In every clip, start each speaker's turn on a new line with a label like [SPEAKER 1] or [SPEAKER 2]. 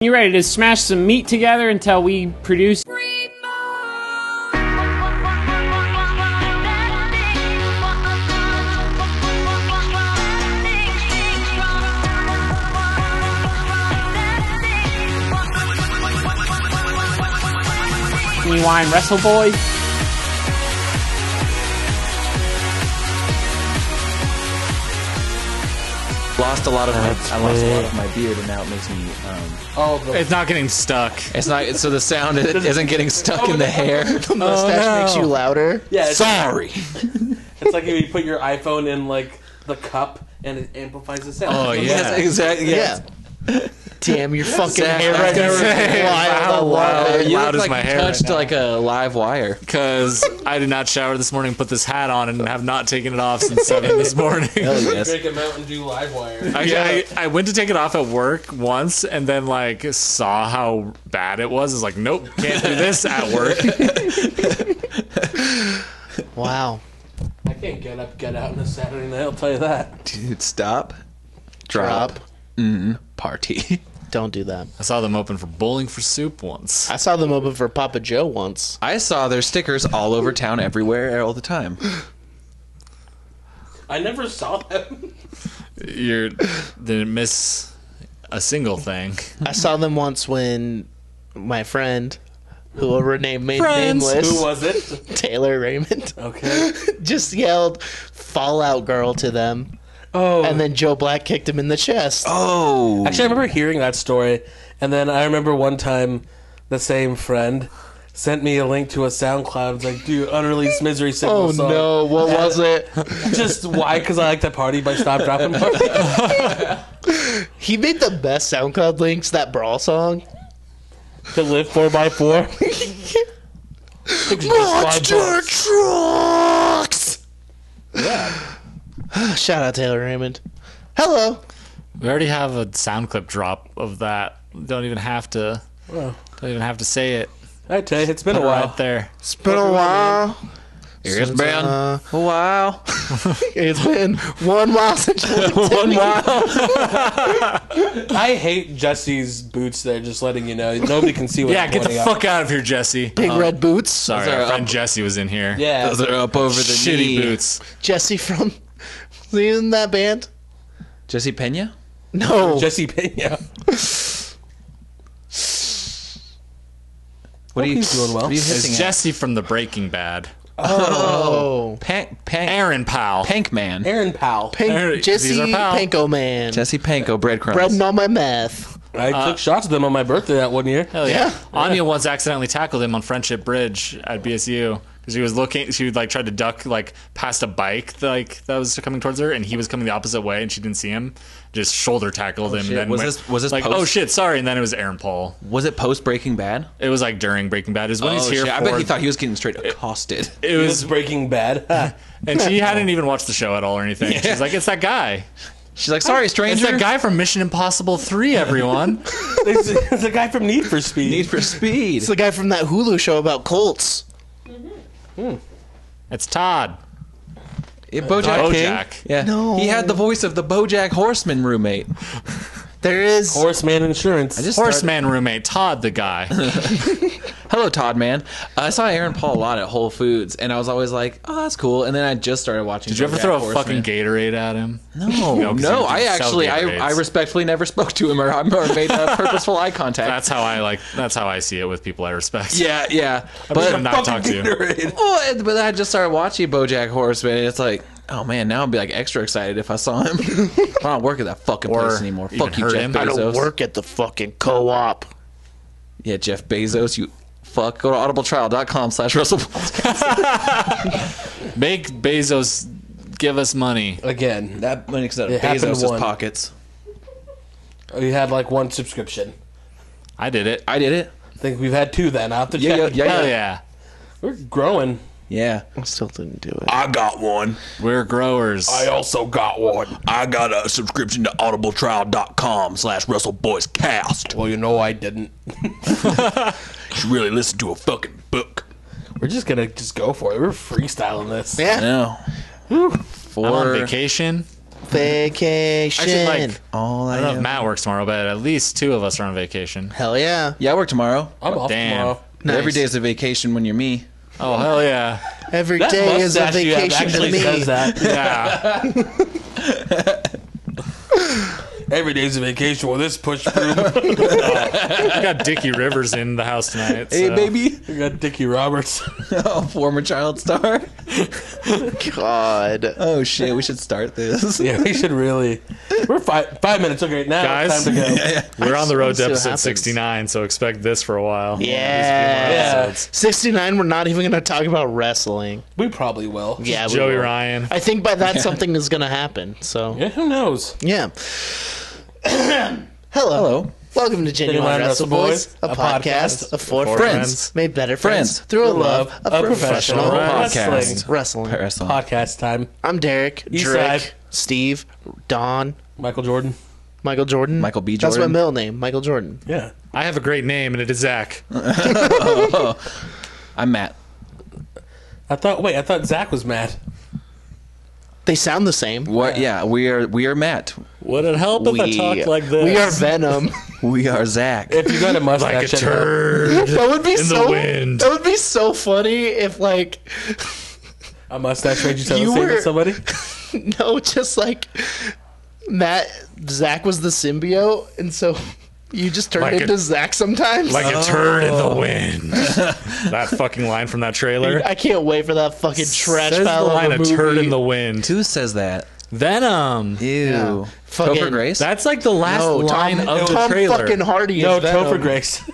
[SPEAKER 1] You ready to smash some meat together until we produce? We wine wrestle boys.
[SPEAKER 2] Lost a lot of my, I lost a lot
[SPEAKER 3] lit.
[SPEAKER 2] of my beard, and now it makes me. Um,
[SPEAKER 3] Oh, the
[SPEAKER 4] It's not getting stuck.
[SPEAKER 2] it's not. So the sound is- isn't getting stuck in Oh, the hair.
[SPEAKER 3] the mustache makes you louder.
[SPEAKER 5] Oh, Yeah, it's,
[SPEAKER 2] Sorry.
[SPEAKER 5] it's like if you put your iPhone in like the cup and it amplifies the sound.
[SPEAKER 4] Oh, yeah.
[SPEAKER 2] Yes, exactly.
[SPEAKER 3] Yeah.
[SPEAKER 2] Yes.
[SPEAKER 3] Damn, your fucking
[SPEAKER 2] Zach,
[SPEAKER 3] hair
[SPEAKER 2] I
[SPEAKER 3] right
[SPEAKER 2] was
[SPEAKER 3] now
[SPEAKER 2] gonna
[SPEAKER 3] is
[SPEAKER 4] say,
[SPEAKER 3] wild. I
[SPEAKER 4] wow,
[SPEAKER 3] love
[SPEAKER 4] wow.
[SPEAKER 3] it.
[SPEAKER 2] You
[SPEAKER 4] Loud
[SPEAKER 2] look
[SPEAKER 4] as
[SPEAKER 2] like
[SPEAKER 4] my
[SPEAKER 2] you
[SPEAKER 4] hair right
[SPEAKER 2] touched
[SPEAKER 4] now.
[SPEAKER 2] like a live wire.
[SPEAKER 4] Because I did not shower this morning, put this hat on, and have not taken it off since 7 this morning.
[SPEAKER 2] Yes.
[SPEAKER 5] Drink a Mountain Dew live wire.
[SPEAKER 4] I, I, I went to take it off at work once and then, like, saw how bad it was. I was like, nope, can't do this at work.
[SPEAKER 3] Wow.
[SPEAKER 5] I can't get up, get out on a Saturday night. I'll tell you that.
[SPEAKER 2] Dude, stop.
[SPEAKER 3] Drop.
[SPEAKER 2] Party.
[SPEAKER 3] Don't do that.
[SPEAKER 4] I saw them open for Bowling for Soup once.
[SPEAKER 3] I saw them open for Papa Joe once.
[SPEAKER 2] I saw their stickers all over town, everywhere, all the time.
[SPEAKER 5] I never saw them.
[SPEAKER 4] You're, didn't miss a single thing.
[SPEAKER 3] I saw them once when my friend, who will remain ma-
[SPEAKER 4] Friends.
[SPEAKER 3] nameless,
[SPEAKER 5] Who was it?
[SPEAKER 3] Taylor Raymond,
[SPEAKER 5] Okay.
[SPEAKER 3] just yelled "Fallout Girl" to them,
[SPEAKER 5] Oh.
[SPEAKER 3] and then Joe Black kicked him in the chest.
[SPEAKER 2] Oh.
[SPEAKER 5] Actually, I remember hearing that story, and then I remember one time the same friend sent me a link to a SoundCloud. It's like, dude, unreleased misery signal
[SPEAKER 3] Oh
[SPEAKER 5] song.
[SPEAKER 3] no! What was it?
[SPEAKER 5] Just why? Because I like to party by Stop Dropping Party.
[SPEAKER 3] He made the best SoundCloud links. That brawl song.
[SPEAKER 5] to live four by four.
[SPEAKER 3] Monster trucks. Yeah. Shout out Taylor Raymond. Hello.
[SPEAKER 4] We already have a sound clip drop of that. Don't even have to.
[SPEAKER 5] Well.
[SPEAKER 4] Don't even have to say it.
[SPEAKER 5] I tell you, it's been a
[SPEAKER 4] Right
[SPEAKER 5] while.
[SPEAKER 4] there.
[SPEAKER 3] It's been a while.
[SPEAKER 2] Here's Ben.
[SPEAKER 3] uh,
[SPEAKER 2] wow.
[SPEAKER 3] It's been one while since one while.
[SPEAKER 5] I hate Jesse's boots. There, just letting you know, nobody can see what.
[SPEAKER 4] Yeah,
[SPEAKER 5] I'm
[SPEAKER 4] get the
[SPEAKER 5] pointing at.
[SPEAKER 4] fuck out of here, Jesse.
[SPEAKER 3] Big red boots.
[SPEAKER 4] Sorry,
[SPEAKER 2] Those are
[SPEAKER 4] our friend
[SPEAKER 2] up-
[SPEAKER 4] Jesse was in here.
[SPEAKER 5] Yeah,
[SPEAKER 2] Those are up over the
[SPEAKER 4] Shitty
[SPEAKER 2] knee.
[SPEAKER 4] boots.
[SPEAKER 3] Jesse from was he in that band?
[SPEAKER 2] Jesse Pena.
[SPEAKER 3] No.
[SPEAKER 5] Jesse Pena.
[SPEAKER 2] What are you
[SPEAKER 5] he's doing well.
[SPEAKER 2] What are you
[SPEAKER 4] It's
[SPEAKER 2] hissing at?
[SPEAKER 4] Jesse from the Breaking Bad.
[SPEAKER 3] oh.
[SPEAKER 2] Pank, Pank,
[SPEAKER 4] Aaron Powell.
[SPEAKER 2] Pank Man.
[SPEAKER 5] Aaron Powell.
[SPEAKER 4] There-
[SPEAKER 3] Pink, Jesse
[SPEAKER 4] these are pal.
[SPEAKER 3] Panko Man.
[SPEAKER 2] Jesse Panko breadcrumbs.
[SPEAKER 3] Breading all my meth.
[SPEAKER 5] I took shots of them on my birthday that one year.
[SPEAKER 4] Hell yeah.
[SPEAKER 3] Yeah.
[SPEAKER 4] Anya once accidentally tackled him on Friendship Bridge at BSU because she was looking. She like tried to duck like past a bike like that was coming towards her, and he was coming the opposite way, and she didn't see him. Just shoulder tackled him.
[SPEAKER 2] Oh, shit.
[SPEAKER 4] And then
[SPEAKER 2] Was
[SPEAKER 4] went-
[SPEAKER 2] this- was this
[SPEAKER 4] like
[SPEAKER 2] post-
[SPEAKER 4] oh shit sorry? And then it was Aaron Paul.
[SPEAKER 2] Was it post Breaking Bad?
[SPEAKER 4] It was like during Breaking Bad. It was when he's
[SPEAKER 2] Oh,
[SPEAKER 4] here.
[SPEAKER 2] shit. I
[SPEAKER 4] For,
[SPEAKER 2] bet he thought he was getting straight accosted.
[SPEAKER 4] it
[SPEAKER 5] It
[SPEAKER 4] was,
[SPEAKER 5] was Breaking Bad. Ha.
[SPEAKER 4] and she hadn't even watched the show at all or anything. She's like, it's that guy.
[SPEAKER 2] She's like, sorry,
[SPEAKER 4] It's
[SPEAKER 2] stranger.
[SPEAKER 4] that guy from Mission Impossible Three. Everyone.
[SPEAKER 5] it's, it's a guy from Need for Speed.
[SPEAKER 2] Need for Speed.
[SPEAKER 3] It's the guy from that Hulu show about Colts.
[SPEAKER 4] it's Todd.
[SPEAKER 2] It- Bojack,
[SPEAKER 4] Bojack.
[SPEAKER 2] King. Yeah.
[SPEAKER 3] No.
[SPEAKER 2] He had the voice of the Bojack Horseman roommate.
[SPEAKER 3] There is
[SPEAKER 5] Horseman Insurance.
[SPEAKER 2] I just started-
[SPEAKER 4] Horseman roommate Todd, the guy.
[SPEAKER 2] Hello, Todd man. I saw Aaron Paul a lot at Whole Foods, and I was always like, "Oh, that's cool." And then I just started watching.
[SPEAKER 4] Did you ever
[SPEAKER 2] Bojack
[SPEAKER 4] throw a
[SPEAKER 2] Horseman.
[SPEAKER 4] fucking Gatorade at him?
[SPEAKER 2] No, no.
[SPEAKER 4] 'cause you don't
[SPEAKER 2] I
[SPEAKER 4] sell
[SPEAKER 2] actually,
[SPEAKER 4] Gatorades.
[SPEAKER 2] I, I respectfully never spoke to him or, or made a purposeful eye contact.
[SPEAKER 4] That's how I like. That's how I see it with people I respect.
[SPEAKER 2] yeah, yeah.
[SPEAKER 4] but I'm
[SPEAKER 2] But
[SPEAKER 4] not talk to.
[SPEAKER 2] well, it- but I just started watching BoJack Horseman, and it's like, oh man, now I'd be like extra excited if I saw him. I don't work at that fucking
[SPEAKER 4] Or
[SPEAKER 2] place anymore.
[SPEAKER 4] even
[SPEAKER 2] Fuck you,
[SPEAKER 4] hurt
[SPEAKER 2] Jeff
[SPEAKER 4] him.
[SPEAKER 2] Bezos.
[SPEAKER 4] I
[SPEAKER 3] I don't work at the fucking co-op.
[SPEAKER 2] Yeah, Jeff Bezos, you fuck. Go to audibletrial.com/slash Russell.
[SPEAKER 4] Make Bezos give us money.
[SPEAKER 5] Again, that
[SPEAKER 2] Linux out
[SPEAKER 5] It happened
[SPEAKER 2] Bezos'
[SPEAKER 5] one.
[SPEAKER 2] pockets.
[SPEAKER 5] we had like one subscription.
[SPEAKER 4] I did it.
[SPEAKER 2] I did it.
[SPEAKER 5] I think we've had two then. I have to
[SPEAKER 2] Yeah,
[SPEAKER 5] check.
[SPEAKER 2] yeah, yeah,
[SPEAKER 4] Hell
[SPEAKER 2] yeah.
[SPEAKER 4] yeah,
[SPEAKER 5] We're growing.
[SPEAKER 2] Yeah.
[SPEAKER 3] I still didn't do it.
[SPEAKER 2] I got one.
[SPEAKER 4] we're growers.
[SPEAKER 2] also got one. I got a subscription to audibletrial.com slash Russell Boys Cast.
[SPEAKER 5] Well, you know I didn't.
[SPEAKER 2] You really listen to a fucking book.
[SPEAKER 5] We're just gonna just go for it. We're freestyling this.
[SPEAKER 3] yeah.
[SPEAKER 2] No.
[SPEAKER 4] I'm on
[SPEAKER 2] For,
[SPEAKER 4] vacation. I
[SPEAKER 3] vacation.
[SPEAKER 4] should like.
[SPEAKER 2] All
[SPEAKER 4] I
[SPEAKER 2] I,
[SPEAKER 4] don't know if
[SPEAKER 2] am.
[SPEAKER 4] Matt works tomorrow, but at least two of us are on vacation.
[SPEAKER 3] Hell yeah.
[SPEAKER 2] Yeah, I work tomorrow.
[SPEAKER 5] I'm off
[SPEAKER 4] Damn.
[SPEAKER 5] tomorrow.
[SPEAKER 2] But Every
[SPEAKER 3] Nice.
[SPEAKER 2] day's a vacation when you're me.
[SPEAKER 4] Oh hell yeah,
[SPEAKER 3] Every
[SPEAKER 5] That
[SPEAKER 3] day is a
[SPEAKER 5] mustache you have
[SPEAKER 3] vacation to
[SPEAKER 5] actually
[SPEAKER 3] me.
[SPEAKER 5] says that.
[SPEAKER 4] yeah.
[SPEAKER 5] Every day's a vacation with this push broom.
[SPEAKER 4] I got Dickie Rivers in the house tonight.
[SPEAKER 2] Hey,
[SPEAKER 4] so-
[SPEAKER 2] baby.
[SPEAKER 5] we got Dickie Roberts.
[SPEAKER 2] Oh, former child star.
[SPEAKER 3] God.
[SPEAKER 2] Oh shit, we should start this.
[SPEAKER 5] yeah, we should really. We're five five minutes. Okay, now
[SPEAKER 4] Guys.
[SPEAKER 5] it's time to go.
[SPEAKER 4] We're on the road to
[SPEAKER 3] see what
[SPEAKER 4] episode
[SPEAKER 3] happens.
[SPEAKER 4] 69, so expect this for a while.
[SPEAKER 3] Yeah.
[SPEAKER 5] Yeah,
[SPEAKER 3] 69, we're not even going to talk about wrestling.
[SPEAKER 5] we probably will.
[SPEAKER 3] Yeah, we
[SPEAKER 4] Joey
[SPEAKER 3] will.
[SPEAKER 4] Ryan.
[SPEAKER 3] I think by that something is going to happen. So, yeah.
[SPEAKER 5] Yeah, who knows?
[SPEAKER 3] Hello.
[SPEAKER 2] Hello.
[SPEAKER 3] Welcome to Genuine,
[SPEAKER 5] Genuine
[SPEAKER 3] Wrestle
[SPEAKER 5] Wrestle
[SPEAKER 3] Boys,
[SPEAKER 5] Boys,
[SPEAKER 3] a,
[SPEAKER 5] a
[SPEAKER 3] podcast,
[SPEAKER 5] podcast
[SPEAKER 3] of four
[SPEAKER 4] four
[SPEAKER 3] friends,
[SPEAKER 4] friends.
[SPEAKER 3] made better friends,
[SPEAKER 2] Friends.
[SPEAKER 3] through a love of, professional,
[SPEAKER 5] professional
[SPEAKER 2] podcast.
[SPEAKER 5] wrestling.
[SPEAKER 3] wrestling.
[SPEAKER 2] Parasol.
[SPEAKER 5] Podcast time.
[SPEAKER 3] I'm Derek,
[SPEAKER 5] East
[SPEAKER 3] Drake,
[SPEAKER 5] side.
[SPEAKER 3] Steve, Don,
[SPEAKER 5] Michael Jordan.
[SPEAKER 3] Michael Jordan.
[SPEAKER 2] Michael B.
[SPEAKER 3] That's my
[SPEAKER 2] Jordan.
[SPEAKER 3] middle name, Michael Jordan.
[SPEAKER 5] Yeah.
[SPEAKER 4] I have a great name, and it is Zach.
[SPEAKER 2] I'm Matt.
[SPEAKER 5] I thought. Wait, I thought Zach was mad.
[SPEAKER 3] They sound the same.
[SPEAKER 2] What? Yeah, we are. We are Matt.
[SPEAKER 4] Would it help if
[SPEAKER 2] We-
[SPEAKER 4] I talked like this?
[SPEAKER 3] We are Venom.
[SPEAKER 2] We are Zach.
[SPEAKER 5] If you got a mustache,
[SPEAKER 4] like a
[SPEAKER 5] that'd help.
[SPEAKER 4] turd.
[SPEAKER 3] that would be
[SPEAKER 4] the
[SPEAKER 3] so.
[SPEAKER 4] wind.
[SPEAKER 3] That would be so funny if like
[SPEAKER 5] a mustache made you sound
[SPEAKER 3] You
[SPEAKER 5] the same
[SPEAKER 3] were-
[SPEAKER 5] as somebody.
[SPEAKER 3] no, just like Matt Zach was the symbiote, and so you just turned
[SPEAKER 4] Like a-
[SPEAKER 3] into Zach sometimes.
[SPEAKER 4] like a turd in the wind. that fucking line from that trailer.
[SPEAKER 3] I can't wait for that fucking trash
[SPEAKER 4] Says the
[SPEAKER 3] pile of
[SPEAKER 4] line,
[SPEAKER 3] a
[SPEAKER 4] a
[SPEAKER 3] movie.
[SPEAKER 4] turd in the wind.
[SPEAKER 2] Who says that?
[SPEAKER 4] Venom.
[SPEAKER 2] Ew.
[SPEAKER 3] Fucking-
[SPEAKER 2] Topher Grace.
[SPEAKER 4] That's like the last
[SPEAKER 3] No,
[SPEAKER 4] line
[SPEAKER 3] Tom,
[SPEAKER 4] of the
[SPEAKER 3] Tom
[SPEAKER 4] trailer.
[SPEAKER 3] fucking Hardy.
[SPEAKER 5] No,
[SPEAKER 3] is um, Venom.
[SPEAKER 5] Topher Grace.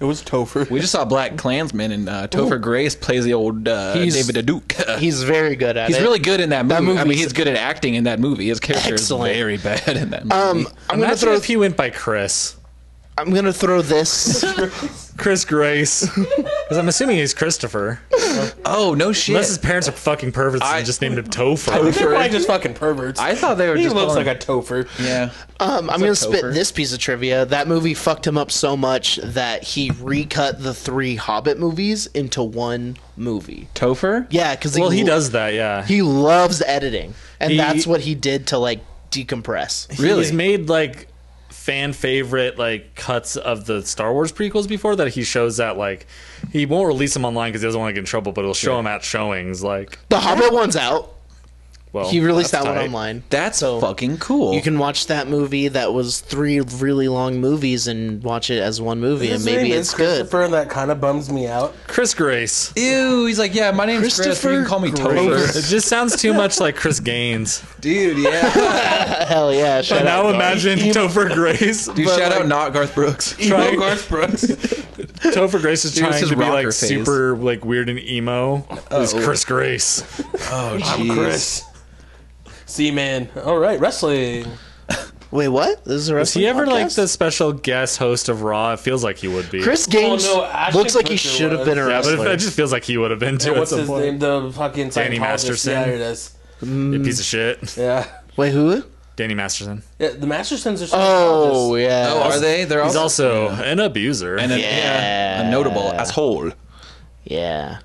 [SPEAKER 5] it was Topher.
[SPEAKER 2] we just saw Black Klansman, and uh, Topher Grace plays the old uh,
[SPEAKER 3] He's-
[SPEAKER 2] David Duke.
[SPEAKER 3] He's very good at
[SPEAKER 2] He's
[SPEAKER 3] it.
[SPEAKER 2] really good in that movie. I mean,
[SPEAKER 3] movie's-
[SPEAKER 2] he's good at acting in that movie. His character
[SPEAKER 3] Excellent.
[SPEAKER 2] is very bad in that movie.
[SPEAKER 3] Um, I'm gonna
[SPEAKER 4] Imagine
[SPEAKER 3] throw.
[SPEAKER 4] if he went by Chris.
[SPEAKER 3] I'm gonna throw this.
[SPEAKER 4] Chris Grace. Because I'm assuming he's Christopher.
[SPEAKER 2] oh no shit!
[SPEAKER 4] Unless his parents are fucking perverts
[SPEAKER 2] I-
[SPEAKER 4] and just named him Topher.
[SPEAKER 5] They're probably just fucking perverts.
[SPEAKER 2] I thought they were
[SPEAKER 5] he
[SPEAKER 2] just
[SPEAKER 5] looks
[SPEAKER 2] calling-
[SPEAKER 5] like a Topher.
[SPEAKER 2] yeah.
[SPEAKER 3] Um, I'm going to spit
[SPEAKER 2] Topher?
[SPEAKER 3] this piece of trivia. That movie fucked him up so much that he recut the three Hobbit movies into one movie.
[SPEAKER 2] Topher.
[SPEAKER 3] Yeah, because
[SPEAKER 4] well, he does that, yeah.
[SPEAKER 3] He loves editing, and
[SPEAKER 4] He-
[SPEAKER 3] that's what he did to like decompress.
[SPEAKER 2] Really?
[SPEAKER 4] He's made like fan favorite like cuts of the Star Wars prequels before that he shows that like he won't release them online because he doesn't want to get in trouble, but he'll show them at showings. Like,
[SPEAKER 3] The Hobbit one's out.
[SPEAKER 4] well,
[SPEAKER 3] He released
[SPEAKER 4] that's
[SPEAKER 3] that one
[SPEAKER 4] tight.
[SPEAKER 3] online.
[SPEAKER 2] That's
[SPEAKER 3] So,
[SPEAKER 2] fucking cool.
[SPEAKER 3] You can watch that movie. That was three really long movies, and watch it as one movie, and
[SPEAKER 5] His
[SPEAKER 3] maybe
[SPEAKER 5] name
[SPEAKER 3] it's
[SPEAKER 5] is
[SPEAKER 3] good.
[SPEAKER 5] Christopher, and that kind of bums me out.
[SPEAKER 4] Chris Grace.
[SPEAKER 2] Ew. He's like, yeah, my name's Chris. You
[SPEAKER 3] Christopher
[SPEAKER 2] can call me
[SPEAKER 4] It
[SPEAKER 2] Topher.
[SPEAKER 4] just sounds too much like Chris Gaines.
[SPEAKER 2] Dude, yeah.
[SPEAKER 3] Hell yeah! Shout out.
[SPEAKER 4] now imagine Topher Grace.
[SPEAKER 2] Dude,
[SPEAKER 4] but,
[SPEAKER 2] shout
[SPEAKER 4] like,
[SPEAKER 2] out not Garth Brooks.
[SPEAKER 4] Try-
[SPEAKER 2] Garth Brooks.
[SPEAKER 4] Topher Grace is
[SPEAKER 2] Dude, this
[SPEAKER 4] trying
[SPEAKER 2] is
[SPEAKER 4] to be
[SPEAKER 2] rocker
[SPEAKER 4] like
[SPEAKER 2] phase.
[SPEAKER 4] super like weird and emo.
[SPEAKER 3] Oh.
[SPEAKER 4] It's Chris Grace.
[SPEAKER 2] Oh, jeez.
[SPEAKER 5] Chris. See, man. All right, wrestling.
[SPEAKER 3] Wait, what? This is a
[SPEAKER 4] Is
[SPEAKER 3] wrestling
[SPEAKER 4] he ever like
[SPEAKER 3] podcast?
[SPEAKER 4] the special guest host of Raw? It feels like he would be.
[SPEAKER 3] Chris Gaines
[SPEAKER 5] Oh, no, Ashton
[SPEAKER 3] looks like he
[SPEAKER 5] Kutcher
[SPEAKER 3] should have
[SPEAKER 5] was.
[SPEAKER 3] been a
[SPEAKER 4] yeah, but
[SPEAKER 3] wrestler.
[SPEAKER 4] it, it just feels like he would have been too. at
[SPEAKER 5] What's
[SPEAKER 4] some
[SPEAKER 5] his
[SPEAKER 4] point.
[SPEAKER 5] name? The fucking
[SPEAKER 4] Danny
[SPEAKER 5] Scientologist.
[SPEAKER 4] Masterson.
[SPEAKER 5] Yeah, here it is.
[SPEAKER 4] You piece of shit.
[SPEAKER 5] Yeah.
[SPEAKER 3] Wait, who?
[SPEAKER 4] Danny Masterson.
[SPEAKER 5] yeah the Mastersons are.
[SPEAKER 3] Oh yeah.
[SPEAKER 2] Oh, are they? They're
[SPEAKER 4] He's
[SPEAKER 2] also,
[SPEAKER 4] also an abuser.
[SPEAKER 2] and a,
[SPEAKER 3] Yeah.
[SPEAKER 2] a notable asshole.
[SPEAKER 3] Yeah.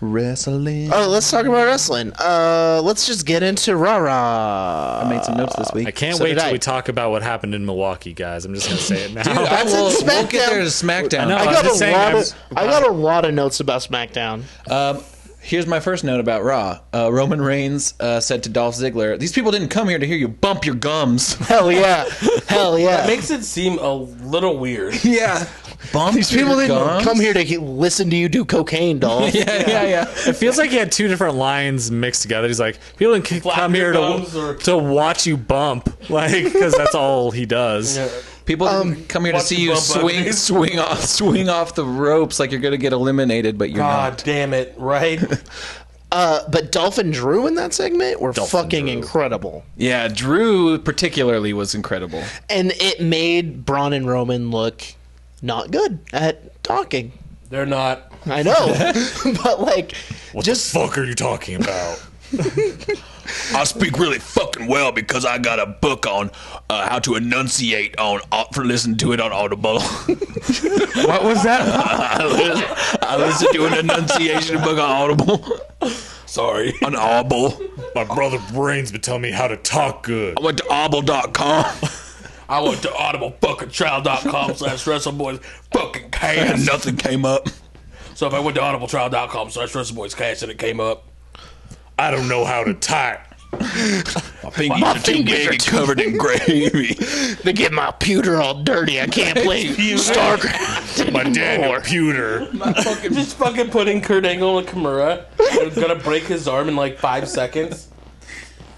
[SPEAKER 2] Wrestling.
[SPEAKER 3] Oh, let's talk about wrestling. Uh, let's just get into rah rah.
[SPEAKER 2] Uh, I made some notes this week.
[SPEAKER 4] I can't
[SPEAKER 3] So
[SPEAKER 4] wait
[SPEAKER 3] did
[SPEAKER 4] till
[SPEAKER 3] I.
[SPEAKER 4] we talk about what happened in Milwaukee, guys. I'm just gonna say it now.
[SPEAKER 2] I
[SPEAKER 3] That's in
[SPEAKER 2] will, we'll
[SPEAKER 3] SmackDown.
[SPEAKER 2] get there to SmackDown.
[SPEAKER 4] know.
[SPEAKER 3] I
[SPEAKER 4] I'm
[SPEAKER 3] got a
[SPEAKER 4] just saying,
[SPEAKER 3] lot
[SPEAKER 4] I'm-
[SPEAKER 3] of I got a lot of notes about SmackDown.
[SPEAKER 2] Um, here's my first note about Raw. Uh, Roman Reigns uh, said to Dolph Ziggler, "These people didn't come here to hear you bump your gums."
[SPEAKER 3] Hell yeah, hell yeah.
[SPEAKER 5] Makes it seem a little weird.
[SPEAKER 2] yeah, bump
[SPEAKER 3] These people didn't come here to he- listen to you do cocaine, doll.
[SPEAKER 2] Yeah, yeah, yeah.
[SPEAKER 4] It feels like he had two different lines mixed together. He's like, people didn't c-
[SPEAKER 5] Flap
[SPEAKER 4] come
[SPEAKER 5] your
[SPEAKER 4] here
[SPEAKER 5] gums
[SPEAKER 4] to
[SPEAKER 5] or-
[SPEAKER 4] to watch you bump, like, because that's all he does.
[SPEAKER 2] People didn't come here to
[SPEAKER 5] watch
[SPEAKER 2] see
[SPEAKER 5] you
[SPEAKER 2] you
[SPEAKER 5] bump
[SPEAKER 2] swing,
[SPEAKER 5] uglies.
[SPEAKER 2] swing off, swing off the ropes like you're gonna get eliminated, but you're
[SPEAKER 5] God
[SPEAKER 2] not.
[SPEAKER 5] damn it! Right?
[SPEAKER 3] Uh, but Dolph and Drew in that segment were fucking
[SPEAKER 2] Drew.
[SPEAKER 3] incredible,
[SPEAKER 2] Yeah, Drew particularly was incredible.
[SPEAKER 3] and it made Braun and Roman look not good at talking.
[SPEAKER 5] They're not.
[SPEAKER 3] I know, but like, just
[SPEAKER 4] fuck are you talking about?
[SPEAKER 6] I speak really fucking well because I got a book on uh, how to enunciate on uh, for listen to it on Audible.
[SPEAKER 2] What was that?
[SPEAKER 6] I listen to an enunciation book on Audible.
[SPEAKER 5] So
[SPEAKER 6] sorry. An audible.
[SPEAKER 7] My brother Brains been telling me how to talk good.
[SPEAKER 6] I went to audible.com.
[SPEAKER 8] I went to audiblefuckingtrial.com slash wrestleboys fucking
[SPEAKER 6] and
[SPEAKER 8] cash.
[SPEAKER 6] nothing came up.
[SPEAKER 8] So if I went to audibletrial.com slash wrestleboys cash and it came up,
[SPEAKER 7] I don't know how to type.
[SPEAKER 6] My fingers are too big and covered in gravy.
[SPEAKER 3] They get my pewter all dirty. I can't play StarCraft
[SPEAKER 7] My damn
[SPEAKER 3] anymore.
[SPEAKER 7] computer.
[SPEAKER 5] fucking, just fucking putting Kurt Angle and Kimura. They're gonna break his arm in like five seconds.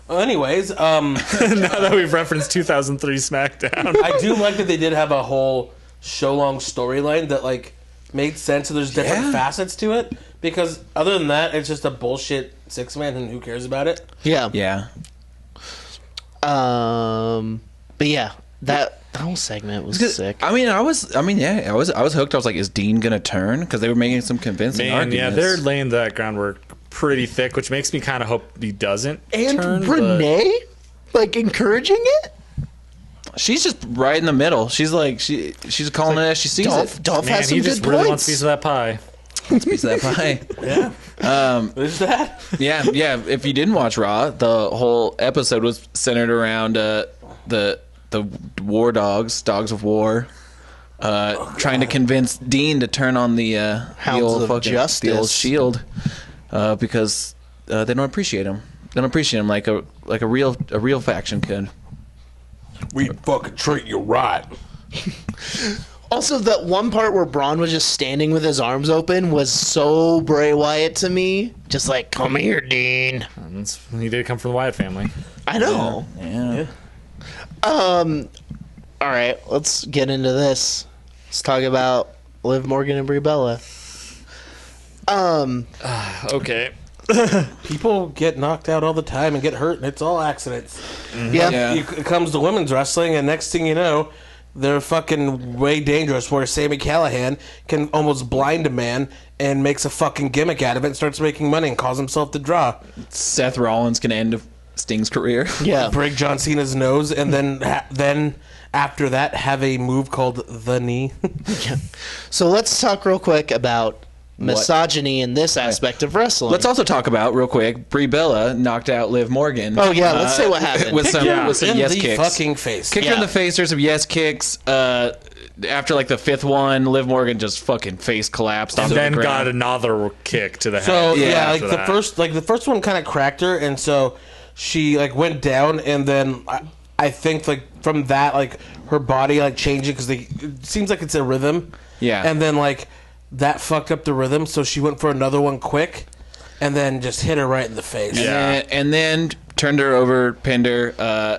[SPEAKER 5] Anyways, um,
[SPEAKER 4] now that we've referenced 2003 SmackDown,
[SPEAKER 5] I do like that they did have a whole show long storyline that like made sense. So there's different facets to it because other than that, it's just a bullshit six man, and who cares about it?
[SPEAKER 3] Yeah.
[SPEAKER 2] Yeah.
[SPEAKER 3] Um. But yeah, that that whole segment was sick.
[SPEAKER 2] I mean, I was. I mean, yeah, I was. I was hooked. I was like, "Is Dean gonna turn?" Because they were making some convincing
[SPEAKER 4] man, yeah,
[SPEAKER 2] arguments.
[SPEAKER 4] they're laying that groundwork pretty thick, which makes me kind of hope he doesn't.
[SPEAKER 3] and
[SPEAKER 4] turn, but-
[SPEAKER 3] Renee, like encouraging it.
[SPEAKER 2] She's just right in the middle. She's like, she she's calling it as she sees
[SPEAKER 3] Dolph,
[SPEAKER 2] it.
[SPEAKER 3] Dolph
[SPEAKER 4] man,
[SPEAKER 3] has some
[SPEAKER 4] he just
[SPEAKER 3] good
[SPEAKER 4] really wants a piece
[SPEAKER 3] points.
[SPEAKER 4] of that pie.
[SPEAKER 2] Piece of that pie.
[SPEAKER 5] There's that.
[SPEAKER 2] yeah, yeah. If you didn't watch Raw, the whole episode was centered around uh, the the war dogs, dogs of war, uh, trying to convince Dean to turn on the uh, the
[SPEAKER 3] Oh, Hounds
[SPEAKER 2] old
[SPEAKER 3] of
[SPEAKER 2] fucking the old
[SPEAKER 3] justice.
[SPEAKER 2] shield uh, because uh, they don't appreciate him. They don't appreciate him like a like a real a real faction could.
[SPEAKER 8] we fucking treat you right.
[SPEAKER 3] Also, that one part where Braun was just standing with his arms open was so Bray Wyatt to me. Just like, come here, Dean.
[SPEAKER 4] That's- He did come from the Wyatt family.
[SPEAKER 3] I know. Um,
[SPEAKER 2] Yeah.
[SPEAKER 3] All right, let's get into this. Let's talk about Liv Morgan and Brie Bella. Um,
[SPEAKER 4] Okay.
[SPEAKER 5] People get knocked out all the time and get hurt, and it's all accidents.
[SPEAKER 3] yeah,
[SPEAKER 2] Yeah.
[SPEAKER 5] You- It comes to women's wrestling, and next thing you know, they're fucking way dangerous. Where Sammy Callahan can almost blind a man and makes a fucking gimmick out of it, and starts making money, and calls himself the draw.
[SPEAKER 2] Seth Rollins can end Sting's career.
[SPEAKER 3] yeah.
[SPEAKER 5] break John Cena's nose, and then ha- then after that have a move called the knee.
[SPEAKER 3] So let's talk real quick about misogyny in this aspect of wrestling.
[SPEAKER 2] Let's also talk about real quick. Brie Bella knocked out Liv Morgan. uh,
[SPEAKER 3] oh yeah, let's say what happened.
[SPEAKER 2] with some, with some
[SPEAKER 5] in
[SPEAKER 2] yes
[SPEAKER 5] the
[SPEAKER 2] kicks.
[SPEAKER 5] fucking face.
[SPEAKER 2] Kicked her in the face. There's some yes kicks. Uh, after like the fifth one, Liv Morgan just fucking face collapsed
[SPEAKER 4] And
[SPEAKER 2] onto
[SPEAKER 4] then
[SPEAKER 2] the
[SPEAKER 4] got
[SPEAKER 2] ground.
[SPEAKER 4] another kick to the
[SPEAKER 5] So
[SPEAKER 4] head.
[SPEAKER 5] yeah, like
[SPEAKER 4] after
[SPEAKER 5] the
[SPEAKER 4] that.
[SPEAKER 5] first like the first one kind of cracked her, and so she like went down, and then I, I think like from that like her body like changing because they it seems like it's a rhythm.
[SPEAKER 2] Yeah.
[SPEAKER 5] and then like that fucked up the rhythm, so she went for another one quick, and then just hit her right in the face.
[SPEAKER 2] And, then, and then turned her over, pinned her. Uh,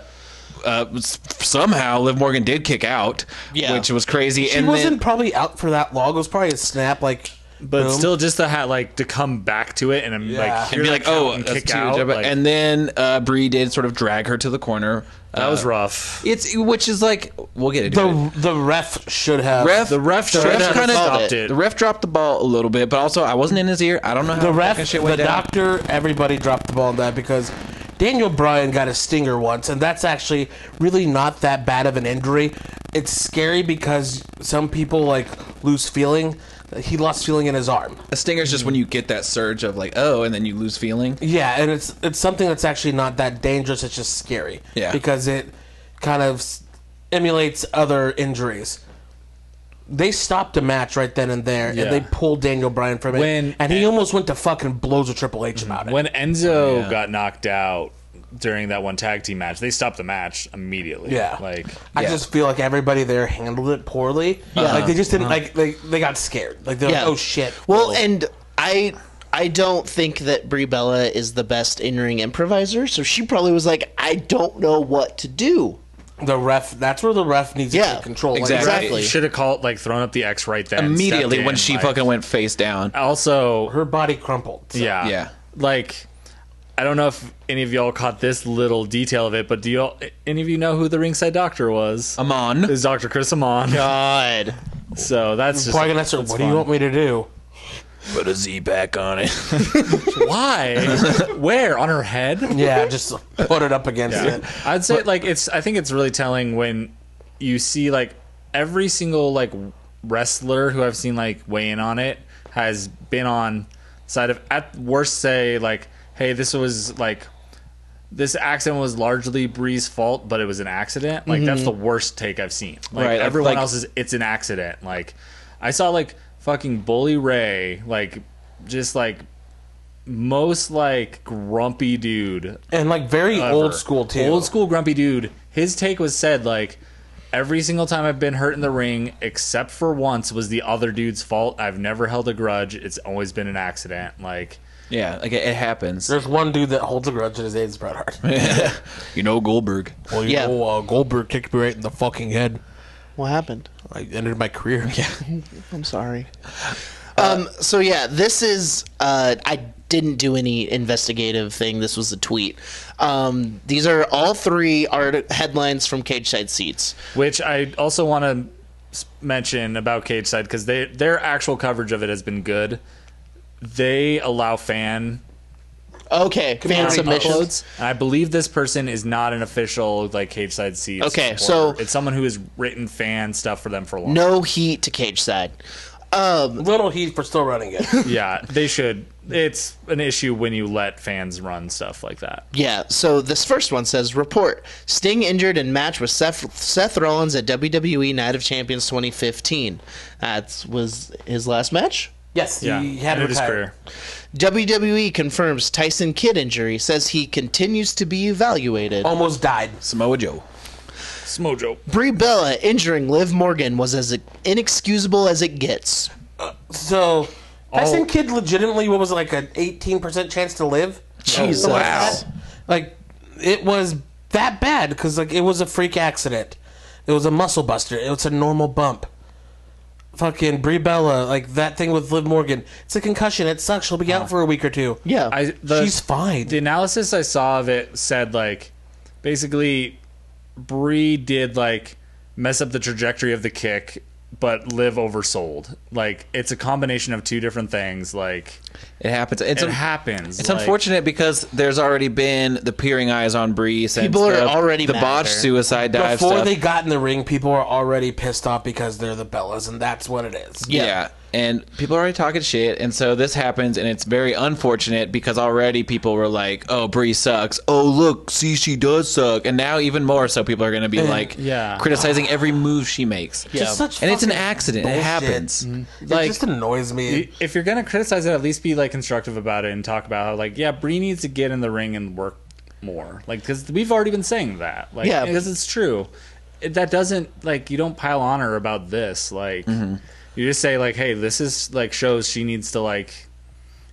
[SPEAKER 2] uh, s- somehow Liv Morgan did kick out,
[SPEAKER 3] Yeah.
[SPEAKER 2] which was crazy.
[SPEAKER 5] She
[SPEAKER 2] and
[SPEAKER 5] wasn't
[SPEAKER 2] then,
[SPEAKER 5] probably out for that long. It was probably a snap, like,
[SPEAKER 4] But
[SPEAKER 5] boom.
[SPEAKER 4] still, just to ha- like to come back to it and I'm
[SPEAKER 5] Yeah.
[SPEAKER 4] like
[SPEAKER 2] and be like, oh,
[SPEAKER 4] and
[SPEAKER 2] that's
[SPEAKER 4] kick
[SPEAKER 2] too-
[SPEAKER 4] out. like,
[SPEAKER 2] and then uh, Brie did sort of drag her to the corner.
[SPEAKER 4] that
[SPEAKER 2] Uh,
[SPEAKER 4] was rough.
[SPEAKER 2] It's which is like we'll get into it.
[SPEAKER 5] the the ref should have
[SPEAKER 2] ref,
[SPEAKER 4] The ref
[SPEAKER 2] the
[SPEAKER 4] should
[SPEAKER 2] ref
[SPEAKER 4] have
[SPEAKER 2] kinda-
[SPEAKER 4] stopped
[SPEAKER 2] the
[SPEAKER 4] it.
[SPEAKER 2] ref dropped the ball a little bit, but also I wasn't in his ear. I don't know how
[SPEAKER 5] the ref
[SPEAKER 2] fucking shit
[SPEAKER 5] the
[SPEAKER 2] went down.
[SPEAKER 5] doctor everybody dropped the ball on that because Daniel Bryan got a stinger once and that's actually really not that bad of an injury. It's scary because some people like lose feeling. He lost feeling in his arm.
[SPEAKER 2] A stinger's just when you get that surge of like oh, and then you lose feeling.
[SPEAKER 5] Yeah, and it's it's something that's actually not that dangerous. It's just scary.
[SPEAKER 2] Yeah.
[SPEAKER 5] because it kind of s- emulates other injuries. They stopped a match right then and there,
[SPEAKER 4] Yeah.
[SPEAKER 5] and they pulled Daniel Bryan from it,
[SPEAKER 4] When- Mm-hmm.
[SPEAKER 5] and he almost went to fucking blows with Triple H about it.
[SPEAKER 4] When Enzo
[SPEAKER 2] Yeah.
[SPEAKER 4] got knocked out during that one tag team match, they stopped the match immediately.
[SPEAKER 5] Yeah.
[SPEAKER 4] like
[SPEAKER 5] I
[SPEAKER 2] Yeah.
[SPEAKER 5] just feel like everybody there handled it poorly.
[SPEAKER 4] Uh-huh.
[SPEAKER 5] Like they just didn't like they they got scared. Like they're
[SPEAKER 3] Yeah.
[SPEAKER 5] like, oh shit.
[SPEAKER 3] Well, and I I don't think that Brie Bella is the best in ring improviser, so she probably was like, I don't know what to do.
[SPEAKER 5] the ref that's where the ref needs to
[SPEAKER 3] Yeah,
[SPEAKER 5] take control. Like,
[SPEAKER 2] exactly.
[SPEAKER 3] Exactly.
[SPEAKER 4] should have called like thrown up the X right then and
[SPEAKER 2] Immediately
[SPEAKER 4] stepped
[SPEAKER 2] when
[SPEAKER 4] in,
[SPEAKER 2] she
[SPEAKER 4] like-
[SPEAKER 2] fucking went face down.
[SPEAKER 4] also
[SPEAKER 5] her body crumpled. so-
[SPEAKER 4] Yeah.
[SPEAKER 2] Yeah.
[SPEAKER 4] Like, I don't know if any of y'all caught this little detail of it, but do y'all, any of you know who the ringside doctor was?
[SPEAKER 2] Amon.
[SPEAKER 4] It was Dr. Chris Amon.
[SPEAKER 3] God.
[SPEAKER 4] So that's just.
[SPEAKER 5] Probably gonna answer, what do you want me to do?
[SPEAKER 6] Put a Z back on it.
[SPEAKER 4] Why? Where? On her head?
[SPEAKER 5] Yeah, just put it up against it.
[SPEAKER 4] I'd say, like, it's. I think it's really telling when you see, like, every single, like, wrestler who I've seen, like, weigh in on it has been on side of, at worst, say, like, hey, this was like this accident was largely Bree's fault, but it was an accident. Like that's the worst take I've seen. Like
[SPEAKER 2] Mm-hmm. Right, I've,
[SPEAKER 4] everyone
[SPEAKER 2] like-
[SPEAKER 4] else is it's an accident. Like I saw like fucking Bully Ray, like just like most like grumpy dude
[SPEAKER 5] and like very old
[SPEAKER 4] ever.
[SPEAKER 5] school too.
[SPEAKER 4] Old school grumpy dude. His take was said like every single time I've been hurt in the ring, except for once, was the other dude's fault. I've never held a grudge. It's always been an accident. Like
[SPEAKER 2] Yeah, like it, it happens.
[SPEAKER 5] There's one dude that holds a grudge and his name's Bret Hart.
[SPEAKER 2] You know Goldberg.
[SPEAKER 5] Well, you
[SPEAKER 3] Yeah.
[SPEAKER 5] know, uh, Goldberg kicked me right in the fucking head.
[SPEAKER 3] What happened?
[SPEAKER 5] I ended my career. Yeah.
[SPEAKER 3] I'm sorry. Um, so yeah, this is uh, I didn't do any investigative thing. This was a tweet. Um, these are all three art- headlines from Cage Side Seats.
[SPEAKER 4] which I also want to mention about Cage Side because they their actual coverage of it has been good. They allow fan
[SPEAKER 3] Okay, fan submissions.
[SPEAKER 4] uploads, and I believe this person is not an official like Cage Side seats.
[SPEAKER 3] Okay,
[SPEAKER 4] supporter.
[SPEAKER 3] so-
[SPEAKER 4] it's someone who has written fan stuff for them for a long.
[SPEAKER 3] No heat to Cage Side. Um,
[SPEAKER 5] Little heat for still running it.
[SPEAKER 4] Yeah, they should. It's an issue when you let fans run stuff like that.
[SPEAKER 3] yeah, so this first one says report Sting injured in match with Seth, Seth Rollins at WWE Night of Champions 2015. That was his last match.
[SPEAKER 5] Yes,
[SPEAKER 4] Yeah,
[SPEAKER 5] he had
[SPEAKER 4] ended his
[SPEAKER 5] retired.
[SPEAKER 4] career.
[SPEAKER 3] WWE E confirms Tyson Kidd injury, says he continues to be evaluated.
[SPEAKER 5] Almost died.
[SPEAKER 2] Samoa Joe.
[SPEAKER 4] Smojo.
[SPEAKER 3] Oh, Brie Bella injuring Liv Morgan was as inexcusable as it gets.
[SPEAKER 5] So Tyson Kidd legitimately what was it, like an eighteen percent chance to live?
[SPEAKER 3] Jesus.
[SPEAKER 5] Something like that. Like it was that bad because like it was a freak accident. It was a muscle buster. It was a normal bump. Fucking Brie Bella, like that thing with Liv Morgan. It's a concussion. It sucks. She'll be out for a week or two.
[SPEAKER 2] Oh.
[SPEAKER 3] Yeah.
[SPEAKER 4] I, the,
[SPEAKER 5] She's fine.
[SPEAKER 4] The analysis I saw of it said like, basically, Bree did like mess up the trajectory of the kick, but Liv oversold. Like it's a combination of two different things. Like
[SPEAKER 2] It happens. It's
[SPEAKER 4] it
[SPEAKER 2] a-
[SPEAKER 4] happens.
[SPEAKER 2] It's
[SPEAKER 4] like-
[SPEAKER 2] unfortunate because there's already been the peering eyes on Bree since
[SPEAKER 3] People are
[SPEAKER 2] the,
[SPEAKER 3] already
[SPEAKER 2] the
[SPEAKER 3] mad
[SPEAKER 2] botched
[SPEAKER 3] at her.
[SPEAKER 2] suicide dive
[SPEAKER 5] Before
[SPEAKER 2] stuff.
[SPEAKER 5] they got in the ring, people are already pissed off because they're the Bellas, and that's what it is.
[SPEAKER 2] yeah. and people are already talking shit, and so this happens, and it's very unfortunate because already people were like, "Oh, Bree sucks." Oh, look, see, she does suck, and now even more so, people are going to be like,
[SPEAKER 4] yeah.
[SPEAKER 2] criticizing every move she makes.
[SPEAKER 5] Just such
[SPEAKER 2] and it's an
[SPEAKER 5] fucking
[SPEAKER 2] accident. It
[SPEAKER 5] bullshit. Mm-hmm.
[SPEAKER 2] happens.
[SPEAKER 5] It
[SPEAKER 2] Like,
[SPEAKER 5] just annoys me.
[SPEAKER 4] If you're gonna criticize it, at least be like constructive about it and talk about how like yeah, Bree needs to get in the ring and work more. Like because we've already been saying that. Like
[SPEAKER 3] Yeah.
[SPEAKER 4] because it's true. It, that doesn't like you don't pile on her about this. Like you just say like hey, this is like shows she needs to like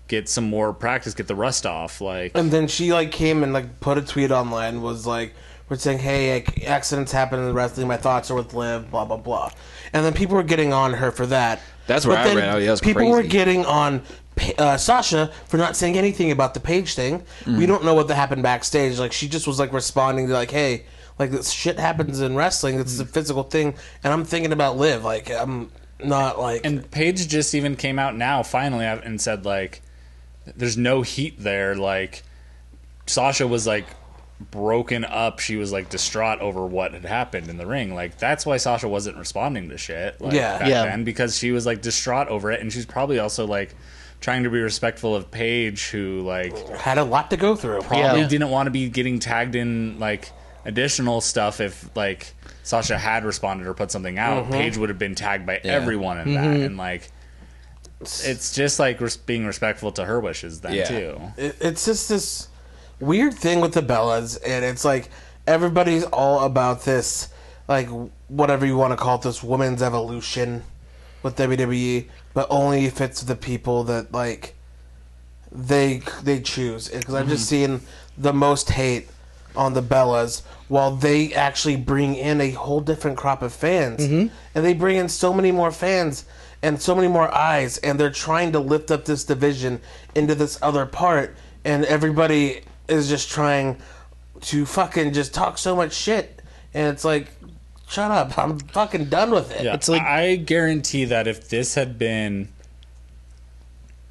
[SPEAKER 4] get some more practice, get the rust off. Like
[SPEAKER 5] And then she like came and like put a tweet online was like we're saying hey like, accidents happen in wrestling my thoughts are with Liv blah blah blah, and then people were getting on her for that.
[SPEAKER 2] That's where I
[SPEAKER 5] then
[SPEAKER 2] ran out. Yeah, that was
[SPEAKER 5] people were
[SPEAKER 2] crazy.
[SPEAKER 5] getting on Pa- uh, Sasha for not saying anything about the page thing. We
[SPEAKER 2] Mm.
[SPEAKER 5] don't know what that happened backstage. Like she just was like responding to like hey like this shit happens in wrestling. It's a
[SPEAKER 2] Mm.
[SPEAKER 5] physical thing, and I'm thinking about Liv. Like I'm not like
[SPEAKER 4] And Paige just even came out now finally out and said like, "There's no heat there." Like, Sasha was like broken up. She was like distraught over what had happened in the ring. Like that's why Sasha wasn't responding to shit. Like,
[SPEAKER 5] Yeah.
[SPEAKER 4] back
[SPEAKER 3] Yeah.
[SPEAKER 4] then because she was like distraught over it, and she's probably also like trying to be respectful of Paige, who like
[SPEAKER 5] had a lot to go through.
[SPEAKER 4] probably
[SPEAKER 3] Yeah.
[SPEAKER 4] didn't want to be getting tagged in like additional stuff if like Sasha had responded or put something out.
[SPEAKER 5] Mm-hmm.
[SPEAKER 4] Paige would have been tagged by everyone in that, and like it's just like res- being respectful to her wishes then
[SPEAKER 2] Yeah.
[SPEAKER 4] too.
[SPEAKER 5] it, it's just this weird thing with the Bellas, and it's like everybody's all about this, like whatever you want to call it, this women's evolution with WWE, but only if it's the people that like they they choose. Because I've just seen the most hate on the Bellas, while they actually bring in a whole different crop of fans, and they bring in so many more fans and so many more eyes, and they're trying to lift up this division into this other part, and everybody is just trying to fucking just talk so much shit, and it's like. Shut up! I'm fucking done with it.
[SPEAKER 4] Yeah,
[SPEAKER 3] It's like-
[SPEAKER 4] I guarantee that if this had been,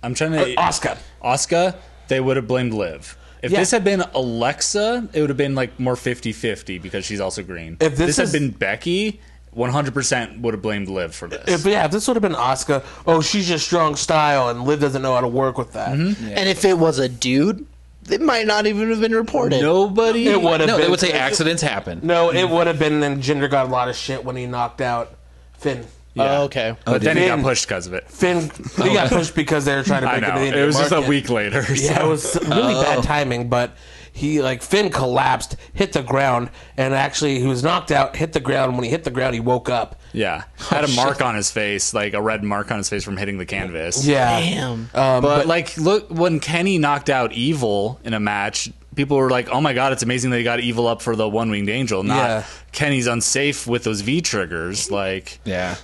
[SPEAKER 4] I'm trying to
[SPEAKER 5] Oscar.
[SPEAKER 4] Oscar, they would have blamed Liv. If
[SPEAKER 5] Uh, Yeah.
[SPEAKER 4] this had been Alexa, it would have been like more 50-50 because she's also green.
[SPEAKER 5] If this
[SPEAKER 4] had
[SPEAKER 5] is-
[SPEAKER 4] been Becky, 100% would have blamed Liv for this.
[SPEAKER 5] If Uh, yeah, if this would have been Oscar,
[SPEAKER 4] Mm-hmm.
[SPEAKER 5] oh, she's just strong style, and Liv doesn't know how to work with that.
[SPEAKER 3] And if it was a dude, it might not even have been reported.
[SPEAKER 2] Nobody.
[SPEAKER 5] It would've
[SPEAKER 2] no, they
[SPEAKER 5] been-
[SPEAKER 2] would say accidents happen.
[SPEAKER 5] No, it would have been. And Jinder got a lot of shit when he knocked out Finn.
[SPEAKER 3] Oh, okay.
[SPEAKER 4] But then he got
[SPEAKER 5] Finn.
[SPEAKER 4] pushed because of it.
[SPEAKER 5] Finn, he got pushed because they were trying to
[SPEAKER 4] Oh. I
[SPEAKER 5] break
[SPEAKER 4] know.
[SPEAKER 5] him into the
[SPEAKER 4] It was just a Oh.
[SPEAKER 5] market.
[SPEAKER 4] week later. So.
[SPEAKER 5] Yeah, it was really bad timing, but he like Finn collapsed, hit the ground, and actually he was knocked out, hit the ground. When he hit the ground, he woke up.
[SPEAKER 4] Yeah. Had a mark on his face, like a red mark on his face from hitting the canvas.
[SPEAKER 5] Yeah,
[SPEAKER 3] Damn.
[SPEAKER 5] Um,
[SPEAKER 4] But,
[SPEAKER 5] but,
[SPEAKER 4] like, look, when Kenny knocked out Evil in a match, people were like, "Oh my god, it's amazing they got Evil up for the One Winged Angel." Not
[SPEAKER 5] Yeah.
[SPEAKER 4] Kenny's unsafe with those V triggers, like
[SPEAKER 2] Yeah.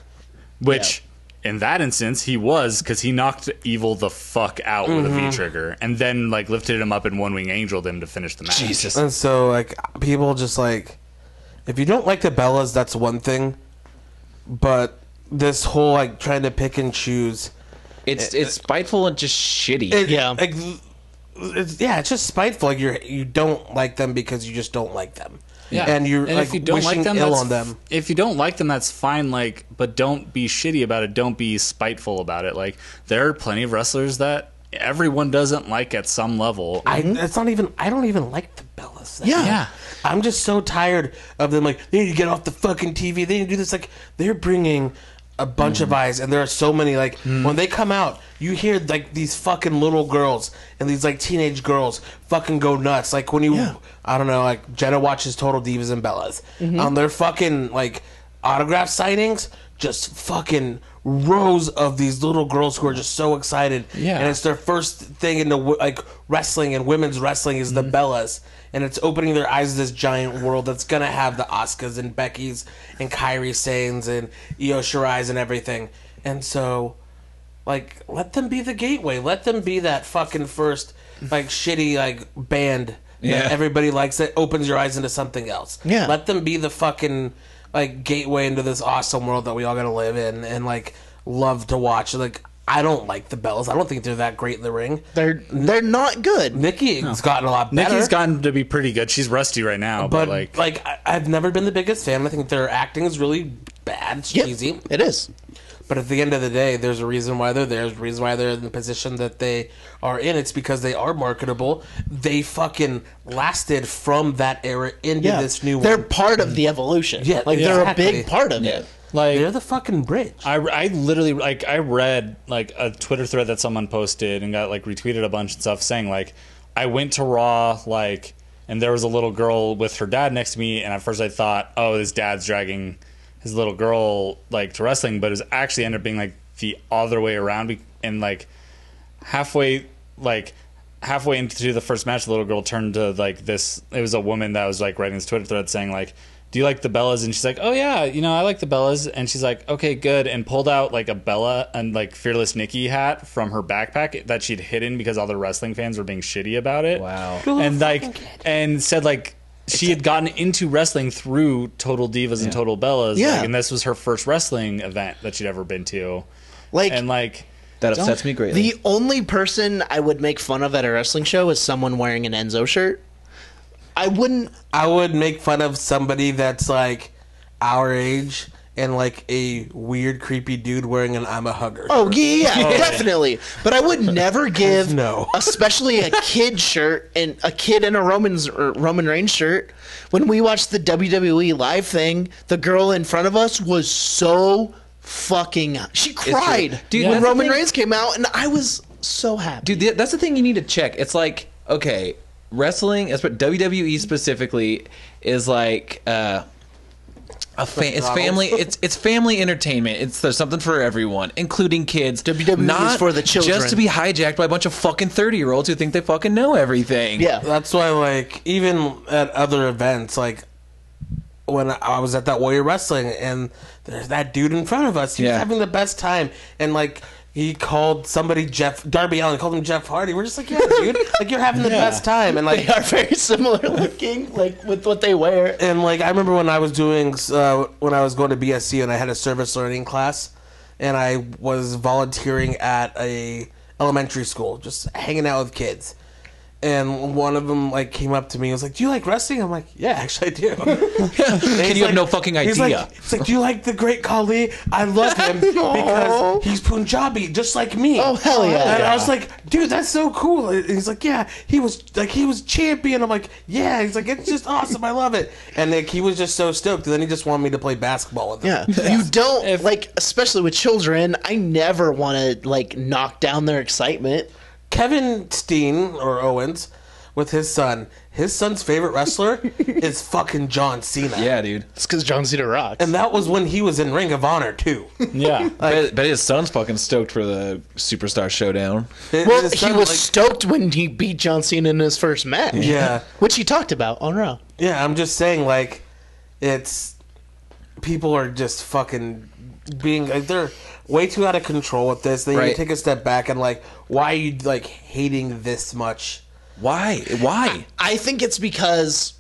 [SPEAKER 4] which in that instance he was because he knocked Evil the fuck out with a V trigger, and then like lifted him up and One Wing Angeled him to finish the match.
[SPEAKER 2] Jesus.
[SPEAKER 5] and so like people just like, if you don't like the Bellas, that's one thing, but this whole like trying to pick and choose,
[SPEAKER 2] It's it's spiteful and just shitty.
[SPEAKER 5] it,
[SPEAKER 3] Yeah.
[SPEAKER 5] like, it's, yeah, it's just spiteful. Like you're you don't like them because you just don't like them.
[SPEAKER 4] Yeah,
[SPEAKER 5] and you're like wishing ill
[SPEAKER 4] that's-
[SPEAKER 5] on them.
[SPEAKER 4] If you don't like them, that's fine. Like, but don't be shitty about it. Don't be spiteful about it. Like, there are plenty of wrestlers that everyone doesn't like at some level.
[SPEAKER 5] I it's not even I don't even like the Bellas.
[SPEAKER 3] Yeah.
[SPEAKER 4] yeah,
[SPEAKER 5] I'm just so tired of them. Like they need to get off the fucking TV. They need to do this. Like they're bringing a bunch of eyes, and there are so many. Like when they come out, you hear like these fucking little girls and these like teenage girls fucking go nuts. Like when you, I don't know, like Jenna watches Total Divas and Bellas on their fucking like autograph signings. Just fucking rows of these little girls who are just so excited.
[SPEAKER 2] Yeah.
[SPEAKER 5] and it's their first thing in the wo- like wrestling and women's wrestling is the Bellas, and it's opening their eyes to this giant world that's gonna have the Oscars and Becky's and Kyrie Sane's and Io Shirai's and everything. And so, like, let them be the gateway. Let them be that fucking first like shitty like band
[SPEAKER 2] Yeah.
[SPEAKER 5] that everybody likes that opens your eyes into something else.
[SPEAKER 3] Yeah.
[SPEAKER 5] let them be the fucking like gateway into this awesome world that we all gotta live in and like love to watch. Like I don't like the Bells. I don't think they're that great in the ring.
[SPEAKER 3] They're they're not good.
[SPEAKER 5] Nikki's gotten a lot better.
[SPEAKER 4] Nikki's gotten to be pretty good. She's rusty right now, but,
[SPEAKER 5] but
[SPEAKER 4] like,
[SPEAKER 5] like, I, I've never been the biggest fan. I think their acting is really bad. It's
[SPEAKER 3] Yep,
[SPEAKER 5] cheesy.
[SPEAKER 3] It is.
[SPEAKER 5] But at the end of the day, there's a reason why they're there. There's a reason why they're in the position that they are in. It's because they are marketable. They fucking lasted from that era into
[SPEAKER 3] Yeah.
[SPEAKER 5] this new
[SPEAKER 3] they're
[SPEAKER 5] one.
[SPEAKER 3] part of the evolution.
[SPEAKER 5] Yeah,
[SPEAKER 3] Like
[SPEAKER 5] yeah.
[SPEAKER 3] they're
[SPEAKER 5] Exactly.
[SPEAKER 3] a big part of it.
[SPEAKER 4] like
[SPEAKER 5] They're the fucking bridge.
[SPEAKER 4] I, I literally like I read like a Twitter thread that someone posted and got like retweeted a bunch and stuff saying like I went to Raw like and there was a little girl with her dad next to me and at first I thought oh his dad's dragging his little girl like to wrestling but it was actually ended up being like the other way around be- and like halfway like halfway into the first match the little girl turned to like this it was a woman that was like writing this twitter thread saying like do you like the bellas and she's like oh yeah you know i like the bellas and she's like okay good and pulled out like a bella and like fearless nikki hat from her backpack that she'd hidden because all the wrestling fans were being shitty about it
[SPEAKER 2] Wow.
[SPEAKER 4] and like and said like she had gotten into wrestling through total divas and total bellas
[SPEAKER 3] Yeah.
[SPEAKER 4] like, and this was her first wrestling event that she'd ever been to
[SPEAKER 3] Like-
[SPEAKER 4] and like
[SPEAKER 2] that upsets me greatly.
[SPEAKER 3] The only person I would make fun of at a wrestling show is someone wearing an Enzo shirt. I wouldn't.
[SPEAKER 5] I would make fun of somebody that's like our age and like a weird, creepy dude wearing an I'm a hugger.
[SPEAKER 3] Oh yeah, yeah, definitely. But I would never give,
[SPEAKER 5] No.
[SPEAKER 3] especially a kid shirt and a kid in a Roman's or Roman Reigns shirt. When we watched the WWE live thing, the girl in front of us was so fucking. She cried
[SPEAKER 2] Dude,
[SPEAKER 3] when
[SPEAKER 2] that's the
[SPEAKER 3] Roman
[SPEAKER 2] thing-
[SPEAKER 3] Reigns came out, and I was so happy.
[SPEAKER 2] Dude, th- that's the thing you need to check. It's like, okay, wrestling, espe- WWE specifically, is like uh, a fa- it's family. It's it's family entertainment. It's there's something for everyone, including kids.
[SPEAKER 3] WWE E is for the
[SPEAKER 2] just
[SPEAKER 3] children.
[SPEAKER 2] to be hijacked by a bunch of fucking thirty year olds who think they fucking know everything.
[SPEAKER 3] yeah,
[SPEAKER 5] That's why, like, even at other events, like when I was at that Warrior Wrestling, and there's that dude in front of us. He
[SPEAKER 2] Yeah.
[SPEAKER 5] was having the best time, and like he called somebody Jeff Darby Allen, called him Jeff Hardy. We're just like, yeah, dude, like you're having the best time, and like
[SPEAKER 3] they are very similar looking, like with what they wear.
[SPEAKER 5] and like I remember when I was doing uh, when I was going to BSC and I had a service learning class, and I was volunteering at a elementary school, just hanging out with kids, and one of them like came up to me and was like, "Do you like wrestling?" I'm like, "Yeah, actually, I do." Can
[SPEAKER 2] you have no fucking
[SPEAKER 5] He's like,
[SPEAKER 2] idea?
[SPEAKER 5] he's like, "Do you like the Great Khali?" I love him
[SPEAKER 3] Aw.
[SPEAKER 5] because he's Punjabi, just like me.
[SPEAKER 3] Oh, hell yeah.
[SPEAKER 5] And I was like, "Dude, that's so cool." And he's like, "Yeah, he was like he was champion." I'm like, "Yeah." He's like, "It's just awesome. I love it." And like he was just so stoked. And then he just wanted me to play basketball with him.
[SPEAKER 3] Yeah. You don't like especially with children, I never want to like knock down their excitement.
[SPEAKER 5] Kevin Steen or Owens with his son. His son's favorite wrestler is fucking John Cena.
[SPEAKER 2] Yeah, dude.
[SPEAKER 3] It's cuz John Cena rocks.
[SPEAKER 5] And that was when he was in Ring of Honor too.
[SPEAKER 4] Yeah.
[SPEAKER 2] bet, bet his son's fucking stoked for the superstar showdown.
[SPEAKER 3] well,
[SPEAKER 5] His
[SPEAKER 3] he
[SPEAKER 5] son,
[SPEAKER 3] was
[SPEAKER 5] like-
[SPEAKER 3] stoked when he beat John Cena in his first match.
[SPEAKER 5] Yeah.
[SPEAKER 3] Which he talked about on Raw.
[SPEAKER 5] yeah, I'm just saying like it's people are just fucking being like they're way too out of control with this. They need
[SPEAKER 2] Right.
[SPEAKER 5] to take a step back and like why are you like hating this much?
[SPEAKER 2] Why? Why?
[SPEAKER 3] I think it's because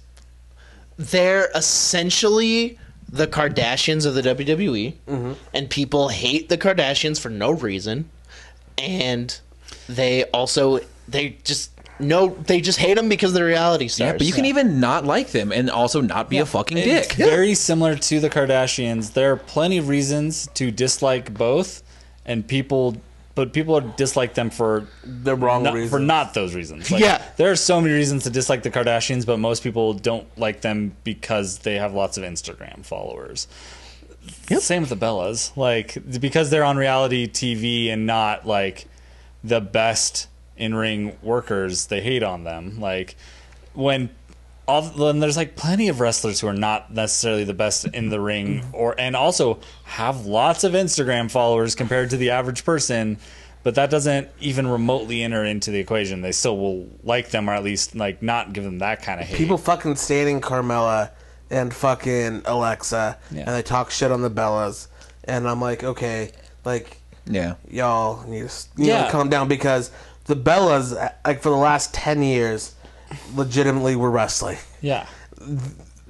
[SPEAKER 3] they're essentially the Kardashians of the WWE,
[SPEAKER 5] Mm-hmm.
[SPEAKER 3] and people hate the Kardashians for no reason, and they also they just no they just hate them because they're reality stars.
[SPEAKER 2] Yeah, but you can even not like them and also not be a fucking
[SPEAKER 4] It's
[SPEAKER 2] dick.
[SPEAKER 4] Very similar to the Kardashians. There are plenty of reasons to dislike both, and people, but people dislike them for
[SPEAKER 5] The wrong
[SPEAKER 4] not,
[SPEAKER 5] reason.
[SPEAKER 4] for not those reasons. Like,
[SPEAKER 3] Yeah.
[SPEAKER 4] there are so many reasons to dislike the Kardashians, but most people don't like them because they have lots of Instagram followers. Same with the Bellas, like because they're on reality TV and not like the best in-ring workers, they hate on them. Like when all then there's like plenty of wrestlers who are not necessarily the best in the ring or and also have lots of Instagram followers compared to the average person but that doesn't even remotely enter into the equation they still will like them or at least like not give them that kind of hate
[SPEAKER 5] People fucking standing Carmella and fucking Alexa,
[SPEAKER 4] Yeah.
[SPEAKER 5] and they talk shit on the Bellas, and I'm like, okay, like
[SPEAKER 2] Yeah.
[SPEAKER 5] y'all need to s- you know,
[SPEAKER 4] Yeah.
[SPEAKER 5] calm down because the Bellas, uh, like for the last ten years, legitimately were wrestling.
[SPEAKER 4] yeah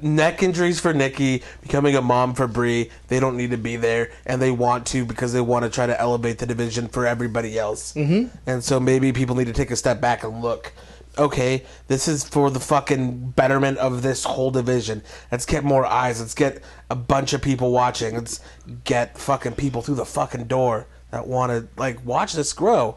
[SPEAKER 5] Neck injuries for Nikki, becoming a mom for Brie. They don't need to be there, and they want to because they want to try to elevate the division for everybody else. Mm-hmm. And so maybe people need to take a step back and look. Okay, this is for the fucking betterment of this whole division. Let's get more eyes. Let's get a bunch of people watching. Let's get fucking people through the fucking door that want to like watch this grow.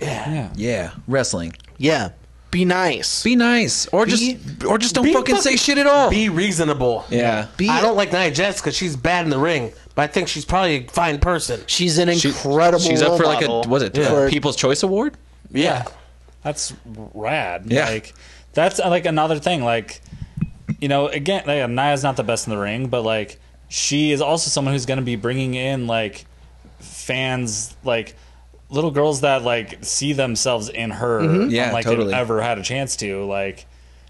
[SPEAKER 4] yeah
[SPEAKER 2] Yeah. Wrestling.
[SPEAKER 3] yeah, be nice.
[SPEAKER 2] Be nice, or just, or just don't fucking say shit at all.
[SPEAKER 5] Be reasonable.
[SPEAKER 2] yeah.
[SPEAKER 3] Be-
[SPEAKER 5] I don't like Nia Jax because she's bad in the ring, but I think she's probably a fine person.
[SPEAKER 3] She's an incredible.
[SPEAKER 2] She's up
[SPEAKER 3] role
[SPEAKER 2] for like a
[SPEAKER 3] model
[SPEAKER 2] was it
[SPEAKER 3] for-
[SPEAKER 2] a People's Choice Award?
[SPEAKER 5] Yeah.
[SPEAKER 4] that's rad.
[SPEAKER 2] Yeah.
[SPEAKER 4] Like that's uh, like another thing. Like you know, again, like, Naya's not the best in the ring, but like she is also someone who's going to be bringing in like fans, like little girls that like see themselves in her,
[SPEAKER 2] Mm-hmm. Yeah,
[SPEAKER 4] unlike
[SPEAKER 2] totally.
[SPEAKER 4] they've ever had a chance to. Like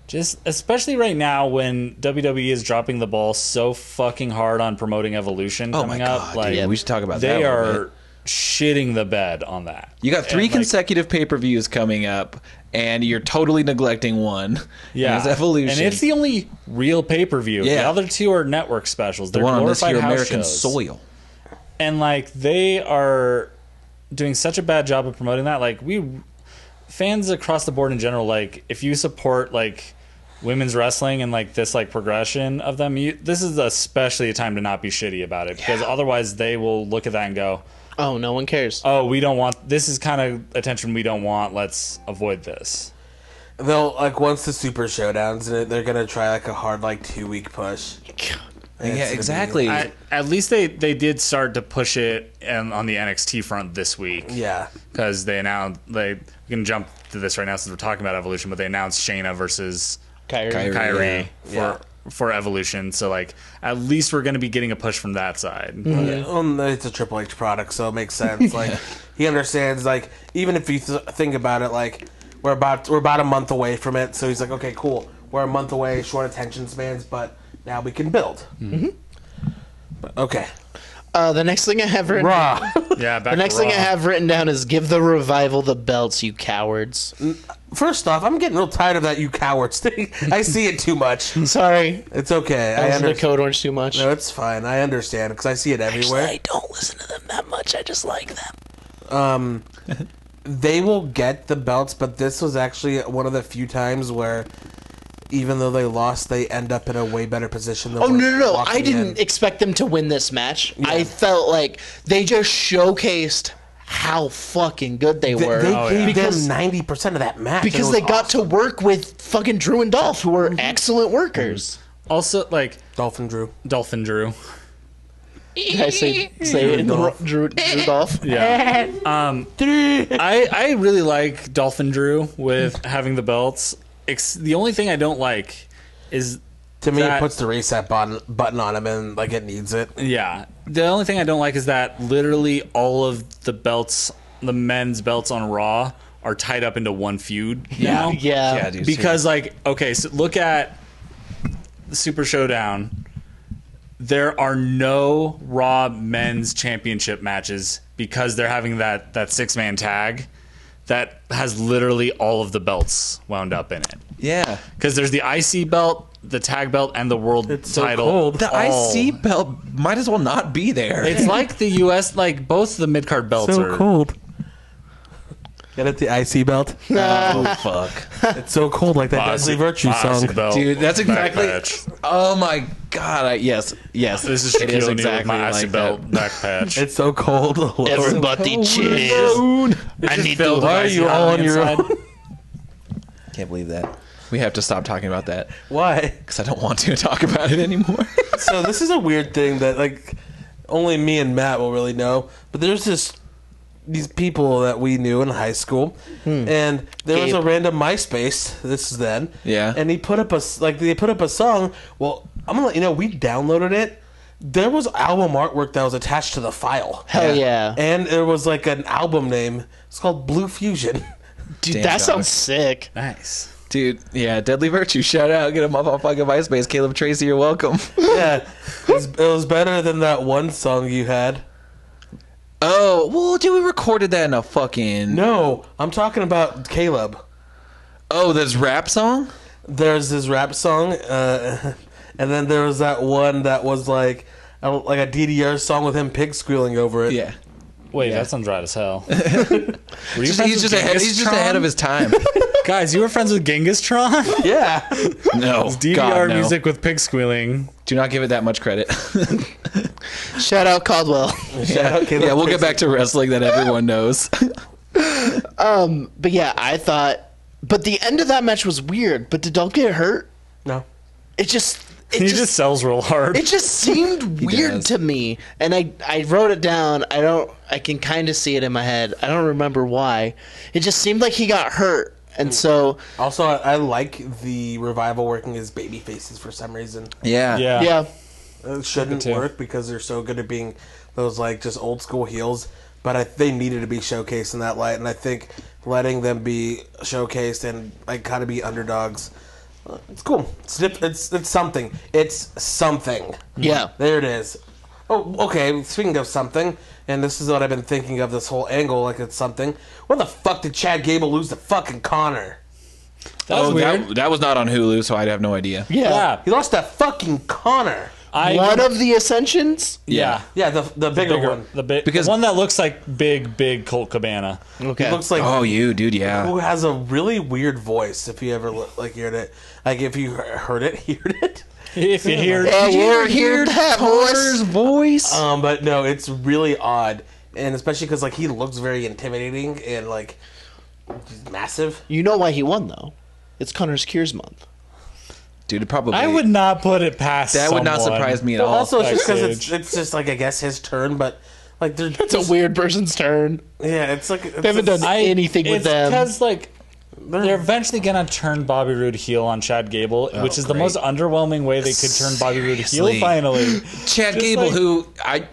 [SPEAKER 4] just especially right now when WWE is dropping the ball so fucking hard on promoting Evolution
[SPEAKER 2] Oh my
[SPEAKER 4] coming
[SPEAKER 2] god,
[SPEAKER 4] up.
[SPEAKER 2] dude,
[SPEAKER 4] like
[SPEAKER 2] we should talk about that.
[SPEAKER 4] they
[SPEAKER 2] a little
[SPEAKER 4] are
[SPEAKER 2] bit.
[SPEAKER 4] shitting the bed on that.
[SPEAKER 2] You got three
[SPEAKER 4] And, like,
[SPEAKER 2] consecutive pay per views coming up, and you're totally neglecting one.
[SPEAKER 4] Yeah,
[SPEAKER 2] and it's evolution.
[SPEAKER 4] and it's the only real pay per view. The
[SPEAKER 2] Yeah.
[SPEAKER 4] other two are network specials. They're
[SPEAKER 2] one on this
[SPEAKER 4] glorified
[SPEAKER 2] here
[SPEAKER 4] house
[SPEAKER 2] American
[SPEAKER 4] shows.
[SPEAKER 2] soil.
[SPEAKER 4] and like they are doing such a bad job of promoting that. Like we fans across the board in general, like if you support like women's wrestling and like this like progression of them, you this is especially a time to not be shitty about it because otherwise they will look at that and go,
[SPEAKER 3] oh, no one cares.
[SPEAKER 4] "Oh, we don't want this is kind of attention we don't want. Let's avoid this."
[SPEAKER 5] They'll like once the super showdowns, and they're gonna try like a hard like two week push. And
[SPEAKER 2] Yeah,
[SPEAKER 5] it's gonna be-
[SPEAKER 2] exactly.
[SPEAKER 4] at, at least they, they did start to push it um, on the NXT front this week.
[SPEAKER 5] yeah,
[SPEAKER 4] Because they announced, they, we can jump to this right now since we're talking about Evolution, but they announced Shayna versus
[SPEAKER 3] Kyrie.
[SPEAKER 2] Kyrie.
[SPEAKER 4] Kyrie for,
[SPEAKER 5] Yeah.
[SPEAKER 4] for Evolution. So, like, at least we're going to be getting a push from that side.
[SPEAKER 3] Mm-hmm.
[SPEAKER 5] Um, it's a Triple H product, so it makes sense. Like he understands. Like even if you th- think about it, like we're about we're about a month away from it, so he's like, okay, cool. We're a month away, short attention spans, but now we can build. Mm-hmm. But, okay,
[SPEAKER 3] Uh, the next thing I have written.
[SPEAKER 5] raw.
[SPEAKER 4] Yeah, back
[SPEAKER 3] The next
[SPEAKER 4] to
[SPEAKER 3] thing I
[SPEAKER 4] Raw.
[SPEAKER 3] have written down is give the revival the belts, you cowards.
[SPEAKER 5] First off, I'm getting real tired of that you cowards thing. I see it too much.
[SPEAKER 3] Sorry,
[SPEAKER 5] It's okay. I
[SPEAKER 3] I listened to
[SPEAKER 5] understand.
[SPEAKER 3] Code Orange too much.
[SPEAKER 5] No, it's fine. I understand because I see it everywhere.
[SPEAKER 3] I don't listen to them that much. I just like them.
[SPEAKER 5] they will get the belts, but this was actually one of the few times where even though they lost, they end up in a way better position than
[SPEAKER 3] Oh no no no! I
[SPEAKER 5] walking
[SPEAKER 3] didn't
[SPEAKER 5] in.
[SPEAKER 3] expect them to win this match. I felt like they just showcased how fucking good they,
[SPEAKER 5] They,
[SPEAKER 3] were.
[SPEAKER 5] they
[SPEAKER 4] Oh,
[SPEAKER 5] gave
[SPEAKER 3] because,
[SPEAKER 5] them ninety percent of that match and it
[SPEAKER 3] because
[SPEAKER 5] was
[SPEAKER 3] they got to work with fucking Drew and Dolph, who were excellent workers.
[SPEAKER 4] Also, like
[SPEAKER 5] awesome. Dolphin Drew.
[SPEAKER 4] Dolphin Drew.
[SPEAKER 3] Did I say say it? Drew, Drew, Drew Dolph.
[SPEAKER 4] Yeah. Um, I I really like Dolphin Drew with having the belts. Ex- the only thing I don't like is
[SPEAKER 5] To me,
[SPEAKER 4] That-
[SPEAKER 5] it puts the reset button button on him, and like it needs it.
[SPEAKER 4] yeah. The only thing I don't like is that literally all of the belts, the men's belts on Raw, are tied up into one feud. now.
[SPEAKER 3] Yeah.
[SPEAKER 2] Yeah, dude.
[SPEAKER 4] because like okay so look at the super showdown there are no raw men's championship matches because they're having that that six man tag that has literally all of the belts wound up in it
[SPEAKER 2] Yeah.
[SPEAKER 4] because there's the ic belt the tag belt and the world title
[SPEAKER 2] The
[SPEAKER 4] all-
[SPEAKER 2] IC belt might as well not be there.
[SPEAKER 4] it's like the us like both the mid-card belts are
[SPEAKER 5] cold. Get it, the icy belt.
[SPEAKER 2] oh fuck,
[SPEAKER 5] It's so cold, like that Deadly Virtue song.
[SPEAKER 2] dude, that's
[SPEAKER 7] Back
[SPEAKER 2] exactly.
[SPEAKER 7] patch.
[SPEAKER 2] Oh my god, I, yes, yes,
[SPEAKER 4] this is Shaquille
[SPEAKER 2] it is
[SPEAKER 4] O'Neal
[SPEAKER 2] exactly
[SPEAKER 4] with my icy
[SPEAKER 2] like
[SPEAKER 4] belt
[SPEAKER 2] that.
[SPEAKER 4] back patch
[SPEAKER 5] It's so cold.
[SPEAKER 3] Everybody cheers.
[SPEAKER 4] i need
[SPEAKER 5] filled with icy on the inside.
[SPEAKER 2] Can't believe that. We have to stop talking about that
[SPEAKER 5] Why?
[SPEAKER 2] because I don't want to talk about it anymore.
[SPEAKER 5] so this is a weird thing that like only me and Matt will really know. But there's this these people that we knew in high school, and there was a
[SPEAKER 3] Hmm. Gabe.
[SPEAKER 5] random MySpace. This is then,
[SPEAKER 2] Yeah.
[SPEAKER 5] And he put up a s- like they put up a song. Well, I'm gonna let you know we downloaded it. There was album artwork that was attached to the file.
[SPEAKER 3] Hell yeah.
[SPEAKER 5] And there was like an album name. It's called Blue Fusion.
[SPEAKER 3] Dude,
[SPEAKER 2] Damn,
[SPEAKER 3] that
[SPEAKER 2] dog.
[SPEAKER 3] sounds sick.
[SPEAKER 4] nice
[SPEAKER 2] Dude, yeah, Deadly Virtue, shout out, get him off on fucking MySpace. Caleb Tracy, you're welcome.
[SPEAKER 5] yeah, it was, it was better than that one song you had.
[SPEAKER 2] Oh, well, dude, we recorded that in a fucking.
[SPEAKER 5] No, I'm talking about Caleb.
[SPEAKER 2] Oh, this rap song?
[SPEAKER 5] there's this rap song, uh, and then there was that one that was like I don't- like a DDR song with him pig squealing over it.
[SPEAKER 2] Yeah.
[SPEAKER 4] wait that sounds right as hell
[SPEAKER 2] Just- he's just ahead. He's just ahead of his time.
[SPEAKER 4] Guys, you were friends with Genghis Tron?
[SPEAKER 5] yeah.
[SPEAKER 2] no,
[SPEAKER 4] DVR
[SPEAKER 2] God, no.
[SPEAKER 4] music with pig squealing.
[SPEAKER 2] Do not give it that much credit.
[SPEAKER 3] Shout out Caldwell.
[SPEAKER 2] yeah, we'll get back to wrestling that everyone knows.
[SPEAKER 3] But yeah, I thought. But the end of that match was weird. But did Dolph get hurt?
[SPEAKER 5] No,
[SPEAKER 3] It just. It
[SPEAKER 4] He
[SPEAKER 3] just,
[SPEAKER 4] just, sells real hard.
[SPEAKER 3] It just seemed weird
[SPEAKER 2] does.
[SPEAKER 3] to me, and I I wrote it down. I don't. I can kind of see it in my head. I don't remember why. It just seemed like he got hurt, and so
[SPEAKER 5] Also, I, I like the revival working as baby faces for some reason.
[SPEAKER 2] yeah.
[SPEAKER 4] yeah.
[SPEAKER 3] yeah.
[SPEAKER 5] It shouldn't work because they're so good at being those like just old school heels. But I, they needed to be showcased in that light, and I think letting them be showcased and like kind of be underdogs, uh, it's cool. It's dif- it's it's something. It's something.
[SPEAKER 3] Yeah.
[SPEAKER 4] Hmm.
[SPEAKER 5] There it is. Oh, okay. Speaking of something, and this is what I've been thinking of this whole angle, like it's something. When the fuck did Chad Gable lose to fucking Connor?
[SPEAKER 4] That was
[SPEAKER 2] Oh,
[SPEAKER 4] weird.
[SPEAKER 2] that, that was not on Hulu, so I'd have no idea.
[SPEAKER 3] yeah,
[SPEAKER 4] yeah.
[SPEAKER 5] He lost to fucking Connor.
[SPEAKER 4] I,
[SPEAKER 3] One of the ascensions.
[SPEAKER 4] yeah.
[SPEAKER 5] Yeah, the the bigger,
[SPEAKER 4] Bigger-
[SPEAKER 5] one.
[SPEAKER 4] The big,
[SPEAKER 2] Because-
[SPEAKER 4] because one that looks like big, big Colt Cabana.
[SPEAKER 3] Okay.
[SPEAKER 5] Looks like
[SPEAKER 2] Oh, you, dude, yeah.
[SPEAKER 5] who has a really weird voice. If you ever like heard it, like if you heard it, heard it.
[SPEAKER 4] If you hear,
[SPEAKER 3] yeah, you ever hear that
[SPEAKER 2] Connor's
[SPEAKER 3] voice?
[SPEAKER 2] voice.
[SPEAKER 5] Um, but no, it's really odd, and especially because like he looks very intimidating and like he's massive.
[SPEAKER 3] You know why he won though? It's Connor's Cures Month.
[SPEAKER 2] dude, it probably.
[SPEAKER 4] I would not put it past.
[SPEAKER 2] That would not
[SPEAKER 4] someone.
[SPEAKER 2] surprise me at
[SPEAKER 5] Well,
[SPEAKER 2] all.
[SPEAKER 5] also, it's just because it's,
[SPEAKER 4] Backstage.
[SPEAKER 5] it's just like I guess his turn, but like they're
[SPEAKER 3] It's a weird person's turn.
[SPEAKER 5] yeah, it's like it's,
[SPEAKER 3] They haven't
[SPEAKER 5] it's-
[SPEAKER 3] done anything with
[SPEAKER 4] it's
[SPEAKER 3] them.
[SPEAKER 4] Because like they're eventually gonna turn Bobby Roode heel on Chad Gable, which is the
[SPEAKER 2] Oh, great.
[SPEAKER 4] most underwhelming way they could turn Bobby Roode heel.
[SPEAKER 2] Seriously.
[SPEAKER 4] Finally,
[SPEAKER 2] Chad
[SPEAKER 4] just
[SPEAKER 2] Gable,
[SPEAKER 4] like-
[SPEAKER 2] who I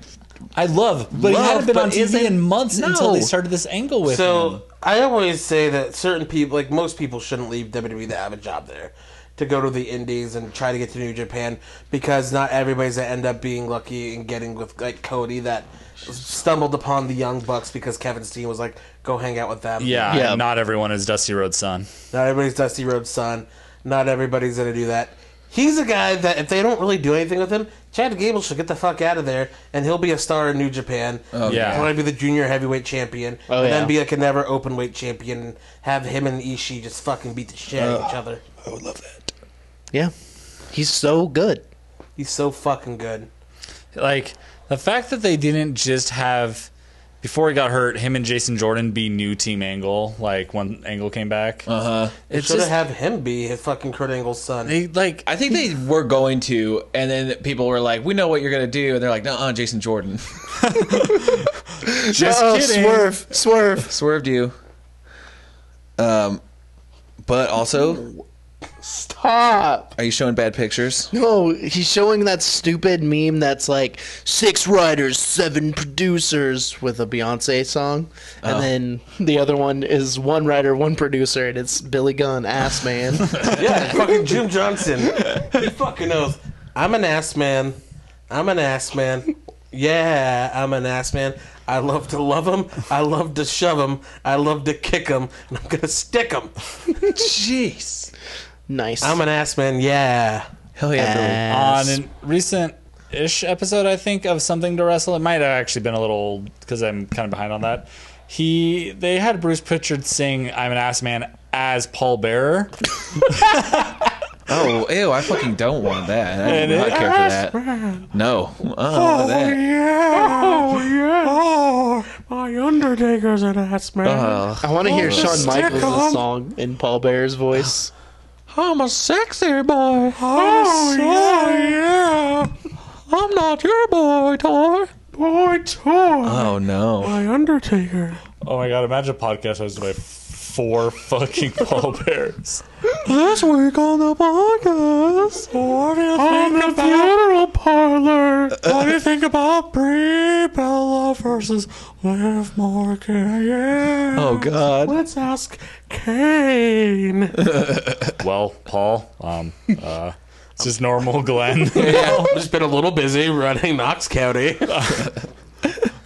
[SPEAKER 4] I love, but he
[SPEAKER 2] Love,
[SPEAKER 4] hadn't been
[SPEAKER 2] but
[SPEAKER 4] on TV
[SPEAKER 2] isn't-
[SPEAKER 4] in months until
[SPEAKER 2] No.
[SPEAKER 4] they started this angle with him.
[SPEAKER 5] So I always say that certain people, like most people, shouldn't leave WWE that have a job there to go to the Indies and try to get to New Japan because not everybody's that end up being lucky and getting with like Cody that stumbled upon the Young Bucks because Kevin Steen was like, "Go hang out with them."
[SPEAKER 4] Yeah,
[SPEAKER 3] Yeah.
[SPEAKER 4] not everyone is Dusty Rhodes' son.
[SPEAKER 5] Not everybody's Dusty Rhodes' son. Not everybody's gonna do that. He's a guy that if they don't really do anything with him, Chad Gable should get the fuck out of there, and he'll be a star in New Japan.
[SPEAKER 4] Oh, yeah.
[SPEAKER 5] He'll probably be the junior heavyweight champion, and
[SPEAKER 3] yeah.
[SPEAKER 5] then be like a never open weight champion, and have him and Ishii just fucking beat the shit out of each other.
[SPEAKER 6] I would love that.
[SPEAKER 3] Yeah, he's so good.
[SPEAKER 5] He's so fucking good.
[SPEAKER 4] like the fact that they didn't just have before he got hurt, him and Jason Jordan be new team Angle. Like when Angle came back, uh
[SPEAKER 2] Uh-huh.
[SPEAKER 4] huh. It's
[SPEAKER 5] Should
[SPEAKER 4] just
[SPEAKER 5] have him be his fucking Kurt Angle's son.
[SPEAKER 4] they like
[SPEAKER 2] I think they were going to, and then people were like, "We know what you're gonna do," and they're like, "No, uh, Jason Jordan
[SPEAKER 4] just
[SPEAKER 3] Oh,
[SPEAKER 4] kidding.
[SPEAKER 3] swerve, swerve.
[SPEAKER 2] swerved you." Um, but also,
[SPEAKER 3] Stop.
[SPEAKER 2] are you showing bad pictures?
[SPEAKER 3] No, he's showing that stupid meme that's like six writers, seven producers with a Beyonce song. And then the other one is one writer, one producer, and it's Billy Gunn, ass man.
[SPEAKER 5] Yeah, fucking Jim Johnson. He fucking knows. I'm an ass man. I'm an ass man. Yeah, I'm an ass man. I love to love him. I love to shove him. I love to kick him. And I'm gonna stick him.
[SPEAKER 2] Jeez,
[SPEAKER 3] nice.
[SPEAKER 5] I'm an ass man. Yeah.
[SPEAKER 2] hell yeah, Billy.
[SPEAKER 4] on a recent ish episode, I think, of Something to Wrestle. It might have actually been a little old because I'm kind of behind on that. He they had Bruce Pritchard sing "I'm an Ass Man" as Paul Bearer,
[SPEAKER 2] Oh, ew, I fucking don't want that. I do not care for that. No. I don't
[SPEAKER 5] Oh,
[SPEAKER 2] want that.
[SPEAKER 5] My Undertaker's an ass man.
[SPEAKER 2] Ugh.
[SPEAKER 3] I want to hear Shawn Michaels' song in Paul Bear's voice.
[SPEAKER 5] I'm a sexy boy. Oh, yeah. I'm not your boy toy. Boy toy.
[SPEAKER 2] Oh, no.
[SPEAKER 5] My Undertaker.
[SPEAKER 4] Oh my god, imagine a podcast hosted by four fucking Paul Bears.
[SPEAKER 5] This week on the podcast, what do you think Uh, the funeral parlor? What do you think about Brie Bella versus Liv Morgan? Yeah.
[SPEAKER 2] Oh, God.
[SPEAKER 5] Let's ask Kane.
[SPEAKER 4] Well, Paul, um, uh, it's just normal, Glenn. I'm
[SPEAKER 5] yeah, just been a little busy running Knox County.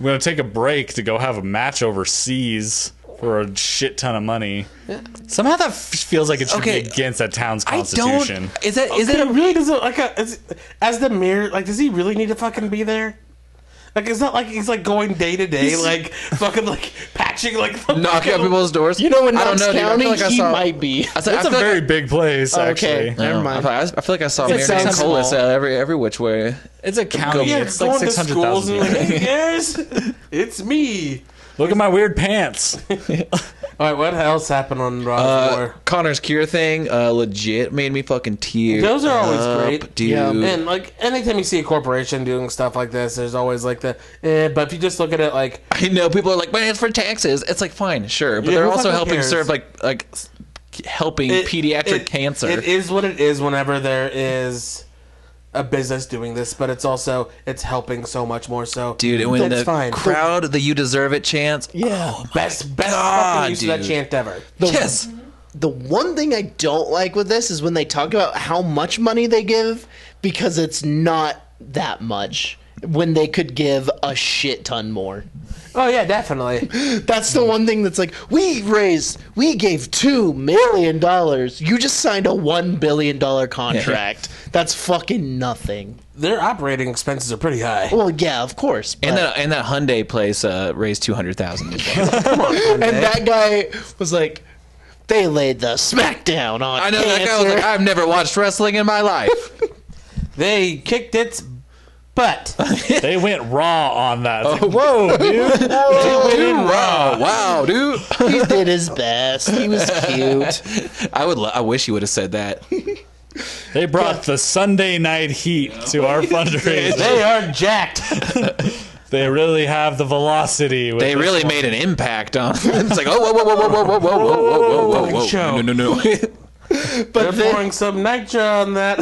[SPEAKER 4] gonna take a break to go have a match overseas for a shit ton of money. Somehow that f- feels like it should
[SPEAKER 2] Okay.
[SPEAKER 4] be against that town's
[SPEAKER 2] I don't.
[SPEAKER 4] constitution.
[SPEAKER 2] Is that is
[SPEAKER 5] Is it
[SPEAKER 2] that a.
[SPEAKER 5] really doesn't like a, is, as the mayor? Like, does he really need to fucking be there? Like, it's not like he's like going day to day, like fucking like patching like the
[SPEAKER 2] Knock out
[SPEAKER 5] fucking-
[SPEAKER 2] people's doors?
[SPEAKER 3] You know, in
[SPEAKER 2] I don't
[SPEAKER 3] Knox
[SPEAKER 2] know, dude. I
[SPEAKER 3] County,
[SPEAKER 2] feel like I
[SPEAKER 3] he
[SPEAKER 2] saw.
[SPEAKER 3] might be.
[SPEAKER 2] I said- I
[SPEAKER 4] It's a
[SPEAKER 2] feel like
[SPEAKER 4] very big place, actually.
[SPEAKER 3] Okay, never
[SPEAKER 2] I-
[SPEAKER 3] mind.
[SPEAKER 2] I, feel like I saw Mary Jane
[SPEAKER 3] sounds
[SPEAKER 2] Colas
[SPEAKER 3] small.
[SPEAKER 2] uh, every, every which way.
[SPEAKER 4] It's a county.
[SPEAKER 5] Yeah,
[SPEAKER 4] it's like
[SPEAKER 5] going to
[SPEAKER 4] six hundred
[SPEAKER 5] schools and
[SPEAKER 4] thousand.
[SPEAKER 5] like, hey guys, it's me.
[SPEAKER 4] Look at my weird pants.
[SPEAKER 5] All right, what else happened on Raw?
[SPEAKER 2] Uh,
[SPEAKER 5] before?
[SPEAKER 2] Connor's Cure thing uh, legit made me fucking tear.
[SPEAKER 5] Those are always
[SPEAKER 2] up,
[SPEAKER 5] great.
[SPEAKER 2] Dude.
[SPEAKER 3] Yeah,
[SPEAKER 5] And like anytime you see a corporation doing stuff like this, there's always like the. Eh, but if you just look at it like
[SPEAKER 2] I know people are like, man, it's for taxes. It's like, fine, sure, but
[SPEAKER 5] Yeah,
[SPEAKER 2] they're
[SPEAKER 5] who
[SPEAKER 2] also
[SPEAKER 5] fucking
[SPEAKER 2] helping
[SPEAKER 5] cares?
[SPEAKER 2] serve like like s- helping
[SPEAKER 5] it-
[SPEAKER 2] pediatric
[SPEAKER 5] it-
[SPEAKER 2] cancer.
[SPEAKER 5] It is what it is. Whenever there is a business doing this, but it's also it's helping so much more. So
[SPEAKER 2] Dude, and when
[SPEAKER 5] that's
[SPEAKER 2] the
[SPEAKER 5] fine.
[SPEAKER 2] crowd, the "You Deserve It" chants,
[SPEAKER 5] yeah, best best
[SPEAKER 2] God,
[SPEAKER 5] fucking use of that
[SPEAKER 2] dude.
[SPEAKER 5] chant ever.
[SPEAKER 2] yes,
[SPEAKER 3] The one thing I don't like with this is when they talk about how much money they give because it's not that much when they could give a shit ton more.
[SPEAKER 5] Oh yeah, definitely.
[SPEAKER 3] That's the one thing that's like we raised, we gave two million dollars. You just signed a one billion dollar contract. That's fucking nothing.
[SPEAKER 5] Their operating expenses are pretty high.
[SPEAKER 3] Well, yeah, of course.
[SPEAKER 2] and
[SPEAKER 3] but-
[SPEAKER 2] that and that Hyundai place uh, raised two hundred thousand.
[SPEAKER 3] and that guy was like, they laid the smackdown on.
[SPEAKER 2] I know that guy was like, I've never watched wrestling in my life.
[SPEAKER 5] They kicked its butt.
[SPEAKER 4] they went raw on that.
[SPEAKER 5] Oh,
[SPEAKER 4] It's like,
[SPEAKER 2] Whoa, dude! wow, wow, dude!
[SPEAKER 3] he did his best. He was cute.
[SPEAKER 2] I would, lo- I wish you would have said that.
[SPEAKER 4] They brought the Sunday night heat to our fundraiser.
[SPEAKER 5] they are jacked.
[SPEAKER 4] they really have the velocity. With
[SPEAKER 2] They
[SPEAKER 4] this
[SPEAKER 2] really
[SPEAKER 4] one.
[SPEAKER 2] made an impact on. It's like, oh, whoa, whoa, whoa, whoa, whoa, whoa, whoa, whoa, whoa, whoa, whoa,
[SPEAKER 5] Show.
[SPEAKER 2] whoa, no, no, no.
[SPEAKER 5] They're pouring some nitro on that.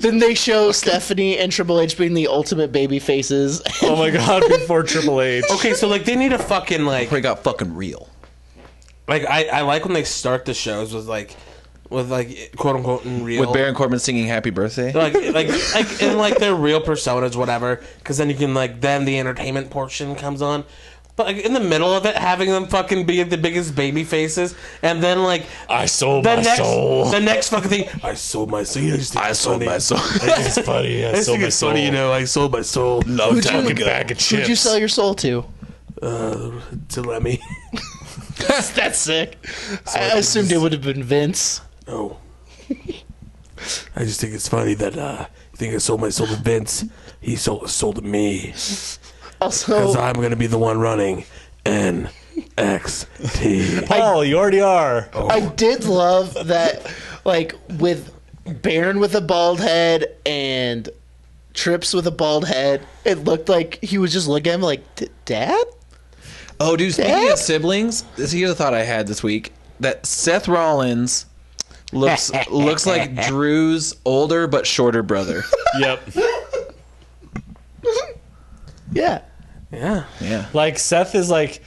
[SPEAKER 3] Then they show Stephanie and Triple H being the ultimate baby faces.
[SPEAKER 4] Oh my god! Before Triple H,
[SPEAKER 5] okay, so like they need a fucking like
[SPEAKER 2] It got fucking real.
[SPEAKER 5] like I, I like when they start the shows with like with like quote unquote in real
[SPEAKER 2] With Baron Corbin singing "Happy Birthday."
[SPEAKER 5] like like like and like their real personas whatever because then you can like then the entertainment portion comes on But like in the middle of it, having them fucking be the biggest baby faces, and then like
[SPEAKER 7] I sold
[SPEAKER 5] the
[SPEAKER 7] my
[SPEAKER 5] next
[SPEAKER 7] soul.
[SPEAKER 5] the next fucking thing,
[SPEAKER 7] I sold my soul. I, just
[SPEAKER 6] I sold my soul.
[SPEAKER 7] It's funny. I, sold my soul.
[SPEAKER 5] know, I sold my soul
[SPEAKER 6] Love time
[SPEAKER 7] Fucking
[SPEAKER 6] ago.
[SPEAKER 7] bag of chips.
[SPEAKER 3] Who'd you sell your soul to?
[SPEAKER 5] to Lemmy.
[SPEAKER 3] That's sick. I assumed it would have been Vince.
[SPEAKER 5] Oh. I just think it's funny that uh, you think I sold my soul to Vince. He sold sold to me
[SPEAKER 3] Also,
[SPEAKER 5] because I'm gonna be the one running NXT.
[SPEAKER 4] Paul, Oh, you already are.
[SPEAKER 3] I did love that, like with Baron with a bald head and Trips with a bald head. It looked like he was just looking at him like, "D- "Dad."
[SPEAKER 2] Oh, dude, speaking
[SPEAKER 3] Dad?
[SPEAKER 2] of siblings, this here's a thought I had this week that Seth Rollins looks looks like Drew's older but shorter brother.
[SPEAKER 4] Yep.
[SPEAKER 3] Yeah.
[SPEAKER 5] yeah,
[SPEAKER 2] Yeah.
[SPEAKER 4] Like Seth is like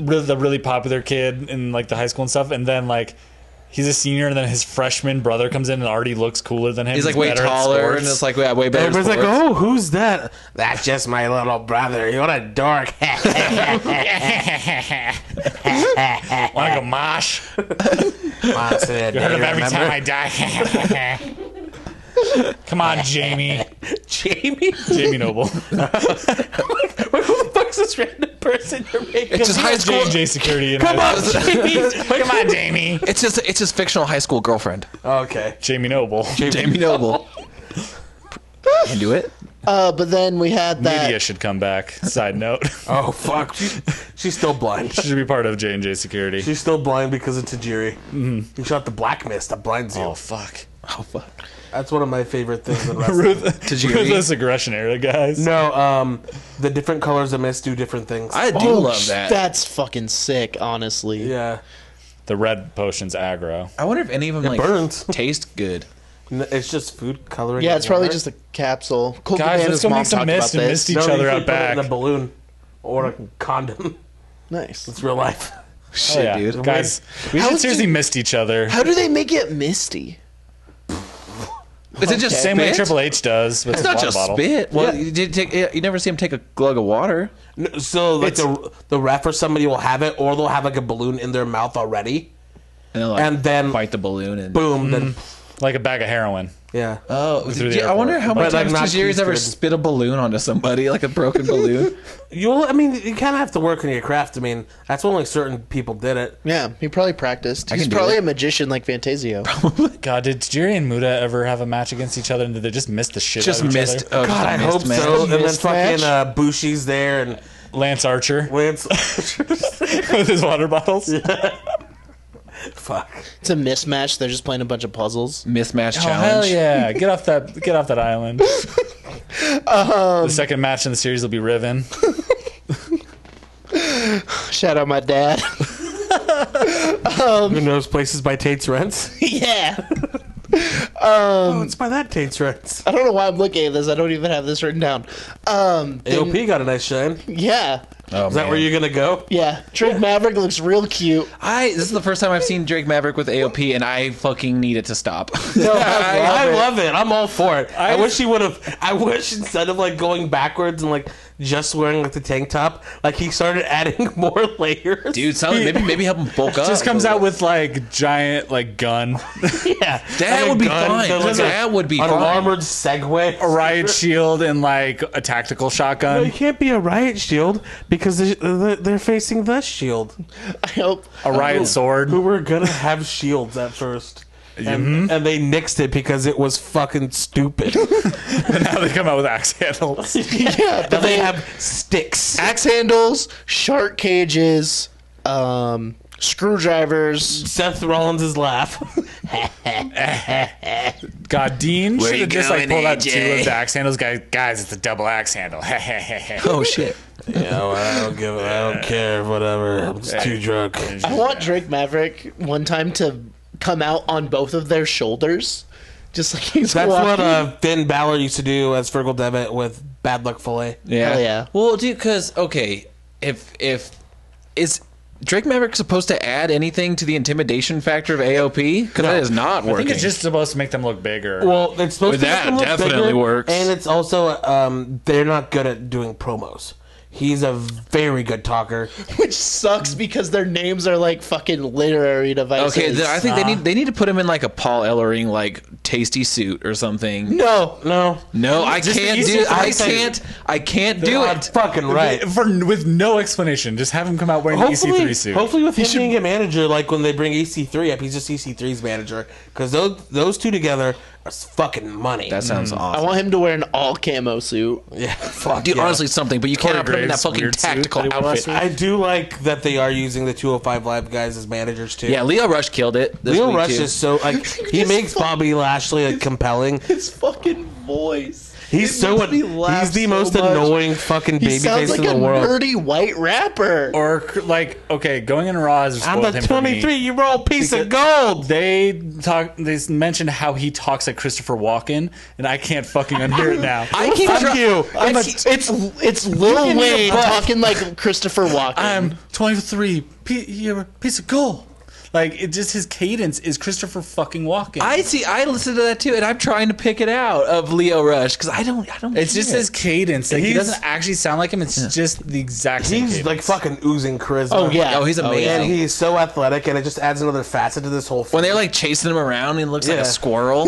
[SPEAKER 4] really the really popular kid in like the high school and stuff, and then like he's a senior, and then his freshman brother comes in and already looks cooler than him.
[SPEAKER 2] He's like way
[SPEAKER 4] better at
[SPEAKER 2] taller and
[SPEAKER 4] sports.
[SPEAKER 2] it's like yeah, way better. at
[SPEAKER 5] everybody's like,
[SPEAKER 2] sports.
[SPEAKER 5] "Oh, who's that?" That's just my little brother. You're a dork.
[SPEAKER 4] like a mosh.
[SPEAKER 5] Monster that
[SPEAKER 4] Heard of
[SPEAKER 5] day,
[SPEAKER 4] every time
[SPEAKER 5] remember?
[SPEAKER 4] I die. Come on, Jamie.
[SPEAKER 5] Jamie.
[SPEAKER 4] Jamie Noble.
[SPEAKER 5] Who the fuck's this random person you're making?
[SPEAKER 2] It's just high school.
[SPEAKER 4] J security. In
[SPEAKER 5] Come
[SPEAKER 4] high
[SPEAKER 5] on,
[SPEAKER 4] school.
[SPEAKER 5] Jamie.
[SPEAKER 4] Come on, Jamie.
[SPEAKER 2] It's just it's his fictional high school girlfriend,
[SPEAKER 5] Okay.
[SPEAKER 4] Jamie Noble.
[SPEAKER 2] Jamie Noble. Can do it.
[SPEAKER 3] Uh, but then we had that.
[SPEAKER 4] Media should come back. Side note.
[SPEAKER 5] Oh fuck. She- she's still blind.
[SPEAKER 4] Should be part of J and J security.
[SPEAKER 5] She's still blind because of Tajiri. Mm-hmm. You shot the black mist that blinds you.
[SPEAKER 4] Oh fuck.
[SPEAKER 2] Oh fuck.
[SPEAKER 5] That's one of my favorite things in wrestling.
[SPEAKER 4] Ruth,
[SPEAKER 2] Did you hear me?
[SPEAKER 4] ruthless aggression era guys.
[SPEAKER 5] no, um, the different colors of mist do different things.
[SPEAKER 2] I do
[SPEAKER 3] Oh,
[SPEAKER 2] love
[SPEAKER 3] sh-
[SPEAKER 2] that.
[SPEAKER 3] That's fucking sick, honestly.
[SPEAKER 5] yeah,
[SPEAKER 4] The red potion's aggro.
[SPEAKER 2] I wonder if any of them like
[SPEAKER 5] burns.
[SPEAKER 2] taste good.
[SPEAKER 5] N- it's just food coloring.
[SPEAKER 3] Yeah, it's
[SPEAKER 5] and
[SPEAKER 3] probably
[SPEAKER 5] water.
[SPEAKER 3] just a capsule. Cool
[SPEAKER 4] Guys, let's
[SPEAKER 3] Cabana's
[SPEAKER 4] go
[SPEAKER 3] mom
[SPEAKER 4] make some
[SPEAKER 3] talked
[SPEAKER 4] mist
[SPEAKER 3] about
[SPEAKER 4] and
[SPEAKER 3] this.
[SPEAKER 4] mist each
[SPEAKER 5] you
[SPEAKER 4] other
[SPEAKER 5] can
[SPEAKER 4] out
[SPEAKER 5] put it
[SPEAKER 4] back.
[SPEAKER 5] in a balloon or a condom.
[SPEAKER 3] Nice.
[SPEAKER 5] It's real life.
[SPEAKER 2] Shit,
[SPEAKER 4] Yeah,
[SPEAKER 2] dude.
[SPEAKER 4] Guys, we
[SPEAKER 3] How
[SPEAKER 4] should
[SPEAKER 3] did
[SPEAKER 4] seriously
[SPEAKER 3] you-
[SPEAKER 4] missed each other.
[SPEAKER 3] How do they make it misty?
[SPEAKER 2] Is it just
[SPEAKER 4] Same way
[SPEAKER 2] spit?
[SPEAKER 4] Triple H does with
[SPEAKER 2] It's
[SPEAKER 4] his
[SPEAKER 2] not
[SPEAKER 4] water
[SPEAKER 2] just
[SPEAKER 4] bottle.
[SPEAKER 2] spit. Well,
[SPEAKER 5] Yeah.
[SPEAKER 2] you, did take, you never see him take a glug of water.
[SPEAKER 5] No, So like
[SPEAKER 2] It's-
[SPEAKER 5] the the ref or somebody will have it, or they'll have like a balloon in their mouth already,
[SPEAKER 2] And, they'll, like, mm.
[SPEAKER 5] and then
[SPEAKER 2] bite the balloon and
[SPEAKER 5] boom, then
[SPEAKER 4] Like a bag of heroin.
[SPEAKER 5] yeah.
[SPEAKER 2] Oh,
[SPEAKER 4] through the
[SPEAKER 2] yeah, I wonder
[SPEAKER 4] airport.
[SPEAKER 2] how many
[SPEAKER 5] But, like,
[SPEAKER 2] times
[SPEAKER 5] not
[SPEAKER 2] Tajiri's ever
[SPEAKER 5] keystone.
[SPEAKER 2] spit a balloon onto somebody, like a broken balloon.
[SPEAKER 5] You'll I mean you kind of have to work on your craft. I mean that's when like certain people did it.
[SPEAKER 3] Yeah, he probably practiced. He's
[SPEAKER 2] can do
[SPEAKER 3] probably
[SPEAKER 2] it.
[SPEAKER 3] a magician like Fantasio.
[SPEAKER 4] God, did Jiri and Muda ever have a match against each other and did they just miss the shit
[SPEAKER 2] just
[SPEAKER 4] out of each
[SPEAKER 2] missed.
[SPEAKER 4] other?
[SPEAKER 2] Oh,
[SPEAKER 5] God, I
[SPEAKER 2] just
[SPEAKER 5] hope
[SPEAKER 2] missed, man.
[SPEAKER 5] so. And then
[SPEAKER 3] Missed
[SPEAKER 5] fucking
[SPEAKER 3] match.
[SPEAKER 5] uh, Bushi's there and
[SPEAKER 4] Lance Archer
[SPEAKER 5] Lance.
[SPEAKER 4] with his water bottles.
[SPEAKER 5] Fuck.
[SPEAKER 3] It's a mismatch. They're just playing a bunch of puzzles.
[SPEAKER 2] Mismatch
[SPEAKER 4] Oh hell
[SPEAKER 2] challenge.
[SPEAKER 4] yeah! Get off that get off that island. the second match in the series will be Riven.
[SPEAKER 3] Shout out my dad. Um,
[SPEAKER 5] Who knows places by Tate's Rents?
[SPEAKER 3] yeah.
[SPEAKER 5] oh, it's by that Tate's Rents.
[SPEAKER 3] I don't know why I'm looking at this. I don't even have this written down. Um, then-
[SPEAKER 5] AOP got a nice shine. Is
[SPEAKER 3] yeah.
[SPEAKER 2] Oh,
[SPEAKER 5] that
[SPEAKER 2] man.
[SPEAKER 5] where you're gonna go?
[SPEAKER 3] Yeah. Drake Maverick looks real cute.
[SPEAKER 2] I this is the first time I've seen Drake Maverick with AOP, and I fucking need it to stop.
[SPEAKER 3] No,
[SPEAKER 5] I,
[SPEAKER 3] I,
[SPEAKER 5] I love it. I'm all for it. I, wish he would have. I wish instead of like going backwards and like just wearing like the tank top, like he started adding more layers.
[SPEAKER 2] Dude, something, maybe maybe help him bulk up.
[SPEAKER 4] Just comes out with like giant like gun,
[SPEAKER 5] yeah,
[SPEAKER 2] That
[SPEAKER 5] Like a
[SPEAKER 2] would be
[SPEAKER 5] gun,
[SPEAKER 2] fine.
[SPEAKER 5] then, like,
[SPEAKER 2] That
[SPEAKER 5] a-
[SPEAKER 2] would be
[SPEAKER 5] an
[SPEAKER 2] fine.
[SPEAKER 5] armored Segway.
[SPEAKER 4] a riot shield, and like a tactical
[SPEAKER 5] No, you
[SPEAKER 4] shotgun.
[SPEAKER 5] can't be a riot shield because they- they're, they're facing the shield.
[SPEAKER 3] hope. Um,
[SPEAKER 4] A riot sword.
[SPEAKER 5] Who were gonna have shields at first, and, and they nixed it because it was fucking stupid.
[SPEAKER 4] And now they come out with axe handles.
[SPEAKER 3] Yeah,
[SPEAKER 5] now
[SPEAKER 3] but
[SPEAKER 5] they
[SPEAKER 3] they
[SPEAKER 5] have sticks.
[SPEAKER 3] axe handles, shark cages, um, screwdrivers.
[SPEAKER 5] Seth Rollins' laugh.
[SPEAKER 4] God, Dean should
[SPEAKER 6] you
[SPEAKER 4] have just like
[SPEAKER 6] going,
[SPEAKER 4] pulled out
[SPEAKER 6] AJ?
[SPEAKER 4] two of the axe handles. Guys, guys, it's a double axe handle.
[SPEAKER 2] oh shit.
[SPEAKER 5] Yeah, well, I don't give. I don't care. Whatever. I'm just too drunk.
[SPEAKER 3] I want Drake Maverick one time to come out on both of their shoulders, just like he's
[SPEAKER 5] That's
[SPEAKER 3] walking.
[SPEAKER 5] what uh, Finn Balor used to do as Fergal Devitt with Bad Luck Filet.
[SPEAKER 2] Yeah.
[SPEAKER 3] Hell yeah.
[SPEAKER 2] Well, dude, because okay, if if is Drake Maverick supposed to add anything to the intimidation factor of AOP? Because that is not working.
[SPEAKER 4] I think it's just supposed to make them look bigger.
[SPEAKER 5] Well, it's supposed
[SPEAKER 2] Well,
[SPEAKER 5] to make
[SPEAKER 2] that
[SPEAKER 5] him look
[SPEAKER 2] definitely
[SPEAKER 5] bigger,
[SPEAKER 2] works.
[SPEAKER 5] and it's also um, they're not good at doing promos.
[SPEAKER 7] He's a very good talker.
[SPEAKER 3] Which sucks because their names are like fucking literary devices.
[SPEAKER 2] Okay, then I think they need they need to put him in like a Paul Ellering like tasty suit or something.
[SPEAKER 3] no.
[SPEAKER 7] No,
[SPEAKER 2] No, I
[SPEAKER 4] Just the
[SPEAKER 2] can't
[SPEAKER 4] easy
[SPEAKER 2] do I
[SPEAKER 4] thing.
[SPEAKER 2] can't I can't do
[SPEAKER 7] I'm
[SPEAKER 2] it.
[SPEAKER 7] fucking right.
[SPEAKER 4] For, with no explanation, just have him come out wearing the
[SPEAKER 7] Hopefully,
[SPEAKER 4] EC3 suit.
[SPEAKER 7] hopefully with him being a manager, like when they bring EC3 up, he's just EC3's manager because those those two together are s- fucking money.
[SPEAKER 2] That sounds
[SPEAKER 3] I
[SPEAKER 2] awesome.
[SPEAKER 3] want him to wear an all camo suit.
[SPEAKER 7] yeah, fuck.
[SPEAKER 2] Dude,
[SPEAKER 7] yeah.
[SPEAKER 2] honestly, something, but you cannot put him in that
[SPEAKER 4] Graves'
[SPEAKER 2] fucking
[SPEAKER 4] weird suit
[SPEAKER 2] tactical
[SPEAKER 4] that he wore last
[SPEAKER 2] outfit.
[SPEAKER 4] week.
[SPEAKER 7] I do like that they are using the 205 Live guys as managers too.
[SPEAKER 2] Yeah, Leo Rush killed it. This
[SPEAKER 7] Leo
[SPEAKER 2] week,
[SPEAKER 7] Rush
[SPEAKER 2] too.
[SPEAKER 7] is so like he
[SPEAKER 3] His
[SPEAKER 7] makes
[SPEAKER 3] fuck-
[SPEAKER 7] Bobby Lashley like compelling.
[SPEAKER 3] His fucking voice.
[SPEAKER 7] He's
[SPEAKER 3] It
[SPEAKER 7] so
[SPEAKER 3] makes me laugh
[SPEAKER 7] he's the
[SPEAKER 3] so
[SPEAKER 7] most
[SPEAKER 3] much.
[SPEAKER 7] annoying fucking
[SPEAKER 3] He
[SPEAKER 7] babyface
[SPEAKER 3] sounds like
[SPEAKER 7] in the
[SPEAKER 3] a
[SPEAKER 7] world.
[SPEAKER 3] nerdy white rapper.
[SPEAKER 4] or like, okay, going in Raw is
[SPEAKER 7] I'm the
[SPEAKER 4] spoiled him for me.
[SPEAKER 7] 23 year old piece of gold.
[SPEAKER 4] They talk. They mentioned how he talks like Christopher Walken, and I can't fucking unhear it now.
[SPEAKER 2] I keep
[SPEAKER 7] Fuck
[SPEAKER 2] try-
[SPEAKER 7] you.
[SPEAKER 2] I
[SPEAKER 3] it's,
[SPEAKER 2] keep-
[SPEAKER 3] it's it's Lil
[SPEAKER 7] me a
[SPEAKER 3] Wayne
[SPEAKER 7] butt.
[SPEAKER 3] talking like Christopher Walken.
[SPEAKER 4] I'm 23. P- you're a piece of gold. Like it just his cadence is Christopher fucking Walken.
[SPEAKER 2] I see. I listen to that too, and I'm trying to pick it out of Leo Rush because I don't. I don't.
[SPEAKER 4] it's just
[SPEAKER 2] hear
[SPEAKER 4] his
[SPEAKER 2] it.
[SPEAKER 4] cadence. Like he
[SPEAKER 7] He's-
[SPEAKER 4] doesn't actually sound like him. It's just the exact same.
[SPEAKER 7] He's
[SPEAKER 4] cadence.
[SPEAKER 7] like fucking oozing charisma.
[SPEAKER 3] oh yeah.
[SPEAKER 2] Oh, he's amazing.
[SPEAKER 7] And he's so athletic, and it just adds another facet to this whole. Thing.
[SPEAKER 2] when they're like chasing him around, he looks like
[SPEAKER 7] Yeah.
[SPEAKER 2] a squirrel.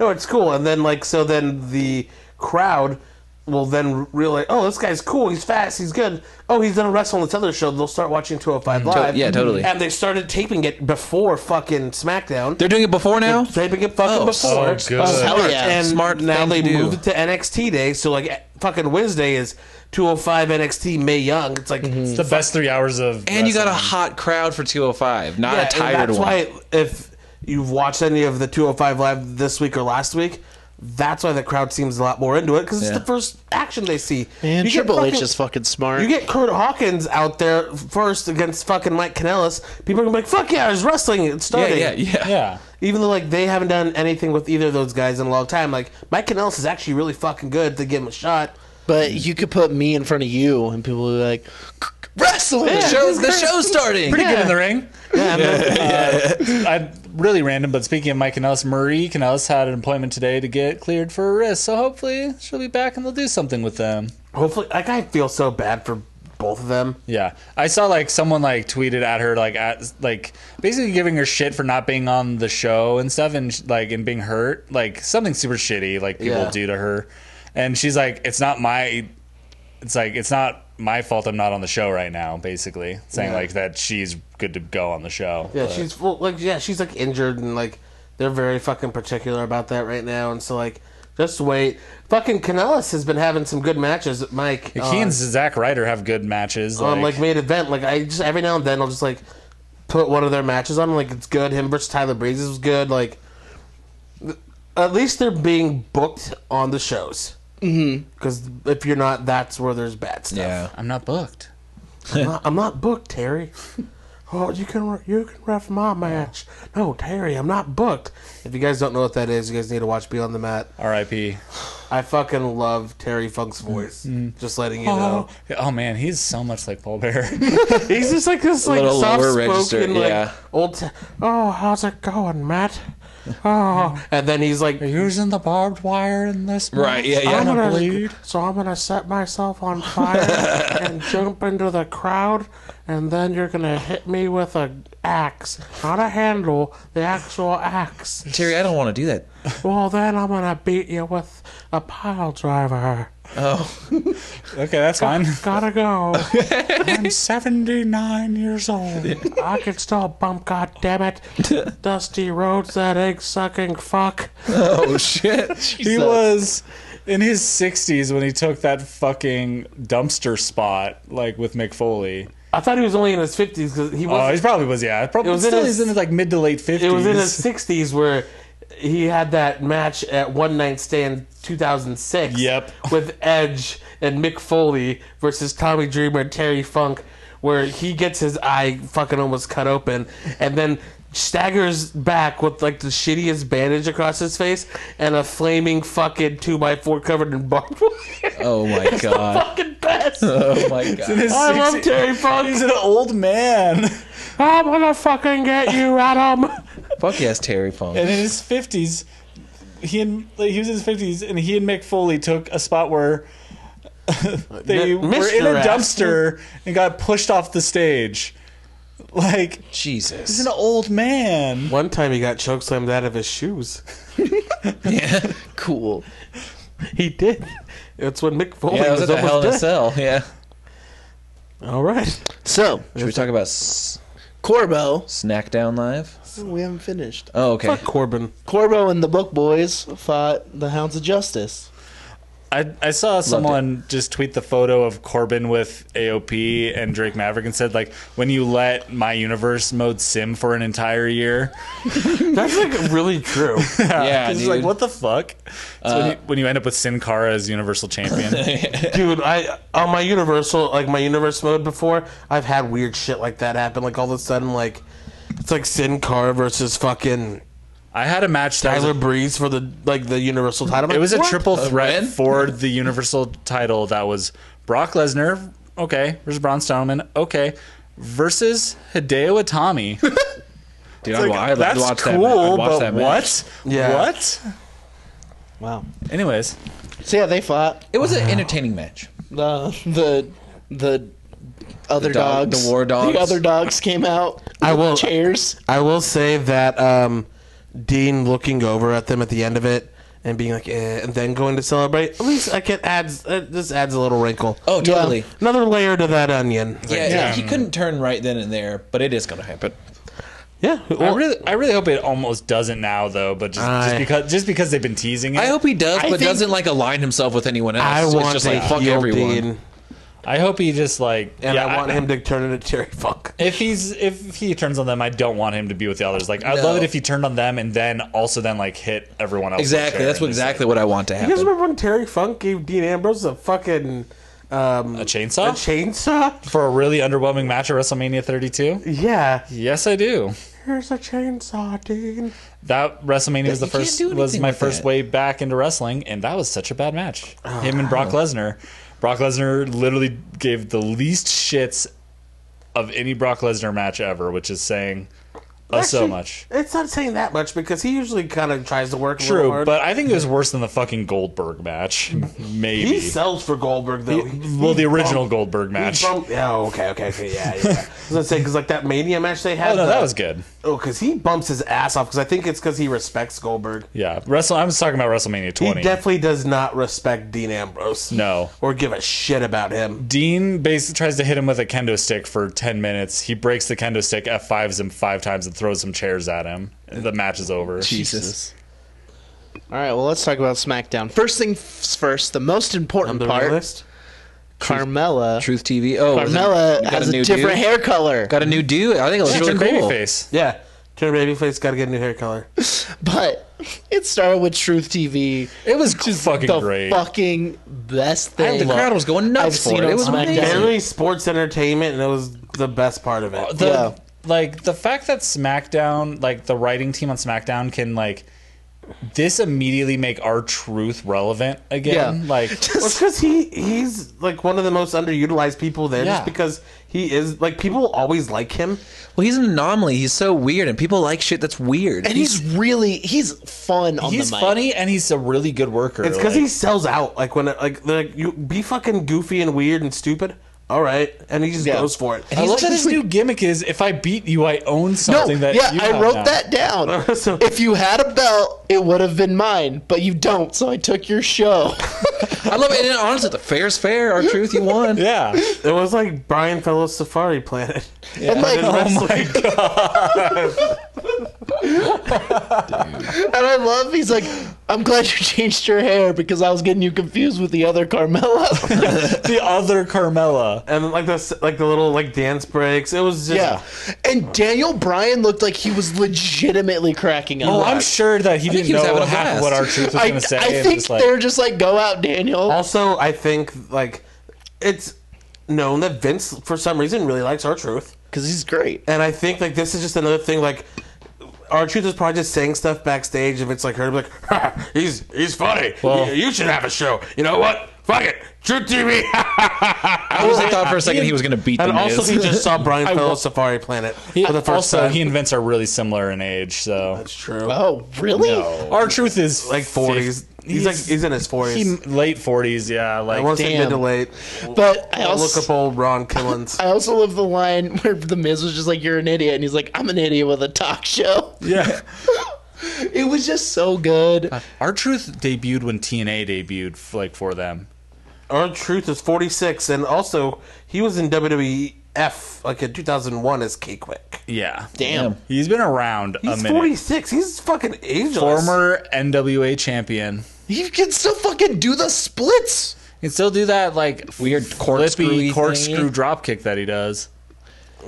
[SPEAKER 7] no, it's cool. And then like so, then the crowd will then realize, oh, this guy's cool. He's fast. He's good. Oh, he's done wrestle on this other show. They'll start watching 205 Live.
[SPEAKER 2] Mm, yeah, totally.
[SPEAKER 7] And they started taping it before fucking SmackDown.
[SPEAKER 2] they're doing it before now.
[SPEAKER 7] taping it fucking
[SPEAKER 2] Oh,
[SPEAKER 7] before.
[SPEAKER 4] so good.
[SPEAKER 3] Hell yeah.
[SPEAKER 7] And
[SPEAKER 2] Smart
[SPEAKER 7] now
[SPEAKER 2] thing
[SPEAKER 7] they
[SPEAKER 2] to do.
[SPEAKER 7] moved it to NXT Day, so like eh, fucking Wednesday is 205 NXT May Young. It's like
[SPEAKER 2] Mm-hmm.
[SPEAKER 4] It's the best three hours of.
[SPEAKER 2] And you got a
[SPEAKER 4] wrestling.
[SPEAKER 2] hot crowd for 205, not
[SPEAKER 7] Yeah,
[SPEAKER 2] a
[SPEAKER 7] and
[SPEAKER 2] tired
[SPEAKER 7] that's
[SPEAKER 2] one.
[SPEAKER 7] why if you've watched any of the 205 live this week or last week, that's why the crowd seems a lot more into it because it's
[SPEAKER 2] Yeah.
[SPEAKER 7] the first action they see.
[SPEAKER 3] Man,
[SPEAKER 7] You get
[SPEAKER 3] Triple H
[SPEAKER 7] fucking-
[SPEAKER 3] is fucking smart.
[SPEAKER 7] You get Kurt Hawkins out there first against fucking Mike Kanellis. People are gonna be like, "Fuck yeah, it's wrestling! It's
[SPEAKER 2] yeah,
[SPEAKER 7] starting."
[SPEAKER 2] yeah, yeah,
[SPEAKER 4] Yeah.
[SPEAKER 7] Even though like they haven't done anything with either of those guys in a long time, like Mike Kanellis is actually really fucking good to give him a shot.
[SPEAKER 3] but you could put me in front of you, and people would be like, wrestling.
[SPEAKER 2] The,
[SPEAKER 7] Yeah,
[SPEAKER 2] show,
[SPEAKER 7] this
[SPEAKER 2] the
[SPEAKER 7] guy's-
[SPEAKER 2] show's starting.
[SPEAKER 4] Pretty good in the ring.
[SPEAKER 7] Yeah, man.
[SPEAKER 4] uh, I really random, but speaking of Mike Canellis, Marie Canellis had an appointment today to get cleared for a wrist, so hopefully she'll be back and they'll do something with them.
[SPEAKER 7] hopefully, like I feel so bad for both of them.
[SPEAKER 4] Yeah, I saw like someone like tweeted at her like at like basically giving her shit for not being on the show and stuff and sh- like and being hurt like something super shitty like people
[SPEAKER 7] Yeah.
[SPEAKER 4] do to her, and she's like it's not my, it's like it's not my fault I'm not on the show right now basically saying
[SPEAKER 7] Yeah.
[SPEAKER 4] like that she's good to go on the show.
[SPEAKER 7] Yeah,
[SPEAKER 4] but-
[SPEAKER 7] she's well, like yeah, she's like injured and like they're very fucking particular about that right now, and so like just wait. Fucking Canales has been having some good matches, Mike.
[SPEAKER 4] He
[SPEAKER 7] on-
[SPEAKER 4] and
[SPEAKER 5] Uh,
[SPEAKER 4] Zack Ryder have good matches.
[SPEAKER 5] um,
[SPEAKER 7] on
[SPEAKER 4] like-
[SPEAKER 7] Um, like main event. Like I just every now and then I'll just like put one of their matches on. Like it's good. Him versus Tyler Breeze is good. Like th- at least they're being booked on the shows. Because mm-hmm. if you're not, that's where there's bad stuff.
[SPEAKER 2] Yeah.
[SPEAKER 4] I'm not booked.
[SPEAKER 7] I'm, not, I'm not booked, Terry. Oh, you can re- you can ref my match. No, Terry, I'm not booked. If you guys don't know what that is, you guys need to watch Beyond the Mat.
[SPEAKER 4] R.I.P.
[SPEAKER 7] I fucking love Terry Funk's
[SPEAKER 4] Mm.
[SPEAKER 7] voice. Just letting you know,
[SPEAKER 4] Oh. oh man, he's so much like Paul Bear.
[SPEAKER 7] he's just like this like
[SPEAKER 2] little
[SPEAKER 7] soft
[SPEAKER 2] lower register,
[SPEAKER 7] spoken like
[SPEAKER 2] yeah.
[SPEAKER 7] old. T- oh, how's it going, Matt? Oh, and then he's like,
[SPEAKER 4] Using the barbed wire in this.
[SPEAKER 2] Right, yeah, yeah.
[SPEAKER 7] I'm
[SPEAKER 4] gonna
[SPEAKER 7] gonna,
[SPEAKER 4] bleed.
[SPEAKER 7] so I'm gonna set myself on fire and jump into the crowd, and then you're gonna hit me with a axe, not a handle, the actual axe.
[SPEAKER 2] Terry, I don't want to do that.
[SPEAKER 7] Well, then I'm gonna beat you with a pile driver.
[SPEAKER 4] Okay, that's fine.
[SPEAKER 7] Gotta go.
[SPEAKER 4] I'm 79 years old.
[SPEAKER 7] I can still bump. God damn it, Dusty Rhodes, that egg sucking fuck.
[SPEAKER 2] Oh, shit.
[SPEAKER 4] He was in his 60s when he took that fucking dumpster spot, like with Mick Foley.
[SPEAKER 7] I thought he was only in his fifties because he
[SPEAKER 4] Oh,
[SPEAKER 7] was.
[SPEAKER 4] he probably was. Yeah, probably
[SPEAKER 7] was in
[SPEAKER 4] still.
[SPEAKER 7] his-
[SPEAKER 4] he's in his like mid to late 50s.
[SPEAKER 7] it was in his sixties where he had that match at One Night Stand 2006.
[SPEAKER 4] Yep.
[SPEAKER 7] With Edge and Mick Foley versus Tommy Dreamer and Terry Funk, where he gets his eye fucking almost cut open, and then. Staggers back with like the shittiest bandage across his face and a flaming fucking two by four covered in barbed wire.
[SPEAKER 2] Oh, my God.
[SPEAKER 7] fucking best.
[SPEAKER 2] Oh, my God.
[SPEAKER 7] I love Terry Funk.
[SPEAKER 4] He's an old man.
[SPEAKER 7] I'm gonna fucking get you, Adam.
[SPEAKER 2] Fuck yes, Terry Funk.
[SPEAKER 4] and in his fifties, he and like, he was in his fifties, and he and Mick Foley took a spot where
[SPEAKER 9] they
[SPEAKER 5] Mi-
[SPEAKER 9] were in a
[SPEAKER 5] Mr. Ass.
[SPEAKER 9] dumpster and got pushed off the stage. Like
[SPEAKER 2] Jesus.
[SPEAKER 9] he's an old man.
[SPEAKER 5] One time he got chokeslammed out of his shoes.
[SPEAKER 3] Cool.
[SPEAKER 5] He did. That's when Mick Foley
[SPEAKER 2] Yeah, it was
[SPEAKER 5] was,
[SPEAKER 2] at the Hell in a
[SPEAKER 5] almost dead.
[SPEAKER 2] Cell. Yeah.
[SPEAKER 5] All right.
[SPEAKER 3] So,
[SPEAKER 2] Should we talk about S-
[SPEAKER 3] Corbo.
[SPEAKER 2] Snackdown Live?
[SPEAKER 3] We haven't finished.
[SPEAKER 2] Oh, okay.
[SPEAKER 5] Fuck Corbin.
[SPEAKER 3] Corbo and the Book Boys fought the Hounds of Justice.
[SPEAKER 4] I, I saw someone just tweet the photo of Corbin with AOP and Drake Maverick and said like when you let my universe mode sim for an entire year.
[SPEAKER 5] That's like really true.
[SPEAKER 2] Yeah, dude.
[SPEAKER 4] It's just like what the fuck? It's
[SPEAKER 5] Uh,
[SPEAKER 4] when, you, when you end up with Sin Cara as Universal Champion.
[SPEAKER 5] Dude, I on my universal like my universe mode before, I've had weird shit like that happen. Like all of a sudden like it's like Sin Cara versus fucking
[SPEAKER 4] I had a match that was
[SPEAKER 5] Tyler
[SPEAKER 4] a-
[SPEAKER 5] Breeze for the like the universal title.
[SPEAKER 4] It was a triple threat
[SPEAKER 2] win?
[SPEAKER 4] for the Universal title that was Brock Lesnar, okay, versus Braun Strowman, okay, versus Hideo Itami.
[SPEAKER 2] Dude,
[SPEAKER 4] Like,
[SPEAKER 2] Oh, I, I
[SPEAKER 4] that's
[SPEAKER 2] watched that. ma- I
[SPEAKER 4] cool,
[SPEAKER 2] watched
[SPEAKER 4] but
[SPEAKER 2] that match.
[SPEAKER 4] what?
[SPEAKER 5] Yeah.
[SPEAKER 4] What?
[SPEAKER 3] Wow.
[SPEAKER 4] Anyways,
[SPEAKER 3] So yeah, they fought
[SPEAKER 2] It was an entertaining match.
[SPEAKER 3] the the the other
[SPEAKER 2] The dog-
[SPEAKER 3] dogs.
[SPEAKER 2] the war dogs.
[SPEAKER 3] The other dogs came out.
[SPEAKER 5] I
[SPEAKER 3] with
[SPEAKER 5] will-
[SPEAKER 3] chairs.
[SPEAKER 5] I will say that um Dean looking over at them at the end of it and being like eh, and then going to celebrate. At least I can adds uh, this adds a little wrinkle.
[SPEAKER 2] Oh, totally.
[SPEAKER 5] Another layer to that onion.
[SPEAKER 2] Yeah, he couldn't turn right then and there, but it is going to happen.
[SPEAKER 5] Yeah.
[SPEAKER 4] I really, I really hope it almost doesn't now though, but just, just
[SPEAKER 5] I-
[SPEAKER 4] because just because they've been teasing it,
[SPEAKER 2] I hope he does, but
[SPEAKER 4] think-
[SPEAKER 2] doesn't like align himself with anyone else.
[SPEAKER 5] I
[SPEAKER 2] it's
[SPEAKER 5] want
[SPEAKER 2] just
[SPEAKER 5] to
[SPEAKER 2] like fuck
[SPEAKER 5] heel
[SPEAKER 2] everyone.
[SPEAKER 5] Dean,
[SPEAKER 4] I hope he just like
[SPEAKER 5] and
[SPEAKER 4] yeah,
[SPEAKER 5] I want him to turn into Terry Funk.
[SPEAKER 4] If he's if he turns on them, I don't want him to be with the others. Like I'd
[SPEAKER 2] No.
[SPEAKER 4] love it if he turned on them and then also then like hit everyone else. with a
[SPEAKER 2] Exactly.
[SPEAKER 4] chair
[SPEAKER 2] That's
[SPEAKER 4] and
[SPEAKER 2] what,
[SPEAKER 4] just, like,
[SPEAKER 2] exactly what I want to
[SPEAKER 5] You guys
[SPEAKER 2] happen.
[SPEAKER 5] remember when Terry Funk gave Dean Ambrose a fucking um,
[SPEAKER 4] a
[SPEAKER 5] a
[SPEAKER 4] chainsaw.
[SPEAKER 5] chainsaw?
[SPEAKER 4] for a really underwhelming match at WrestleMania 32?
[SPEAKER 5] Yeah.
[SPEAKER 4] Yes, I do.
[SPEAKER 5] Here's a chainsaw, Dean.
[SPEAKER 4] That WrestleMania was the
[SPEAKER 2] You can't
[SPEAKER 4] first
[SPEAKER 2] do
[SPEAKER 4] was
[SPEAKER 2] anything
[SPEAKER 4] my
[SPEAKER 2] with
[SPEAKER 4] first
[SPEAKER 2] that.
[SPEAKER 4] way back into wrestling, and that was such a bad match. Him and Brock Lesnar. Brock Lesnar literally gave the least shits of any Brock Lesnar match ever, which is saying uh, so
[SPEAKER 5] Actually,
[SPEAKER 4] much.
[SPEAKER 5] It's not saying that much because he usually kind of tries to work. a little
[SPEAKER 4] True,
[SPEAKER 5] hard.
[SPEAKER 4] but I think it was worse than the fucking Goldberg match.
[SPEAKER 5] he
[SPEAKER 4] Maybe.
[SPEAKER 5] sells for Goldberg though. He-
[SPEAKER 4] well, the
[SPEAKER 5] he
[SPEAKER 4] original
[SPEAKER 5] bumped-
[SPEAKER 4] Goldberg
[SPEAKER 5] he
[SPEAKER 4] match. Oh
[SPEAKER 5] bumped- yeah. Okay. Okay. Okay. Yeah. Yeah. I was gonna say because like that Mania match they had.
[SPEAKER 4] Oh, no,
[SPEAKER 5] the-
[SPEAKER 4] that was good.
[SPEAKER 5] Oh, because he bumps his ass off because I think it's because he respects Goldberg.
[SPEAKER 4] Yeah, Wrestle. I was talking about WrestleMania 20.
[SPEAKER 5] He definitely does not respect Dean Ambrose.
[SPEAKER 4] No.
[SPEAKER 5] Or give a shit about him.
[SPEAKER 4] Dean basically tries to hit him with a kendo stick for 10 minutes. He breaks the kendo stick, F5s him five times, and throws some chairs at him. The match is over.
[SPEAKER 2] Jesus.
[SPEAKER 3] All right, well, let's talk about SmackDown. First things first, the most important
[SPEAKER 5] The
[SPEAKER 3] part.
[SPEAKER 5] realist.
[SPEAKER 3] Carmella.
[SPEAKER 2] Truth TV. Oh, was it-
[SPEAKER 3] Carmella
[SPEAKER 2] you got
[SPEAKER 3] has a,
[SPEAKER 2] new
[SPEAKER 3] different
[SPEAKER 2] dude?
[SPEAKER 3] hair color,
[SPEAKER 2] Got a new dude. I think it looks
[SPEAKER 4] She
[SPEAKER 2] really
[SPEAKER 4] turned
[SPEAKER 2] cool.
[SPEAKER 4] babyface.
[SPEAKER 5] Yeah. Turn babyface, gotta get a new hair color.
[SPEAKER 3] but it started with Truth TV.
[SPEAKER 4] It was fucking
[SPEAKER 3] the
[SPEAKER 4] great.
[SPEAKER 3] fucking best
[SPEAKER 2] And
[SPEAKER 3] thing.
[SPEAKER 2] the crowd was going nuts
[SPEAKER 3] I've
[SPEAKER 2] for
[SPEAKER 3] seen
[SPEAKER 2] it.
[SPEAKER 3] on
[SPEAKER 2] It was
[SPEAKER 3] SmackDown.
[SPEAKER 2] amazing.
[SPEAKER 5] Barely sports entertainment, and it was the best part of it.
[SPEAKER 4] The,
[SPEAKER 3] Yeah.
[SPEAKER 4] Like, the fact that SmackDown, like, the writing team on SmackDown can, like, this immediately make our truth relevant again.
[SPEAKER 3] Yeah.
[SPEAKER 4] Like,
[SPEAKER 5] Well, because he he's like one of the most underutilized people there,
[SPEAKER 4] Yeah.
[SPEAKER 5] just because he is like people always like him.
[SPEAKER 2] Well, he's an anomaly. He's so weird, and people like shit that's weird.
[SPEAKER 3] and he's really he's fun on
[SPEAKER 4] he's
[SPEAKER 3] the mic.
[SPEAKER 4] funny and he's a really good worker.
[SPEAKER 5] It's because
[SPEAKER 4] Like,
[SPEAKER 5] he sells out. Like when like like you be fucking goofy and weird and stupid. All right, and he just
[SPEAKER 3] Yeah.
[SPEAKER 5] goes for it.
[SPEAKER 4] I love
[SPEAKER 3] like-
[SPEAKER 4] that his new gimmick is if I beat you, I own
[SPEAKER 3] No,
[SPEAKER 4] something that
[SPEAKER 3] yeah,
[SPEAKER 4] you
[SPEAKER 3] I
[SPEAKER 4] have
[SPEAKER 3] wrote
[SPEAKER 4] now."
[SPEAKER 3] that down.
[SPEAKER 5] So-
[SPEAKER 3] if you had a belt, it would have been mine, but you don't, so I took your show.
[SPEAKER 2] I love it. And honestly, the fair's fair. Our truth, you won.
[SPEAKER 4] Yeah.
[SPEAKER 5] It was like Brian Fellow's Safari Planet.
[SPEAKER 3] And like,
[SPEAKER 4] Oh
[SPEAKER 5] my god!
[SPEAKER 3] And I love he's like, I'm glad you changed your hair because I was getting you confused with the other Carmella.
[SPEAKER 4] the other Carmella.
[SPEAKER 5] And like the like the little like dance breaks. It was just
[SPEAKER 3] yeah. And Daniel Bryan looked like he was legitimately cracking up.
[SPEAKER 4] Oh, I'm sure that he didn't
[SPEAKER 2] he was
[SPEAKER 4] know
[SPEAKER 2] having a
[SPEAKER 4] half of
[SPEAKER 2] blast.
[SPEAKER 4] what our truth was
[SPEAKER 3] I,
[SPEAKER 4] going to say.
[SPEAKER 3] I
[SPEAKER 4] and
[SPEAKER 3] think
[SPEAKER 4] just like,
[SPEAKER 3] they're just like, go out, Daniel.
[SPEAKER 5] Also, I think like it's known that Vince for some reason really likes our truth,
[SPEAKER 3] Because he's great.
[SPEAKER 5] and I think like this is just another thing like. Our truth is probably just saying stuff backstage. If it's like heard, like "Ha, he's he's funny. you, you should have a show. You know what? Fuck it, Truth TV.
[SPEAKER 2] I was I thought for a second he was gonna beat the
[SPEAKER 5] And also,
[SPEAKER 2] Miz.
[SPEAKER 5] he just saw Brian
[SPEAKER 4] I wa-
[SPEAKER 5] Fellows Safari Planet
[SPEAKER 4] He-
[SPEAKER 5] for the first
[SPEAKER 4] also,
[SPEAKER 5] time.
[SPEAKER 4] he and Vince are really similar in age, so
[SPEAKER 5] That's true.
[SPEAKER 3] Oh, really?
[SPEAKER 4] our truth is
[SPEAKER 5] like forties.
[SPEAKER 4] fif-
[SPEAKER 5] He's, like he's in his forties.
[SPEAKER 4] he, late forties. Yeah,
[SPEAKER 5] I
[SPEAKER 4] like
[SPEAKER 5] want to say mid
[SPEAKER 3] Damn.
[SPEAKER 5] to late.
[SPEAKER 3] But I
[SPEAKER 5] I'll
[SPEAKER 3] also
[SPEAKER 5] look up old Ron Killens.
[SPEAKER 3] I also love the line where the Miz was just like, "You're an idiot," and he's like, "I'm an idiot with a talk show."
[SPEAKER 4] yeah.
[SPEAKER 3] It was just so good.
[SPEAKER 4] Our truth debuted when TNA debuted, f- like for them.
[SPEAKER 5] Our Truth is forty six, and also he was in WWF like in two thousand one as K Quick.
[SPEAKER 4] Yeah,
[SPEAKER 3] Damn.
[SPEAKER 4] he's been around a
[SPEAKER 5] He's
[SPEAKER 4] minute.
[SPEAKER 5] forty six. He's fucking ageless.
[SPEAKER 4] Former NWA champion.
[SPEAKER 3] You can still fucking do the splits.
[SPEAKER 4] He can still do that like
[SPEAKER 2] Weird
[SPEAKER 4] flippy
[SPEAKER 2] corkscrewy
[SPEAKER 4] corkscrew
[SPEAKER 2] thingy.
[SPEAKER 4] drop kick that he does.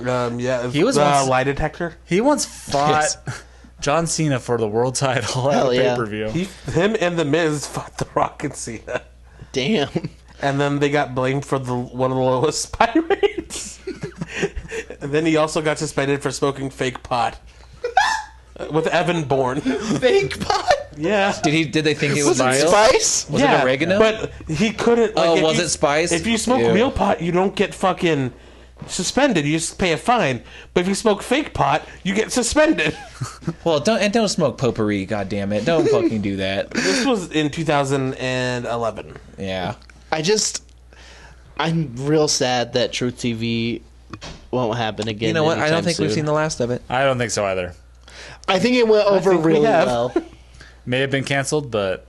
[SPEAKER 5] Um, yeah,
[SPEAKER 4] He was
[SPEAKER 5] the
[SPEAKER 4] once-
[SPEAKER 5] lie detector.
[SPEAKER 4] He once fought John Cena for the world title at
[SPEAKER 3] Hell
[SPEAKER 4] a
[SPEAKER 3] yeah.
[SPEAKER 4] pay per view.
[SPEAKER 5] He, him, and the Miz fought the Rock and Cena,
[SPEAKER 3] Damn.
[SPEAKER 5] and then they got blamed for the one of the lowest spy rates. and then he also got suspended for smoking fake pot with Evan Bourne.
[SPEAKER 3] Fake pot.
[SPEAKER 5] Yeah.
[SPEAKER 2] Did he? Did they think it was,
[SPEAKER 3] Was it
[SPEAKER 2] real?
[SPEAKER 3] spice?
[SPEAKER 2] Was it oregano?
[SPEAKER 5] But he couldn't. Like,
[SPEAKER 2] Oh,
[SPEAKER 5] if
[SPEAKER 2] was
[SPEAKER 5] you-
[SPEAKER 2] it spice?
[SPEAKER 5] If you smoke
[SPEAKER 2] Ew.
[SPEAKER 5] real pot, you don't get fucking suspended. You just pay a fine. But if you smoke fake pot, you get suspended.
[SPEAKER 2] well, don't and don't smoke potpourri. God damn it! Don't fucking do that.
[SPEAKER 5] this was in 2011.
[SPEAKER 2] Yeah.
[SPEAKER 3] I just, I'm real sad that Truth TV won't happen again.
[SPEAKER 2] You know what? I don't
[SPEAKER 3] anytime
[SPEAKER 2] think we've
[SPEAKER 3] soon.
[SPEAKER 2] seen the last of it.
[SPEAKER 4] I don't think so either.
[SPEAKER 3] I think it went over really
[SPEAKER 5] have.
[SPEAKER 3] well.
[SPEAKER 4] May have been canceled, but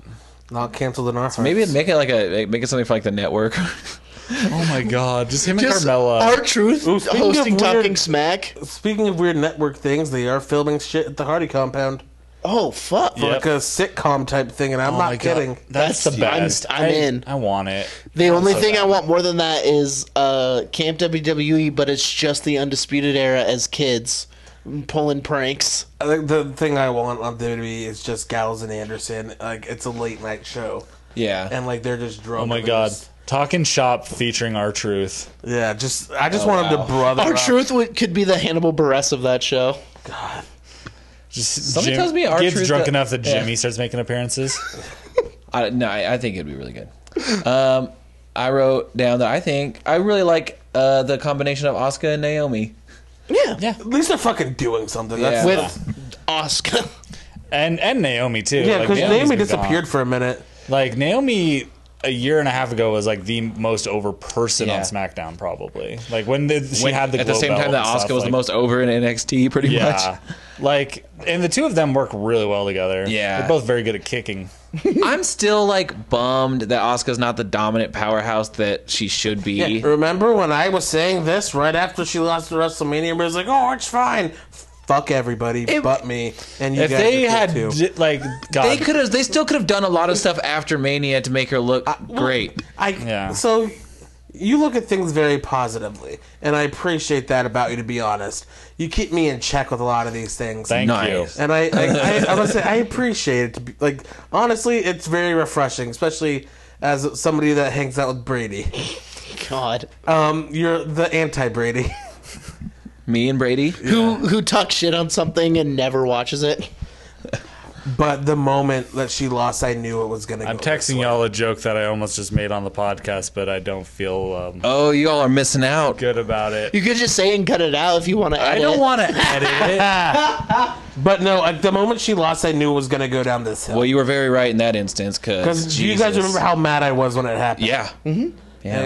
[SPEAKER 5] Not canceled in our hearts.
[SPEAKER 2] Maybe make it like a like, make it something for like the network.
[SPEAKER 4] oh my god, just him
[SPEAKER 3] Just
[SPEAKER 4] and Carmella.
[SPEAKER 3] our truth
[SPEAKER 5] Ooh, speaking of
[SPEAKER 3] hosting
[SPEAKER 5] weird-
[SPEAKER 3] talking smack.
[SPEAKER 5] Speaking of weird network things, they are filming shit at the Hardy compound.
[SPEAKER 3] Oh fuck!
[SPEAKER 4] Yep.
[SPEAKER 5] Like a sitcom type thing, and I'm
[SPEAKER 4] Oh my
[SPEAKER 5] not
[SPEAKER 4] God.
[SPEAKER 5] kidding.
[SPEAKER 4] That's, the
[SPEAKER 3] I'm-
[SPEAKER 4] best.
[SPEAKER 3] I'm
[SPEAKER 4] I-
[SPEAKER 3] in.
[SPEAKER 4] I want it.
[SPEAKER 3] The only
[SPEAKER 4] so
[SPEAKER 3] thing
[SPEAKER 4] bad.
[SPEAKER 3] I want more than that is uh, Camp WWE, but it's just the Undisputed Era as kids pulling pranks.
[SPEAKER 5] I think the thing I want on WWE is just Gals and Anderson. Like, it's a late night show.
[SPEAKER 2] yeah.
[SPEAKER 5] And, like, they're just drunk.
[SPEAKER 4] Oh my
[SPEAKER 5] and
[SPEAKER 4] god.
[SPEAKER 5] just-
[SPEAKER 4] Talking shop featuring our truth.
[SPEAKER 5] Yeah, just, I
[SPEAKER 4] Oh,
[SPEAKER 5] just want them to brother.
[SPEAKER 3] Our
[SPEAKER 5] up.
[SPEAKER 3] truth would, could be the Hannibal Buress of that show.
[SPEAKER 4] Just
[SPEAKER 2] Somebody tells me our
[SPEAKER 4] gets
[SPEAKER 2] truth
[SPEAKER 4] drunk
[SPEAKER 2] do-
[SPEAKER 4] enough that
[SPEAKER 2] Yeah.
[SPEAKER 4] Jimmy starts making appearances.
[SPEAKER 2] I, no, I, I think it'd be really good. Um, I wrote down that I think I really like uh, the combination of Oscar and Naomi.
[SPEAKER 3] Yeah, yeah.
[SPEAKER 5] At least they're fucking doing something. That's
[SPEAKER 2] Yeah.
[SPEAKER 5] yeah,
[SPEAKER 3] With Oscar,
[SPEAKER 4] And and Naomi too. Like,
[SPEAKER 5] because
[SPEAKER 4] Naomi's
[SPEAKER 5] Naomi
[SPEAKER 4] been
[SPEAKER 5] disappeared
[SPEAKER 4] gone.
[SPEAKER 5] for a minute.
[SPEAKER 4] Like Naomi a year and a half ago was like the most over person on
[SPEAKER 2] Yeah.
[SPEAKER 4] SmackDown probably. Like when the, she had the
[SPEAKER 2] at the
[SPEAKER 4] glow
[SPEAKER 2] same
[SPEAKER 4] belt
[SPEAKER 2] time that
[SPEAKER 4] and stuff,
[SPEAKER 2] Oscar was
[SPEAKER 4] like-
[SPEAKER 2] the most over in NXT, pretty
[SPEAKER 4] Yeah.
[SPEAKER 2] much.
[SPEAKER 4] like and the two of them work really well together.
[SPEAKER 2] Yeah.
[SPEAKER 4] They're both very good at kicking.
[SPEAKER 2] I'm still like bummed that Oscar's not the dominant powerhouse that she should be.
[SPEAKER 5] Yeah, Remember when I was saying this right after she lost to WrestleMania? Everybody was like, "Oh, it's fine." Fuck everybody but me. And you
[SPEAKER 4] If
[SPEAKER 5] guys
[SPEAKER 4] they
[SPEAKER 5] are cool
[SPEAKER 4] had
[SPEAKER 5] too.
[SPEAKER 4] di- like God,
[SPEAKER 2] They could have. They still could have done a lot of stuff after Mania to make her look
[SPEAKER 5] Well,
[SPEAKER 2] great.
[SPEAKER 5] I
[SPEAKER 4] Yeah.
[SPEAKER 5] so you look at things very positively, and I appreciate that about you. To be honest, you keep me in check with a lot of these things.
[SPEAKER 4] Thank
[SPEAKER 2] Nice.
[SPEAKER 4] you.
[SPEAKER 5] and I, I, I, I must say, I appreciate it. To be, like, honestly, it's very refreshing, especially as somebody that hangs out with Brady.
[SPEAKER 3] God,
[SPEAKER 5] Um, you're the anti-Brady.
[SPEAKER 2] Me and Brady.
[SPEAKER 3] who who talks shit on something and never watches it.
[SPEAKER 5] But the moment that she lost, I knew it was gonna.
[SPEAKER 4] I'm
[SPEAKER 5] go this
[SPEAKER 4] texting
[SPEAKER 5] way.
[SPEAKER 4] y'all a joke that I almost just made on the podcast, but I don't feel um,
[SPEAKER 2] Oh, you all are missing out.
[SPEAKER 4] good about it.
[SPEAKER 3] You could just say and cut it out if you want to.
[SPEAKER 4] I don't want to edit it.
[SPEAKER 5] But no, like the moment she lost, I knew it was gonna go down this hill.
[SPEAKER 2] Well, you were very right in that instance, because
[SPEAKER 5] Because you guys remember how Mm-hmm. mad I was when it happened.
[SPEAKER 2] Yeah.
[SPEAKER 5] And,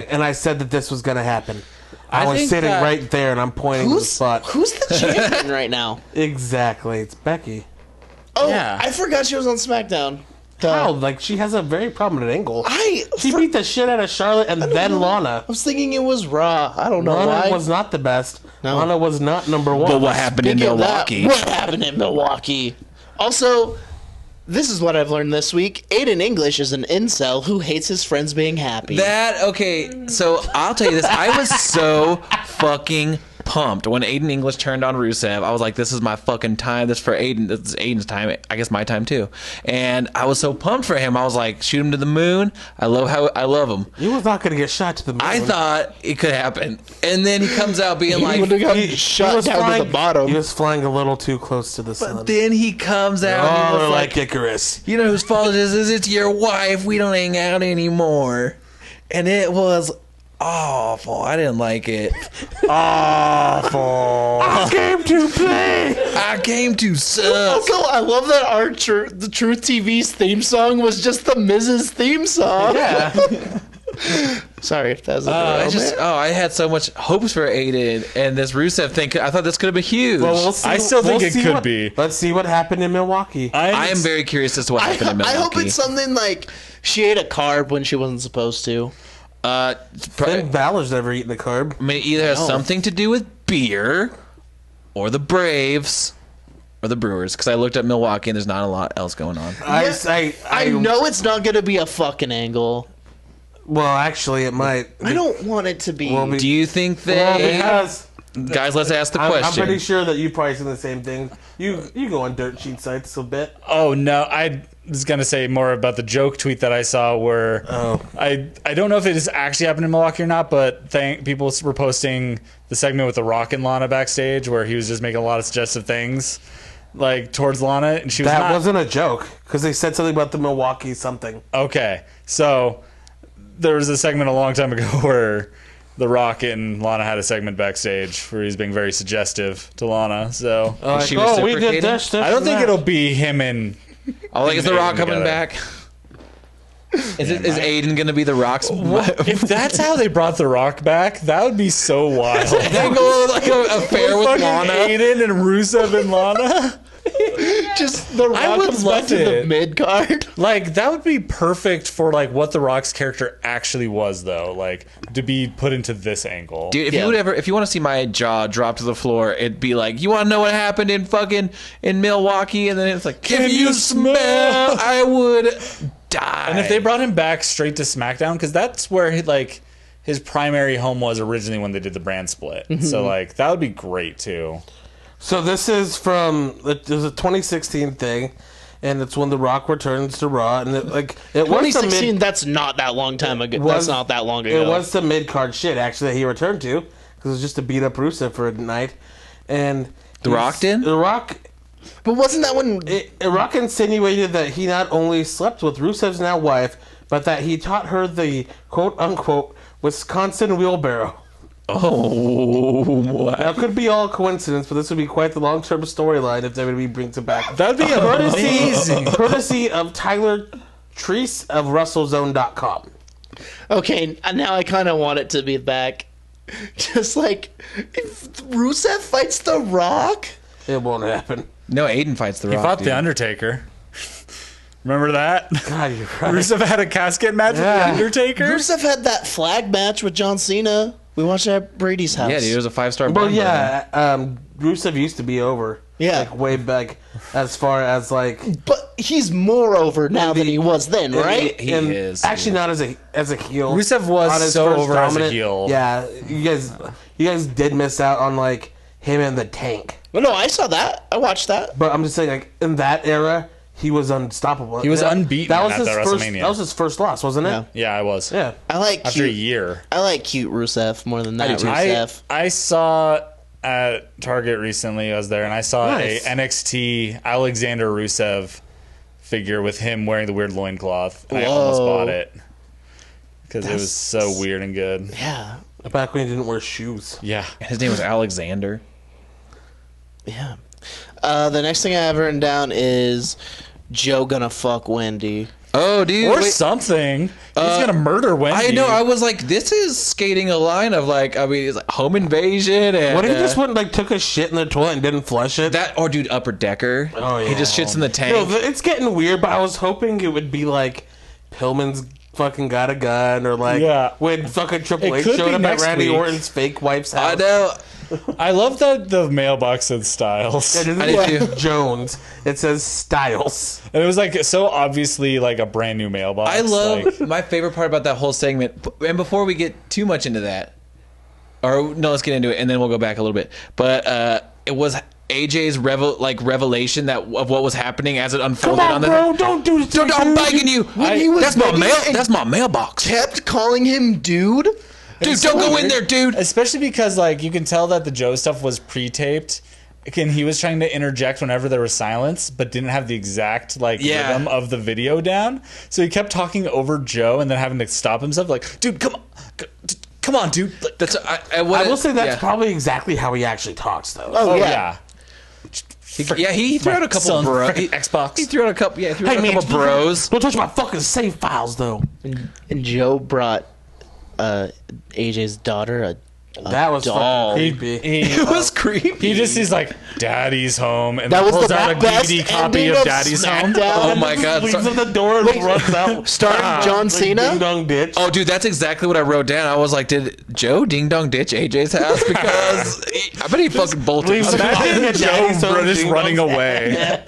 [SPEAKER 5] and I said that this was gonna happen. I,
[SPEAKER 2] I
[SPEAKER 5] was
[SPEAKER 2] think
[SPEAKER 5] sitting
[SPEAKER 2] that-
[SPEAKER 5] right there, and I'm pointing to the
[SPEAKER 3] Who's
[SPEAKER 5] spot.
[SPEAKER 3] who's the champion right now?
[SPEAKER 5] Exactly, it's Becky.
[SPEAKER 3] Oh,
[SPEAKER 4] Yeah.
[SPEAKER 3] I forgot she was on SmackDown. The-
[SPEAKER 5] Wow, like she has a very prominent angle.
[SPEAKER 3] I
[SPEAKER 5] She
[SPEAKER 3] for-
[SPEAKER 5] beat the shit out of Charlotte and then Lana.
[SPEAKER 3] I was thinking it was Raw. I don't know
[SPEAKER 5] Lana
[SPEAKER 3] why.
[SPEAKER 5] was not the best.
[SPEAKER 3] No.
[SPEAKER 5] Lana was not number one.
[SPEAKER 2] But what happened in
[SPEAKER 3] Speaking of that,
[SPEAKER 2] Milwaukee?
[SPEAKER 3] what happened in Milwaukee? Also, this is what I've learned this week. Aiden English is an incel who hates his friends being happy.
[SPEAKER 2] That okay? So I'll tell you this. I was so fucking pumped when Aiden English turned on Rusev. I was like, "This is my fucking time. This is for Aiden. This is Aiden's time. I guess my time too." And I was so pumped for him. I was like, "Shoot him to the moon." I love how I love him.
[SPEAKER 5] He was not gonna get shot to the moon.
[SPEAKER 2] I thought it could happen, and then he comes out being
[SPEAKER 3] he would have
[SPEAKER 2] like.
[SPEAKER 3] gotten
[SPEAKER 5] He
[SPEAKER 3] shot
[SPEAKER 5] was
[SPEAKER 3] down
[SPEAKER 5] flying-
[SPEAKER 3] to the bottom.
[SPEAKER 5] He was flying a little too close to the sun.
[SPEAKER 2] Then he comes out. and he
[SPEAKER 5] Oh,
[SPEAKER 2] was
[SPEAKER 5] like
[SPEAKER 2] like,
[SPEAKER 5] Icarus.
[SPEAKER 2] you know whose fault it is? It's your wife. We don't hang out anymore.
[SPEAKER 3] and it was
[SPEAKER 2] awful. I didn't like it. awful. I came to play. I came to suck.
[SPEAKER 3] Also, I love that our tr- the Truth TV's theme song was just the Mrs. theme song.
[SPEAKER 5] Yeah.
[SPEAKER 3] Sorry if that was a
[SPEAKER 2] Uh, I
[SPEAKER 3] derailment.
[SPEAKER 2] just oh, I had so much hopes for Aiden and this Rusev thing. I thought this could have been huge.
[SPEAKER 5] Well, we'll see,
[SPEAKER 4] I still
[SPEAKER 5] we'll
[SPEAKER 4] think it
[SPEAKER 5] see
[SPEAKER 4] could
[SPEAKER 5] what-
[SPEAKER 4] be.
[SPEAKER 5] Let's see what happened in Milwaukee.
[SPEAKER 2] I am very curious as to what
[SPEAKER 3] I,
[SPEAKER 2] happened in
[SPEAKER 3] I
[SPEAKER 2] Milwaukee.
[SPEAKER 3] hope it's something like she ate a carb when she wasn't supposed to.
[SPEAKER 2] Uh, pro-
[SPEAKER 5] Finn Balor's never eaten a carb.
[SPEAKER 2] I mean, it either has something to do with beer, or the Braves, or the Brewers. Because I looked up Milwaukee and there's not a lot else going on.
[SPEAKER 5] I, I,
[SPEAKER 3] I know it's not going to be a fucking angle.
[SPEAKER 5] Well, actually, it might.
[SPEAKER 3] I don't want it to be.
[SPEAKER 5] Well, be-
[SPEAKER 2] Do you think
[SPEAKER 5] Well,
[SPEAKER 2] they?
[SPEAKER 5] because
[SPEAKER 2] guys, let's ask the
[SPEAKER 5] I'm, I'm
[SPEAKER 2] question.
[SPEAKER 5] pretty sure that you've probably seen the same thing. You you go on dirt sheet sites a bit.
[SPEAKER 4] Oh no, I was gonna say more about the joke tweet that I saw where
[SPEAKER 5] Oh.
[SPEAKER 4] I I don't know if it has actually happened in Milwaukee or not, but thank people were posting the segment with the Rock and Lana backstage where he was just making a lot of suggestive things like towards Lana, and she was
[SPEAKER 5] That
[SPEAKER 4] not,
[SPEAKER 5] wasn't a joke because they said something about the Milwaukee something.
[SPEAKER 4] okay. So there was a segment a long time ago where. The Rock and Lana had a segment backstage where he's being very suggestive to Lana. So
[SPEAKER 5] Like,
[SPEAKER 2] she
[SPEAKER 5] oh, we
[SPEAKER 2] reciprocating?
[SPEAKER 5] did this. this
[SPEAKER 4] I don't
[SPEAKER 5] and
[SPEAKER 4] think
[SPEAKER 5] that."
[SPEAKER 4] it'll be him and
[SPEAKER 2] Oh, like is the Rock
[SPEAKER 4] Aiden
[SPEAKER 2] coming
[SPEAKER 4] together.
[SPEAKER 2] back? Is, it, is Aiden gonna be the Rock's
[SPEAKER 4] if that's how they brought The Rock back, that would be so wild.
[SPEAKER 2] angle like a affair with
[SPEAKER 4] Fucking
[SPEAKER 2] Lana?
[SPEAKER 4] Aiden and Rusev and Lana.
[SPEAKER 3] just the
[SPEAKER 4] I
[SPEAKER 3] rock
[SPEAKER 4] would
[SPEAKER 3] comes back
[SPEAKER 4] love
[SPEAKER 3] to the
[SPEAKER 4] it.
[SPEAKER 3] mid card.
[SPEAKER 4] Like that would be perfect for like what The Rock's character actually was, though. Like to be put into this angle.
[SPEAKER 2] Dude, if
[SPEAKER 3] Yeah.
[SPEAKER 2] you would ever, if you want to see my jaw drop to the floor, it'd be like, you want to know what happened in fucking in Milwaukee, and then it's like, can, you,
[SPEAKER 4] you
[SPEAKER 2] smell?
[SPEAKER 4] smell?
[SPEAKER 2] I would die.
[SPEAKER 4] and if they brought him back straight to SmackDown, because that's where he, like his primary home was originally when they did the brand split.
[SPEAKER 5] Mm-hmm.
[SPEAKER 4] So like that would be great too.
[SPEAKER 5] So this is from it was a 2016 thing, and it's when The Rock returns to Raw, and it, like it was the
[SPEAKER 3] 2016.
[SPEAKER 5] mid,
[SPEAKER 3] that's not that long time ago. that's
[SPEAKER 5] was-
[SPEAKER 3] not that long ago.
[SPEAKER 5] it was the mid card shit actually that he returned to because it was just to beat up Rusev for a night, and The
[SPEAKER 2] Rock did?
[SPEAKER 5] The Rock
[SPEAKER 3] but wasn't that when?
[SPEAKER 5] it, it- Rock insinuated that he not only slept with Rusev's now wife, but that he taught her the quote unquote Wisconsin wheelbarrow.
[SPEAKER 2] oh, what?
[SPEAKER 5] Now, it could be all coincidence, but this would be quite the long term storyline if WWE brings it back.
[SPEAKER 4] That'd be
[SPEAKER 5] courtesy, courtesy of Tyler Treese of WrestleZone.com.
[SPEAKER 3] Okay, and now I kind of want it to be back. Just like if Rusev fights The Rock.
[SPEAKER 5] It won't happen.
[SPEAKER 2] No, Aiden fights the Rock.
[SPEAKER 4] Fought
[SPEAKER 2] dude.
[SPEAKER 4] the Undertaker. Remember that?
[SPEAKER 5] God, you're right.
[SPEAKER 4] Rusev had a casket match
[SPEAKER 5] Yeah.
[SPEAKER 4] with the Undertaker.
[SPEAKER 3] Rusev had that flag match with John Cena. We watched it at Brady's house.
[SPEAKER 2] yeah, dude, it was a five star.
[SPEAKER 5] Well, yeah, um, Rusev used to be over.
[SPEAKER 3] Yeah.
[SPEAKER 5] Like, way back as far as, like...
[SPEAKER 3] But he's more over now than he was then, right?
[SPEAKER 2] He
[SPEAKER 5] and
[SPEAKER 2] is,
[SPEAKER 5] actually
[SPEAKER 2] dude.
[SPEAKER 5] not as a as a heel.
[SPEAKER 4] Rusev was
[SPEAKER 5] On his
[SPEAKER 4] so
[SPEAKER 5] first
[SPEAKER 4] over as a
[SPEAKER 5] dominant-
[SPEAKER 4] heel.
[SPEAKER 5] Yeah, you guys, you guys did miss out on like him and the tank.
[SPEAKER 3] Well, no, I saw that. I watched that.
[SPEAKER 5] But I'm just saying, like in that era, he was unstoppable. He
[SPEAKER 4] was unbeaten at that
[SPEAKER 5] first.
[SPEAKER 4] WrestleMania.
[SPEAKER 5] That was his first loss, wasn't it?
[SPEAKER 3] Yeah.
[SPEAKER 4] yeah, I was.
[SPEAKER 5] Yeah.
[SPEAKER 3] I like
[SPEAKER 4] After a
[SPEAKER 3] cute.
[SPEAKER 4] year.
[SPEAKER 3] I like cute Rusev more than that
[SPEAKER 4] I,
[SPEAKER 3] Rusev.
[SPEAKER 4] I saw at Target recently. I was there, and I saw
[SPEAKER 5] Nice.
[SPEAKER 4] a NXT Alexander Rusev figure with him wearing the weird loincloth. And I almost
[SPEAKER 3] Whoa.
[SPEAKER 4] bought it because it was so weird and good.
[SPEAKER 3] yeah,
[SPEAKER 5] Back when he didn't wear shoes.
[SPEAKER 4] Yeah,
[SPEAKER 2] His name was Alexander.
[SPEAKER 3] yeah. Uh, the next thing I have written down is Joe gonna fuck Wendy.
[SPEAKER 2] Oh, dude.
[SPEAKER 4] or
[SPEAKER 2] wait.
[SPEAKER 4] something. He's gonna murder Wendy.
[SPEAKER 2] uh, I know. I was like, this is skating a line of like, I mean, it's like home invasion and
[SPEAKER 5] What if he
[SPEAKER 2] uh,
[SPEAKER 5] just went and, like took a shit in the toilet and didn't flush it?
[SPEAKER 2] that or dude upper decker.
[SPEAKER 5] Oh,
[SPEAKER 2] He
[SPEAKER 5] yeah.
[SPEAKER 2] just shits in the tank.
[SPEAKER 5] No, th- it's getting weird. But I was hoping it would be like Pillman's fucking got a gun, or like
[SPEAKER 4] Yeah.
[SPEAKER 5] when fucking Triple
[SPEAKER 4] It
[SPEAKER 5] H
[SPEAKER 4] could
[SPEAKER 5] showed
[SPEAKER 4] be
[SPEAKER 5] up at
[SPEAKER 4] next
[SPEAKER 5] Randy
[SPEAKER 4] week.
[SPEAKER 5] Orton's fake wife's house.
[SPEAKER 2] I know.
[SPEAKER 4] I love that the mailbox said Styles,
[SPEAKER 5] It
[SPEAKER 4] and
[SPEAKER 5] doesn't
[SPEAKER 2] I did
[SPEAKER 5] say
[SPEAKER 2] too.
[SPEAKER 5] Jones. It says Styles.
[SPEAKER 4] it was like so obviously like a brand new mailbox.
[SPEAKER 2] I love
[SPEAKER 4] Like,
[SPEAKER 2] my favorite part about that whole segment. And before we get too much into that, or no, let's get into it, and then we'll go back a little bit. But uh, it was AJ's revel like revelation that of what was happening as it unfolded on, the.
[SPEAKER 5] don't do this.
[SPEAKER 2] Dude, I'm begging you.
[SPEAKER 3] he was
[SPEAKER 2] that's my
[SPEAKER 3] begging
[SPEAKER 2] mail.
[SPEAKER 3] and-
[SPEAKER 2] That's my mailbox.
[SPEAKER 3] Kept calling him dude.
[SPEAKER 2] Dude, don't go in there, dude.
[SPEAKER 4] especially because like you can tell that the Joe stuff was pre-taped. Again, he was trying to interject whenever there was silence, but didn't have the exact like
[SPEAKER 2] Yeah.
[SPEAKER 4] rhythm of the video down. So he kept talking over Joe and then having to stop himself. Like, dude, come on, C- d-
[SPEAKER 2] Come on, dude. That's I, I, what
[SPEAKER 5] I will say that's
[SPEAKER 2] yeah.
[SPEAKER 5] probably exactly how he actually talks, though.
[SPEAKER 3] Oh, yeah.
[SPEAKER 4] yeah.
[SPEAKER 2] yeah. He threw out a couple
[SPEAKER 4] son,
[SPEAKER 2] bro.
[SPEAKER 4] frickin'
[SPEAKER 2] He,
[SPEAKER 4] Xbox.
[SPEAKER 2] he threw out a couple. Yeah, he threw
[SPEAKER 5] Hey,
[SPEAKER 2] out a
[SPEAKER 5] man,
[SPEAKER 2] couple bros.
[SPEAKER 5] Don't touch my fucking save files, though.
[SPEAKER 3] And Joe brought uh, AJ's daughter a. a
[SPEAKER 5] That was
[SPEAKER 3] doll.
[SPEAKER 5] fucking creepy.
[SPEAKER 2] It was creepy.
[SPEAKER 4] He just he's like, "Daddy's home," and
[SPEAKER 3] That
[SPEAKER 4] then
[SPEAKER 3] was
[SPEAKER 4] pulls
[SPEAKER 3] the
[SPEAKER 4] out a
[SPEAKER 3] best
[SPEAKER 4] DVD copy
[SPEAKER 3] ending
[SPEAKER 4] of
[SPEAKER 3] of
[SPEAKER 4] Daddy's home.
[SPEAKER 3] SmackDown.
[SPEAKER 2] Oh my god.
[SPEAKER 5] Leaves
[SPEAKER 2] sorry.
[SPEAKER 5] at the door and runs out.
[SPEAKER 3] Starring John
[SPEAKER 5] Ding
[SPEAKER 3] Cena.
[SPEAKER 5] dong ditch.
[SPEAKER 2] Oh, dude, that's exactly what I wrote down. I was like, did Joe ding dong ditch AJ's house? Because he- I bet he fucking bolted.
[SPEAKER 5] leaves
[SPEAKER 2] Okay.
[SPEAKER 5] him-
[SPEAKER 4] Imagine
[SPEAKER 5] Daddy's
[SPEAKER 4] Joe
[SPEAKER 5] home,
[SPEAKER 4] British
[SPEAKER 5] ding
[SPEAKER 4] running
[SPEAKER 5] dong.
[SPEAKER 4] away.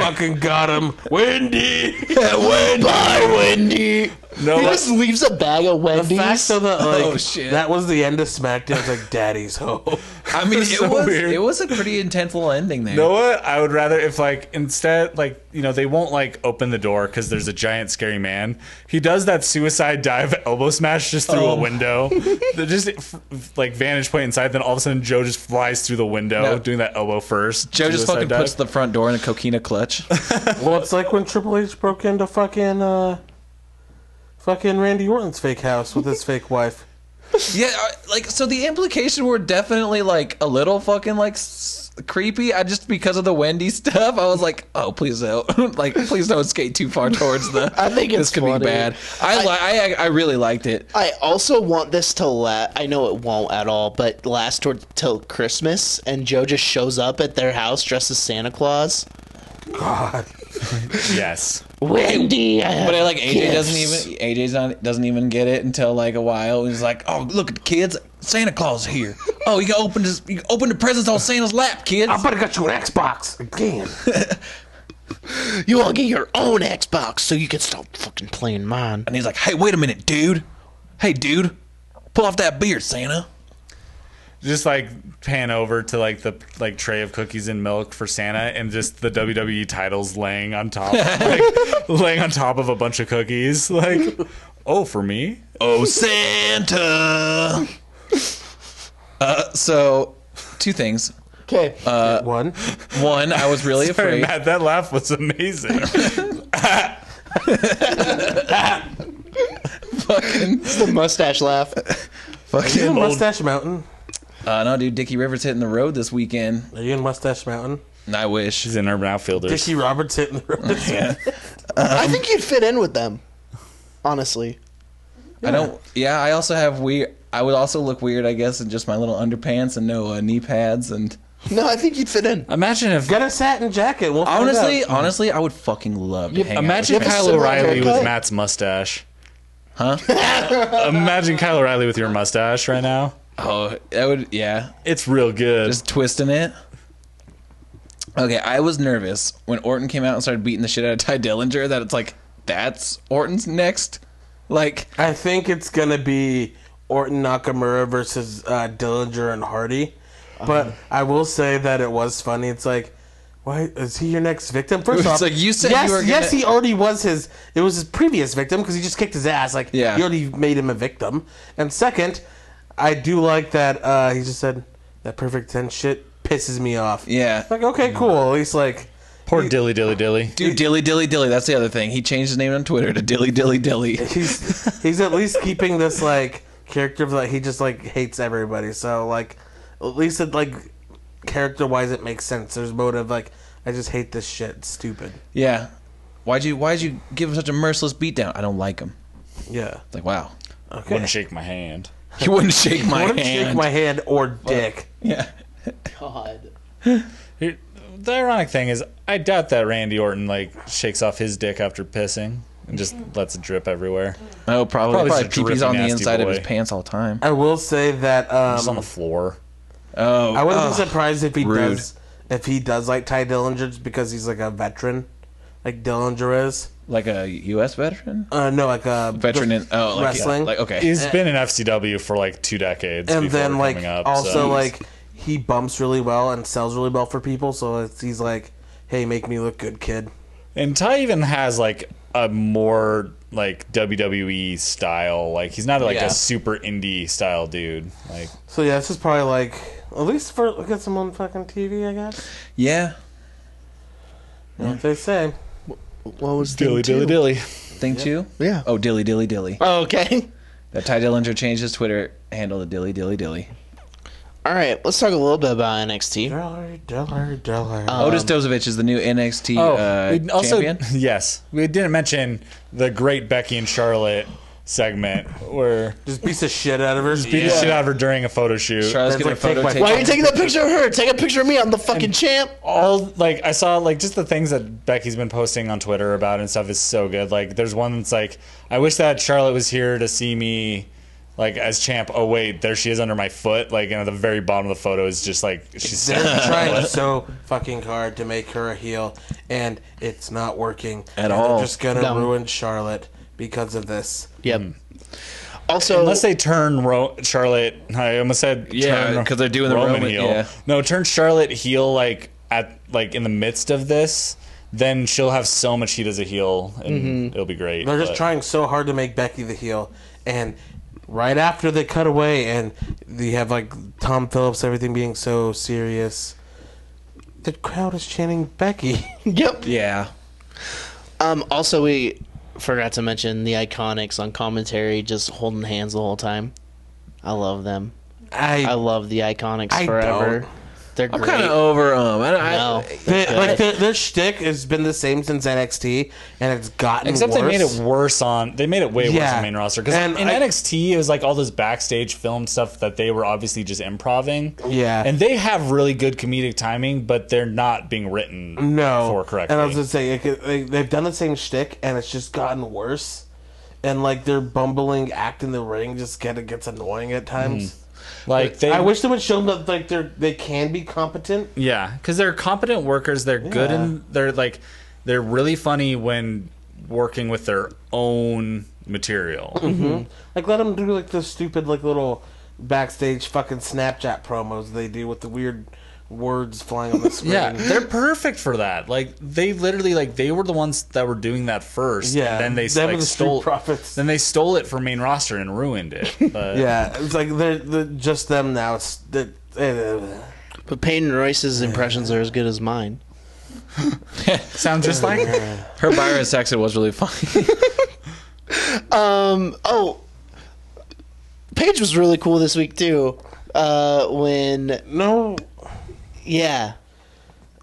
[SPEAKER 5] fucking got him. Wendy.
[SPEAKER 3] Bye, Wendy.
[SPEAKER 4] No,
[SPEAKER 3] he
[SPEAKER 4] that-
[SPEAKER 3] just leaves a bag of Wendy's.
[SPEAKER 5] Fact so that like
[SPEAKER 2] Oh, shit.
[SPEAKER 5] that was the end of SmackDown. It's like Daddy's home.
[SPEAKER 2] I mean, it
[SPEAKER 4] so
[SPEAKER 2] was
[SPEAKER 4] weird.
[SPEAKER 2] it was a pretty intense little ending there.
[SPEAKER 4] You know what? I would rather if like instead like you know they won't like open the door because there's a giant scary man. He does that suicide dive elbow smash just through
[SPEAKER 2] Oh.
[SPEAKER 4] a window. They're just f- f- like vantage point inside. Then all of a sudden Joe just flies through the window
[SPEAKER 2] No.
[SPEAKER 4] doing that elbow first.
[SPEAKER 2] Joe just
[SPEAKER 4] suicide
[SPEAKER 2] fucking
[SPEAKER 4] dive.
[SPEAKER 2] puts the front door in a coquina clutch.
[SPEAKER 5] well, it's like when Triple H broke into fucking uh, fucking Randy Orton's fake house with his fake wife.
[SPEAKER 2] yeah, I- like so the implication were definitely like a little fucking like s- creepy. I just because of the Wendy stuff, I was like, oh please don't, like please don't skate too far towards the.
[SPEAKER 3] I think
[SPEAKER 2] this
[SPEAKER 3] it's
[SPEAKER 2] could
[SPEAKER 3] funny.
[SPEAKER 2] be bad. I, li- I I really liked it.
[SPEAKER 3] I also want this to last. I know it won't at all, but last toward till Christmas, and Joe just shows up at their house dressed as Santa Claus.
[SPEAKER 5] God,
[SPEAKER 4] yes.
[SPEAKER 3] Wendy, I
[SPEAKER 2] But
[SPEAKER 3] have
[SPEAKER 2] like AJ
[SPEAKER 3] gifts.
[SPEAKER 2] doesn't even AJ's not doesn't even get it until like a while. He's like, "Oh, look at the kids! Santa Claus is here! Oh, you can open this, you can open the presents on Santa's lap, kids!"
[SPEAKER 5] I better got you an Xbox again.
[SPEAKER 3] You all get your own Xbox so you can stop fucking playing mine.
[SPEAKER 2] And he's like, "Hey, wait a minute, dude! Hey, dude, pull off that beard, Santa!"
[SPEAKER 4] Just like pan over to like the like tray of cookies and milk for Santa, and just the WWE titles laying on top, like laying on top of a bunch of cookies. Like, oh, for me,
[SPEAKER 2] Oh, Santa! uh, so two things.
[SPEAKER 3] Okay.
[SPEAKER 5] One.
[SPEAKER 2] One, I was really afraid.
[SPEAKER 4] Sorry, Matt, that laugh was amazing.
[SPEAKER 3] It's the mustache laugh.
[SPEAKER 5] Are you in
[SPEAKER 2] Fucking,
[SPEAKER 5] Mustache Mountain?
[SPEAKER 2] uh, no, dude, Dickie Rivers hitting the road this weekend.
[SPEAKER 5] Are you in Mustache Mountain?
[SPEAKER 2] And I wish.
[SPEAKER 4] He's an urban outfielder.
[SPEAKER 5] Dickie Roberts hitting the road.
[SPEAKER 3] I think you'd fit in with them, honestly.
[SPEAKER 2] I don't. Yeah, I also have weird. I would also look weird, I guess, in just my little underpants and no uh, knee pads. And
[SPEAKER 3] No, I think you'd fit in.
[SPEAKER 4] Imagine if
[SPEAKER 5] Get a satin jacket. We'll find
[SPEAKER 2] honestly,
[SPEAKER 5] out.
[SPEAKER 2] honestly, I would fucking love to hang
[SPEAKER 4] imagine
[SPEAKER 2] out. with
[SPEAKER 4] Kyle
[SPEAKER 3] similar
[SPEAKER 4] O'Reilly with
[SPEAKER 3] haircut.
[SPEAKER 4] Matt's mustache. Huh? imagine Kyle O'Reilly with your mustache right now.
[SPEAKER 2] you. Oh, that would. Yeah,
[SPEAKER 4] It's real good.
[SPEAKER 2] just twisting it. Okay, I was nervous when Orton came out and started beating the shit out of Ty Dillinger. That it's like that's Orton's next. Like,
[SPEAKER 5] I think it's gonna be Orton Nakamura versus uh, Dillinger and Hardy. But
[SPEAKER 2] Uh-huh.
[SPEAKER 5] I will say that it was funny. It's like, why is he your next victim? First
[SPEAKER 2] It's
[SPEAKER 5] off,
[SPEAKER 2] like, you said
[SPEAKER 5] yes,
[SPEAKER 2] you were
[SPEAKER 5] yes,
[SPEAKER 2] gonna-
[SPEAKER 5] he already was his. It was his previous victim because he just kicked his ass. Like,
[SPEAKER 2] Yeah.
[SPEAKER 5] you already made him a victim. And second, I do like that uh, he just said that perfect ten shit pisses me off.
[SPEAKER 2] yeah,
[SPEAKER 5] Like, okay, cool. At least like,
[SPEAKER 4] Poor Dilly Dilly Dilly.
[SPEAKER 2] dude, Dilly Dilly Dilly. That's the other thing. He changed his name on Twitter to Dilly Dilly Dilly.
[SPEAKER 5] he's he's at least keeping this like character of like he just like hates everybody. So like at least it like character wise it makes sense. There's motive like I just hate this shit. It's stupid.
[SPEAKER 2] Yeah, why'd you why'd you give him such a merciless beatdown? I don't like him.
[SPEAKER 5] Yeah.
[SPEAKER 2] Like, wow.
[SPEAKER 5] Okay.
[SPEAKER 4] Wouldn't shake my hand.
[SPEAKER 2] He wouldn't shake my
[SPEAKER 5] Wouldn't
[SPEAKER 2] hand.
[SPEAKER 5] shake my hand or dick.
[SPEAKER 2] yeah.
[SPEAKER 3] God.
[SPEAKER 4] Here- The ironic thing is, I doubt that Randy Orton like shakes off his dick after pissing and just lets it drip everywhere.
[SPEAKER 2] Oh, probably.
[SPEAKER 4] Probably
[SPEAKER 2] Probably,
[SPEAKER 4] just a
[SPEAKER 2] pee-pee's
[SPEAKER 4] drippy,
[SPEAKER 2] on the
[SPEAKER 4] nasty
[SPEAKER 2] inside of
[SPEAKER 4] boy.
[SPEAKER 2] his pants all the time.
[SPEAKER 5] I will say that
[SPEAKER 4] Just on
[SPEAKER 5] um,
[SPEAKER 4] the floor.
[SPEAKER 2] Oh,
[SPEAKER 5] I wouldn't be surprised if he
[SPEAKER 2] rude.
[SPEAKER 5] does if he does like Ty Dillinger just because he's like a veteran. Like Dillinger is.
[SPEAKER 2] like a U.S. veteran,
[SPEAKER 5] Uh no, like a
[SPEAKER 2] veteran in oh, like,
[SPEAKER 5] wrestling.
[SPEAKER 2] Like okay,
[SPEAKER 4] He's been in FCW for like two decades.
[SPEAKER 5] and
[SPEAKER 4] before
[SPEAKER 5] then like
[SPEAKER 4] coming up,
[SPEAKER 5] also
[SPEAKER 4] so-
[SPEAKER 5] like he bumps really well and sells really well for people so it's, he's like hey make me look good kid
[SPEAKER 4] And Ty even has like a more like WWE style. Like he's not like
[SPEAKER 2] Yeah.
[SPEAKER 4] a super indie style dude. Like
[SPEAKER 5] so yeah this is probably like at least for look at some on fucking tv i guess
[SPEAKER 2] yeah.
[SPEAKER 5] you know what they say
[SPEAKER 3] What was
[SPEAKER 4] dilly dilly dilly.
[SPEAKER 2] Thing two,
[SPEAKER 3] Yeah.
[SPEAKER 2] Oh, dilly dilly dilly.
[SPEAKER 3] Okay.
[SPEAKER 2] That Ty Dillinger changed his Twitter handle to Dilly Dilly Dilly.
[SPEAKER 3] All right, let's talk a little bit about NXT.
[SPEAKER 5] Dollar, dollar, dollar.
[SPEAKER 2] Otis Dozovich is the new NXT
[SPEAKER 4] oh, we
[SPEAKER 2] uh, champion.
[SPEAKER 4] yes, we didn't mention the great Becky and Charlotte segment where
[SPEAKER 5] Just piece of shit out of her.
[SPEAKER 4] beat the shit out of her during a photo shoot.
[SPEAKER 2] Charlotte's
[SPEAKER 5] That's
[SPEAKER 2] getting a
[SPEAKER 5] like, take
[SPEAKER 2] photo taken.
[SPEAKER 5] my-
[SPEAKER 3] Why are you Oh, taking that picture of her? Take a picture of me. I'm the fucking champ.
[SPEAKER 4] all like I saw like just the things that Becky's been posting on Twitter about and stuff is so good. Like there's one that's like I wish that Charlotte was here to see me like as champ. Oh wait, there she is under my foot. Like and at the very bottom of the photo is just like she's
[SPEAKER 5] They're trying so fucking hard to make her a heel, and it's not working
[SPEAKER 2] At
[SPEAKER 5] And
[SPEAKER 2] all.
[SPEAKER 5] They're just gonna
[SPEAKER 3] No.
[SPEAKER 5] ruin Charlotte because of this.
[SPEAKER 3] Yep. Mm. Also,
[SPEAKER 4] Unless they turn Ro- Charlotte, I almost said
[SPEAKER 2] Yeah,
[SPEAKER 4] turn
[SPEAKER 2] 'cause they're doing the Roman-
[SPEAKER 4] heel.
[SPEAKER 2] yeah.
[SPEAKER 4] No, turn Charlotte heel like at like in the midst of this, then she'll have so much heat as a heel, and
[SPEAKER 2] Mm-hmm.
[SPEAKER 4] it'll be great.
[SPEAKER 5] They're just
[SPEAKER 4] but-
[SPEAKER 5] trying so hard to make Becky the heel, and right after they cut away, and you have like Tom Phillips, everything being so serious. The crowd is chanting Becky.
[SPEAKER 3] yep.
[SPEAKER 2] Yeah.
[SPEAKER 3] Um, also, we forgot to mention the Iconics on commentary, just holding hands the whole time. I love them.
[SPEAKER 5] I,
[SPEAKER 3] I love the Iconics
[SPEAKER 5] I
[SPEAKER 3] forever.
[SPEAKER 5] don't.
[SPEAKER 3] They're
[SPEAKER 2] I'm
[SPEAKER 3] great.
[SPEAKER 2] kind of over him. I, I,
[SPEAKER 3] No.
[SPEAKER 5] they, like their, their shtick has been the same since NXT, and it's gotten
[SPEAKER 4] Except
[SPEAKER 5] worse.
[SPEAKER 4] they made it worse on they made it way worse
[SPEAKER 5] Yeah.
[SPEAKER 4] on main roster because
[SPEAKER 5] And
[SPEAKER 4] in
[SPEAKER 5] I-
[SPEAKER 4] NXT it was like all this backstage film stuff that they were obviously just improving.
[SPEAKER 5] Yeah.
[SPEAKER 4] and they have really good comedic timing, but they're not being written
[SPEAKER 5] no
[SPEAKER 4] for correctly.
[SPEAKER 5] And I was gonna say like, they, they've done the same shtick, and it's just gotten worse. And like their bumbling act in the ring just get it gets annoying at times.
[SPEAKER 4] like Mm-hmm. they,
[SPEAKER 5] I wish they would show them that like they're they can be competent.
[SPEAKER 4] yeah, because they're competent workers. They're good and they're like they're really funny when working with their own material.
[SPEAKER 5] Mm-hmm. Hmm. Like let them do like the stupid like little backstage fucking Snapchat promos they do with the weird words flying on the screen.
[SPEAKER 4] Yeah, they're perfect for that. Like they literally like they were the ones that were doing that first.
[SPEAKER 5] Yeah,
[SPEAKER 4] and then they
[SPEAKER 5] them
[SPEAKER 4] like,
[SPEAKER 5] and the Street
[SPEAKER 4] stole
[SPEAKER 5] Profits.
[SPEAKER 4] Then they stole it from main roster and ruined it. But
[SPEAKER 5] yeah. It's like they're, they're just them now. It's eh, that.
[SPEAKER 3] but Peyton Royce's impressions are as good as mine.
[SPEAKER 4] sounds just like
[SPEAKER 2] her Byron Saxon was really funny.
[SPEAKER 3] Oh, Paige was really cool this week too. Uh, when
[SPEAKER 5] no,
[SPEAKER 3] yeah,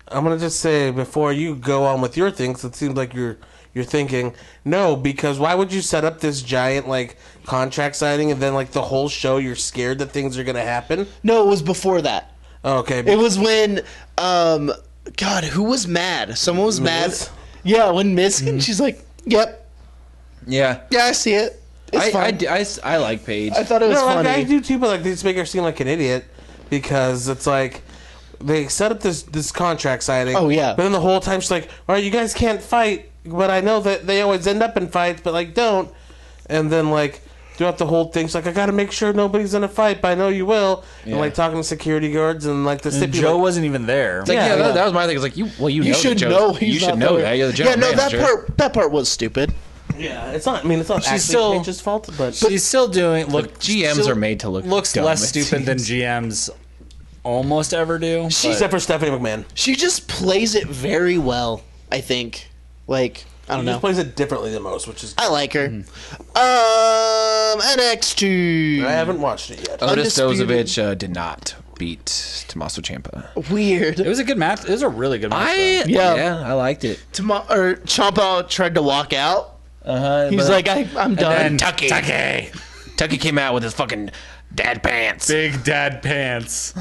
[SPEAKER 5] I'm gonna just say before you go on with your things, it seems like you're you're thinking no because why would you set up this giant like contract signing and then like the whole show you're scared that things are gonna happen?
[SPEAKER 3] no, it was before that.
[SPEAKER 5] Okay,
[SPEAKER 3] It was when um, God, who was mad? Someone was
[SPEAKER 5] Miz?
[SPEAKER 3] mad. Yeah, when Miss
[SPEAKER 2] Mm-hmm.
[SPEAKER 3] and she's like, "Yep,
[SPEAKER 2] yeah.
[SPEAKER 3] yeah, I see it. It's
[SPEAKER 2] I,
[SPEAKER 3] fine."
[SPEAKER 2] I, I, I like Paige.
[SPEAKER 3] I thought it was
[SPEAKER 5] no,
[SPEAKER 3] funny.
[SPEAKER 5] Like, I do too, but like they just make her seem like an idiot because it's like they set up this this contract signing.
[SPEAKER 3] Oh, yeah.
[SPEAKER 5] But then the whole time she's like, "All right, you guys can't fight, but I know that they always end up in fights, but like don't." And then like throughout the whole thing, she's like, "I got to make sure nobody's in a fight, but I know you will." And like talking to security guards and like the
[SPEAKER 4] and
[SPEAKER 5] stipulate.
[SPEAKER 4] Joe wasn't even there.
[SPEAKER 2] Like, yeah,
[SPEAKER 5] Yeah.
[SPEAKER 2] That, that was my thing. It's like you. Well, you,
[SPEAKER 3] you
[SPEAKER 2] know
[SPEAKER 3] should
[SPEAKER 2] that Joe-
[SPEAKER 3] know.
[SPEAKER 2] You
[SPEAKER 3] he's
[SPEAKER 2] should
[SPEAKER 3] not
[SPEAKER 2] know
[SPEAKER 3] there.
[SPEAKER 2] that. You're the general
[SPEAKER 3] yeah, no,
[SPEAKER 2] manager.
[SPEAKER 3] that part that part was stupid.
[SPEAKER 5] yeah, it's not. I mean, it's not actually
[SPEAKER 4] still-
[SPEAKER 5] still, Page's fault, but
[SPEAKER 4] She's still doing. Look,
[SPEAKER 2] GMs
[SPEAKER 4] still
[SPEAKER 2] are made to look
[SPEAKER 4] looks
[SPEAKER 2] dumb,
[SPEAKER 4] less
[SPEAKER 2] it
[SPEAKER 4] stupid than GMs almost ever do.
[SPEAKER 3] She's
[SPEAKER 5] except for Stephanie McMahon,
[SPEAKER 3] she just plays it very well. I think. Like I
[SPEAKER 5] she just
[SPEAKER 3] don't know.
[SPEAKER 5] plays it differently than most, which is
[SPEAKER 3] I like her. Mm-hmm. Um, NXT.
[SPEAKER 5] I haven't watched it yet.
[SPEAKER 2] Otis
[SPEAKER 3] Undisputed.
[SPEAKER 2] Dozovich uh, did not beat Tommaso Ciampa.
[SPEAKER 3] Weird.
[SPEAKER 4] It was a good match. It was a really good match.
[SPEAKER 2] I
[SPEAKER 3] Yeah.
[SPEAKER 2] yeah. I liked it.
[SPEAKER 3] Tomo- or Champa tried to walk out.
[SPEAKER 2] Uh,
[SPEAKER 3] He's like, I, I'm done.
[SPEAKER 4] Uh-huh, and
[SPEAKER 2] Tucky. Tucky. Tucky came out with his fucking dad pants.
[SPEAKER 4] big dad pants,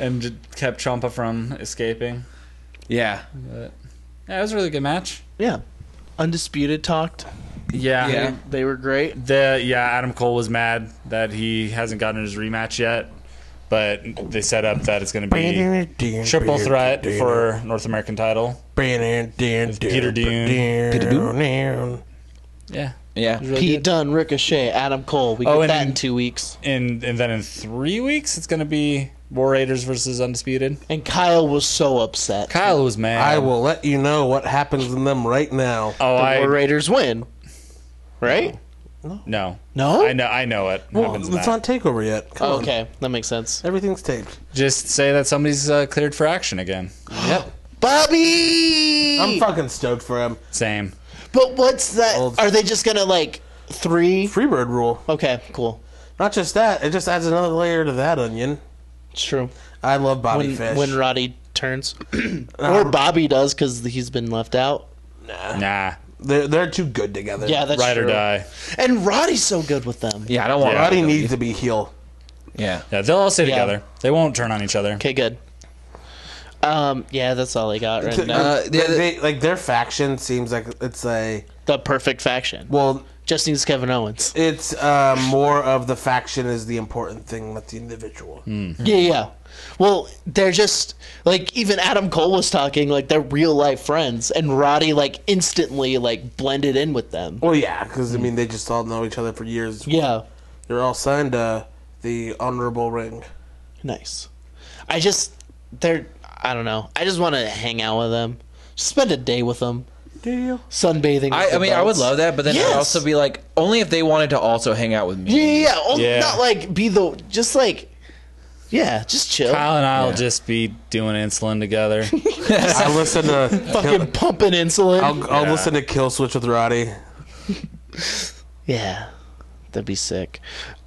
[SPEAKER 4] and j- kept Chompa from escaping.
[SPEAKER 2] Yeah.
[SPEAKER 4] Yeah, it was a really good match.
[SPEAKER 3] yeah, undisputed talked.
[SPEAKER 4] Yeah,
[SPEAKER 2] Yeah.
[SPEAKER 3] They were great.
[SPEAKER 4] The yeah, Adam Cole was mad that he hasn't gotten his rematch yet, but they set up that it's going to be triple threat for North American title.
[SPEAKER 5] Peter
[SPEAKER 4] Dune.
[SPEAKER 5] Peter Dune.
[SPEAKER 4] Yeah,
[SPEAKER 2] Yeah.
[SPEAKER 3] Pete Dunne, Ricochet, Adam Cole. We
[SPEAKER 4] Oh,
[SPEAKER 3] got
[SPEAKER 4] and-
[SPEAKER 3] that in two weeks.
[SPEAKER 4] and and then in three weeks it's going to be War Raiders versus Undisputed.
[SPEAKER 3] And Kyle was so upset.
[SPEAKER 4] Kyle was mad.
[SPEAKER 5] I will let you know what happens in them right now.
[SPEAKER 4] Oh,
[SPEAKER 3] the
[SPEAKER 4] I
[SPEAKER 3] War Raiders win, right?
[SPEAKER 4] no.
[SPEAKER 3] No.
[SPEAKER 4] I know. I know it.
[SPEAKER 5] well,
[SPEAKER 4] happens
[SPEAKER 5] it's
[SPEAKER 4] in that. Oh.
[SPEAKER 5] not takeover yet. Come
[SPEAKER 3] Oh,
[SPEAKER 5] on.
[SPEAKER 3] okay, that makes sense.
[SPEAKER 5] Everything's taped.
[SPEAKER 4] Just say that somebody's uh, cleared for action again.
[SPEAKER 5] Yep.
[SPEAKER 3] Bobby.
[SPEAKER 5] I'm fucking stoked for him.
[SPEAKER 4] Same.
[SPEAKER 3] but what's that?
[SPEAKER 5] Old-
[SPEAKER 3] Are they just gonna like Three.
[SPEAKER 5] Freebird rule.
[SPEAKER 3] Okay, cool.
[SPEAKER 5] Not just that, it just adds another layer to that onion.
[SPEAKER 3] It's true.
[SPEAKER 5] I love Bobby
[SPEAKER 3] When,
[SPEAKER 5] Fish.
[SPEAKER 3] when Roddy turns, or Bobby does because he's been left out.
[SPEAKER 4] Nah,
[SPEAKER 5] they're, they're too good together.
[SPEAKER 3] Yeah, that's
[SPEAKER 4] ride
[SPEAKER 3] true.
[SPEAKER 4] or die.
[SPEAKER 3] And Roddy's so good with them.
[SPEAKER 2] Yeah, I don't want.
[SPEAKER 5] Roddy needs to be heel.
[SPEAKER 2] Yeah.
[SPEAKER 4] Yeah, they'll all stay
[SPEAKER 3] Yeah.
[SPEAKER 4] together. They won't turn on each other.
[SPEAKER 3] Okay, good. Um, yeah, that's all I got right now.
[SPEAKER 2] Uh, yeah,
[SPEAKER 5] they, they- like their faction seems like it's a
[SPEAKER 3] the perfect faction.
[SPEAKER 5] well,
[SPEAKER 3] Just needs Kevin Owens.
[SPEAKER 5] it's uh, more of the faction is the important thing, not the individual.
[SPEAKER 4] Hmm.
[SPEAKER 3] Yeah, yeah. Well, they're just like even Adam Cole was talking like they're real life friends, and Roddy like instantly like blended in with them.
[SPEAKER 5] Well, yeah, because I mean they just all know each other for years.
[SPEAKER 3] Yeah,
[SPEAKER 5] They're all signed to the honorable ring.
[SPEAKER 3] nice. I just they're I don't know. I just want to hang out with them, spend a day with them,
[SPEAKER 5] Do you?
[SPEAKER 3] sunbathing.
[SPEAKER 2] I,
[SPEAKER 3] with
[SPEAKER 2] I
[SPEAKER 3] the
[SPEAKER 2] mean, I would
[SPEAKER 3] belts.
[SPEAKER 2] love that, but then
[SPEAKER 3] Yes.
[SPEAKER 2] I'd also be like, only if they wanted to also hang out with me.
[SPEAKER 3] Yeah, yeah, yeah. Oh,
[SPEAKER 4] Yeah.
[SPEAKER 3] Not like be the just like, yeah, just chill.
[SPEAKER 4] Kyle and I'll just be doing insulin together.
[SPEAKER 5] I listen to.
[SPEAKER 3] Fucking pumping insulin.
[SPEAKER 5] I'll, I'll listen to Kill Switch with Roddy.
[SPEAKER 3] Yeah, that'd be sick.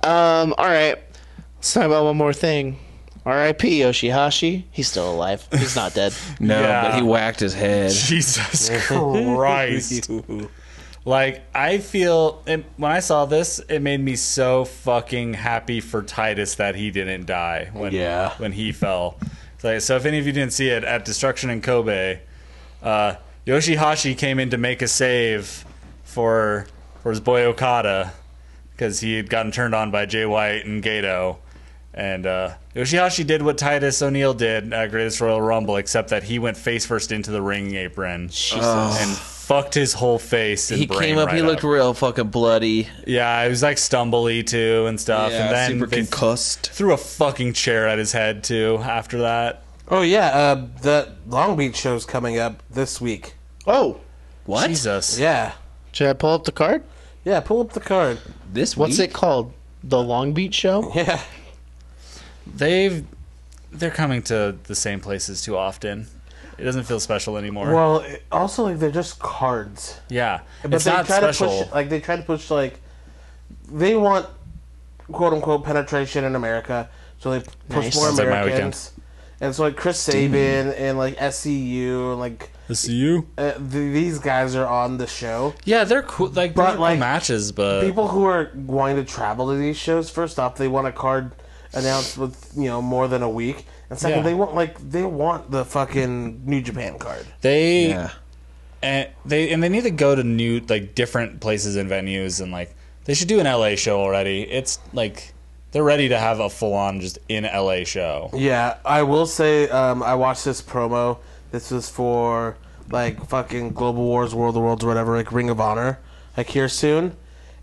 [SPEAKER 3] Um, all right, let's talk about one more thing. R.I.P. Yoshihashi. He's still alive. He's not dead.
[SPEAKER 2] No,
[SPEAKER 4] Yeah.
[SPEAKER 2] but he whacked his head.
[SPEAKER 4] Jesus Christ. like, I feel and when I saw this, it made me so fucking happy for Titus that he didn't die when
[SPEAKER 5] Yeah.
[SPEAKER 4] when he fell. It's like, so if any of you didn't see it at Destruction in Kobe, uh, Yoshihashi came in to make a save for for his boy Okada because he had gotten turned on by Jay White and Gato. And uh, Yoshihashi did what Titus O'Neil did at Greatest Royal Rumble, except that he went face first into the ring apron and fucked his whole face. And
[SPEAKER 2] He
[SPEAKER 4] brain
[SPEAKER 2] came up.
[SPEAKER 4] right
[SPEAKER 2] he looked real fucking bloody.
[SPEAKER 4] yeah, it was like stumbly too and stuff. and
[SPEAKER 2] Yeah,
[SPEAKER 4] then
[SPEAKER 2] super
[SPEAKER 4] they
[SPEAKER 2] concussed.
[SPEAKER 4] threw a fucking chair at his head too. After that,
[SPEAKER 5] Oh yeah, uh, the Long Beach show's coming up this week.
[SPEAKER 3] Oh,
[SPEAKER 2] What?
[SPEAKER 4] Jesus,
[SPEAKER 5] Yeah,
[SPEAKER 3] should I pull up the card?
[SPEAKER 5] yeah. Pull up the card.
[SPEAKER 2] This
[SPEAKER 3] What's
[SPEAKER 2] week?
[SPEAKER 3] it called? The Long Beach Show.
[SPEAKER 5] Yeah.
[SPEAKER 4] they've they're coming to the same places too often. It doesn't feel special anymore.
[SPEAKER 5] Well, it- also like they're just cards.
[SPEAKER 4] yeah,
[SPEAKER 5] But
[SPEAKER 4] it's
[SPEAKER 5] they
[SPEAKER 4] not
[SPEAKER 5] try
[SPEAKER 4] special.
[SPEAKER 5] to push like they try to push like they want quote unquote penetration in America, so they push
[SPEAKER 3] Nice.
[SPEAKER 5] more
[SPEAKER 4] Sounds like my
[SPEAKER 5] Americans. and so like Chris Sabin and like SCU and like
[SPEAKER 4] SCU.
[SPEAKER 5] uh, th- these guys are on the show.
[SPEAKER 4] Yeah, they're cool. Like,
[SPEAKER 5] But,
[SPEAKER 4] they're cool
[SPEAKER 5] like,
[SPEAKER 4] matches, but
[SPEAKER 5] People who are going to travel to these shows, first off, they want a card announced with you know more than a week, and second,
[SPEAKER 4] Yeah.
[SPEAKER 5] they want like they want the fucking New Japan card.
[SPEAKER 4] they
[SPEAKER 2] Yeah.
[SPEAKER 4] and they and they need to go to new like different places and venues and like they should do an LA show already. It's like they're ready to have a full on just in LA show.
[SPEAKER 5] Yeah, I will say um, I watched this promo. This was for like fucking Global Wars, World of the Worlds, or whatever, like Ring of Honor, like here soon.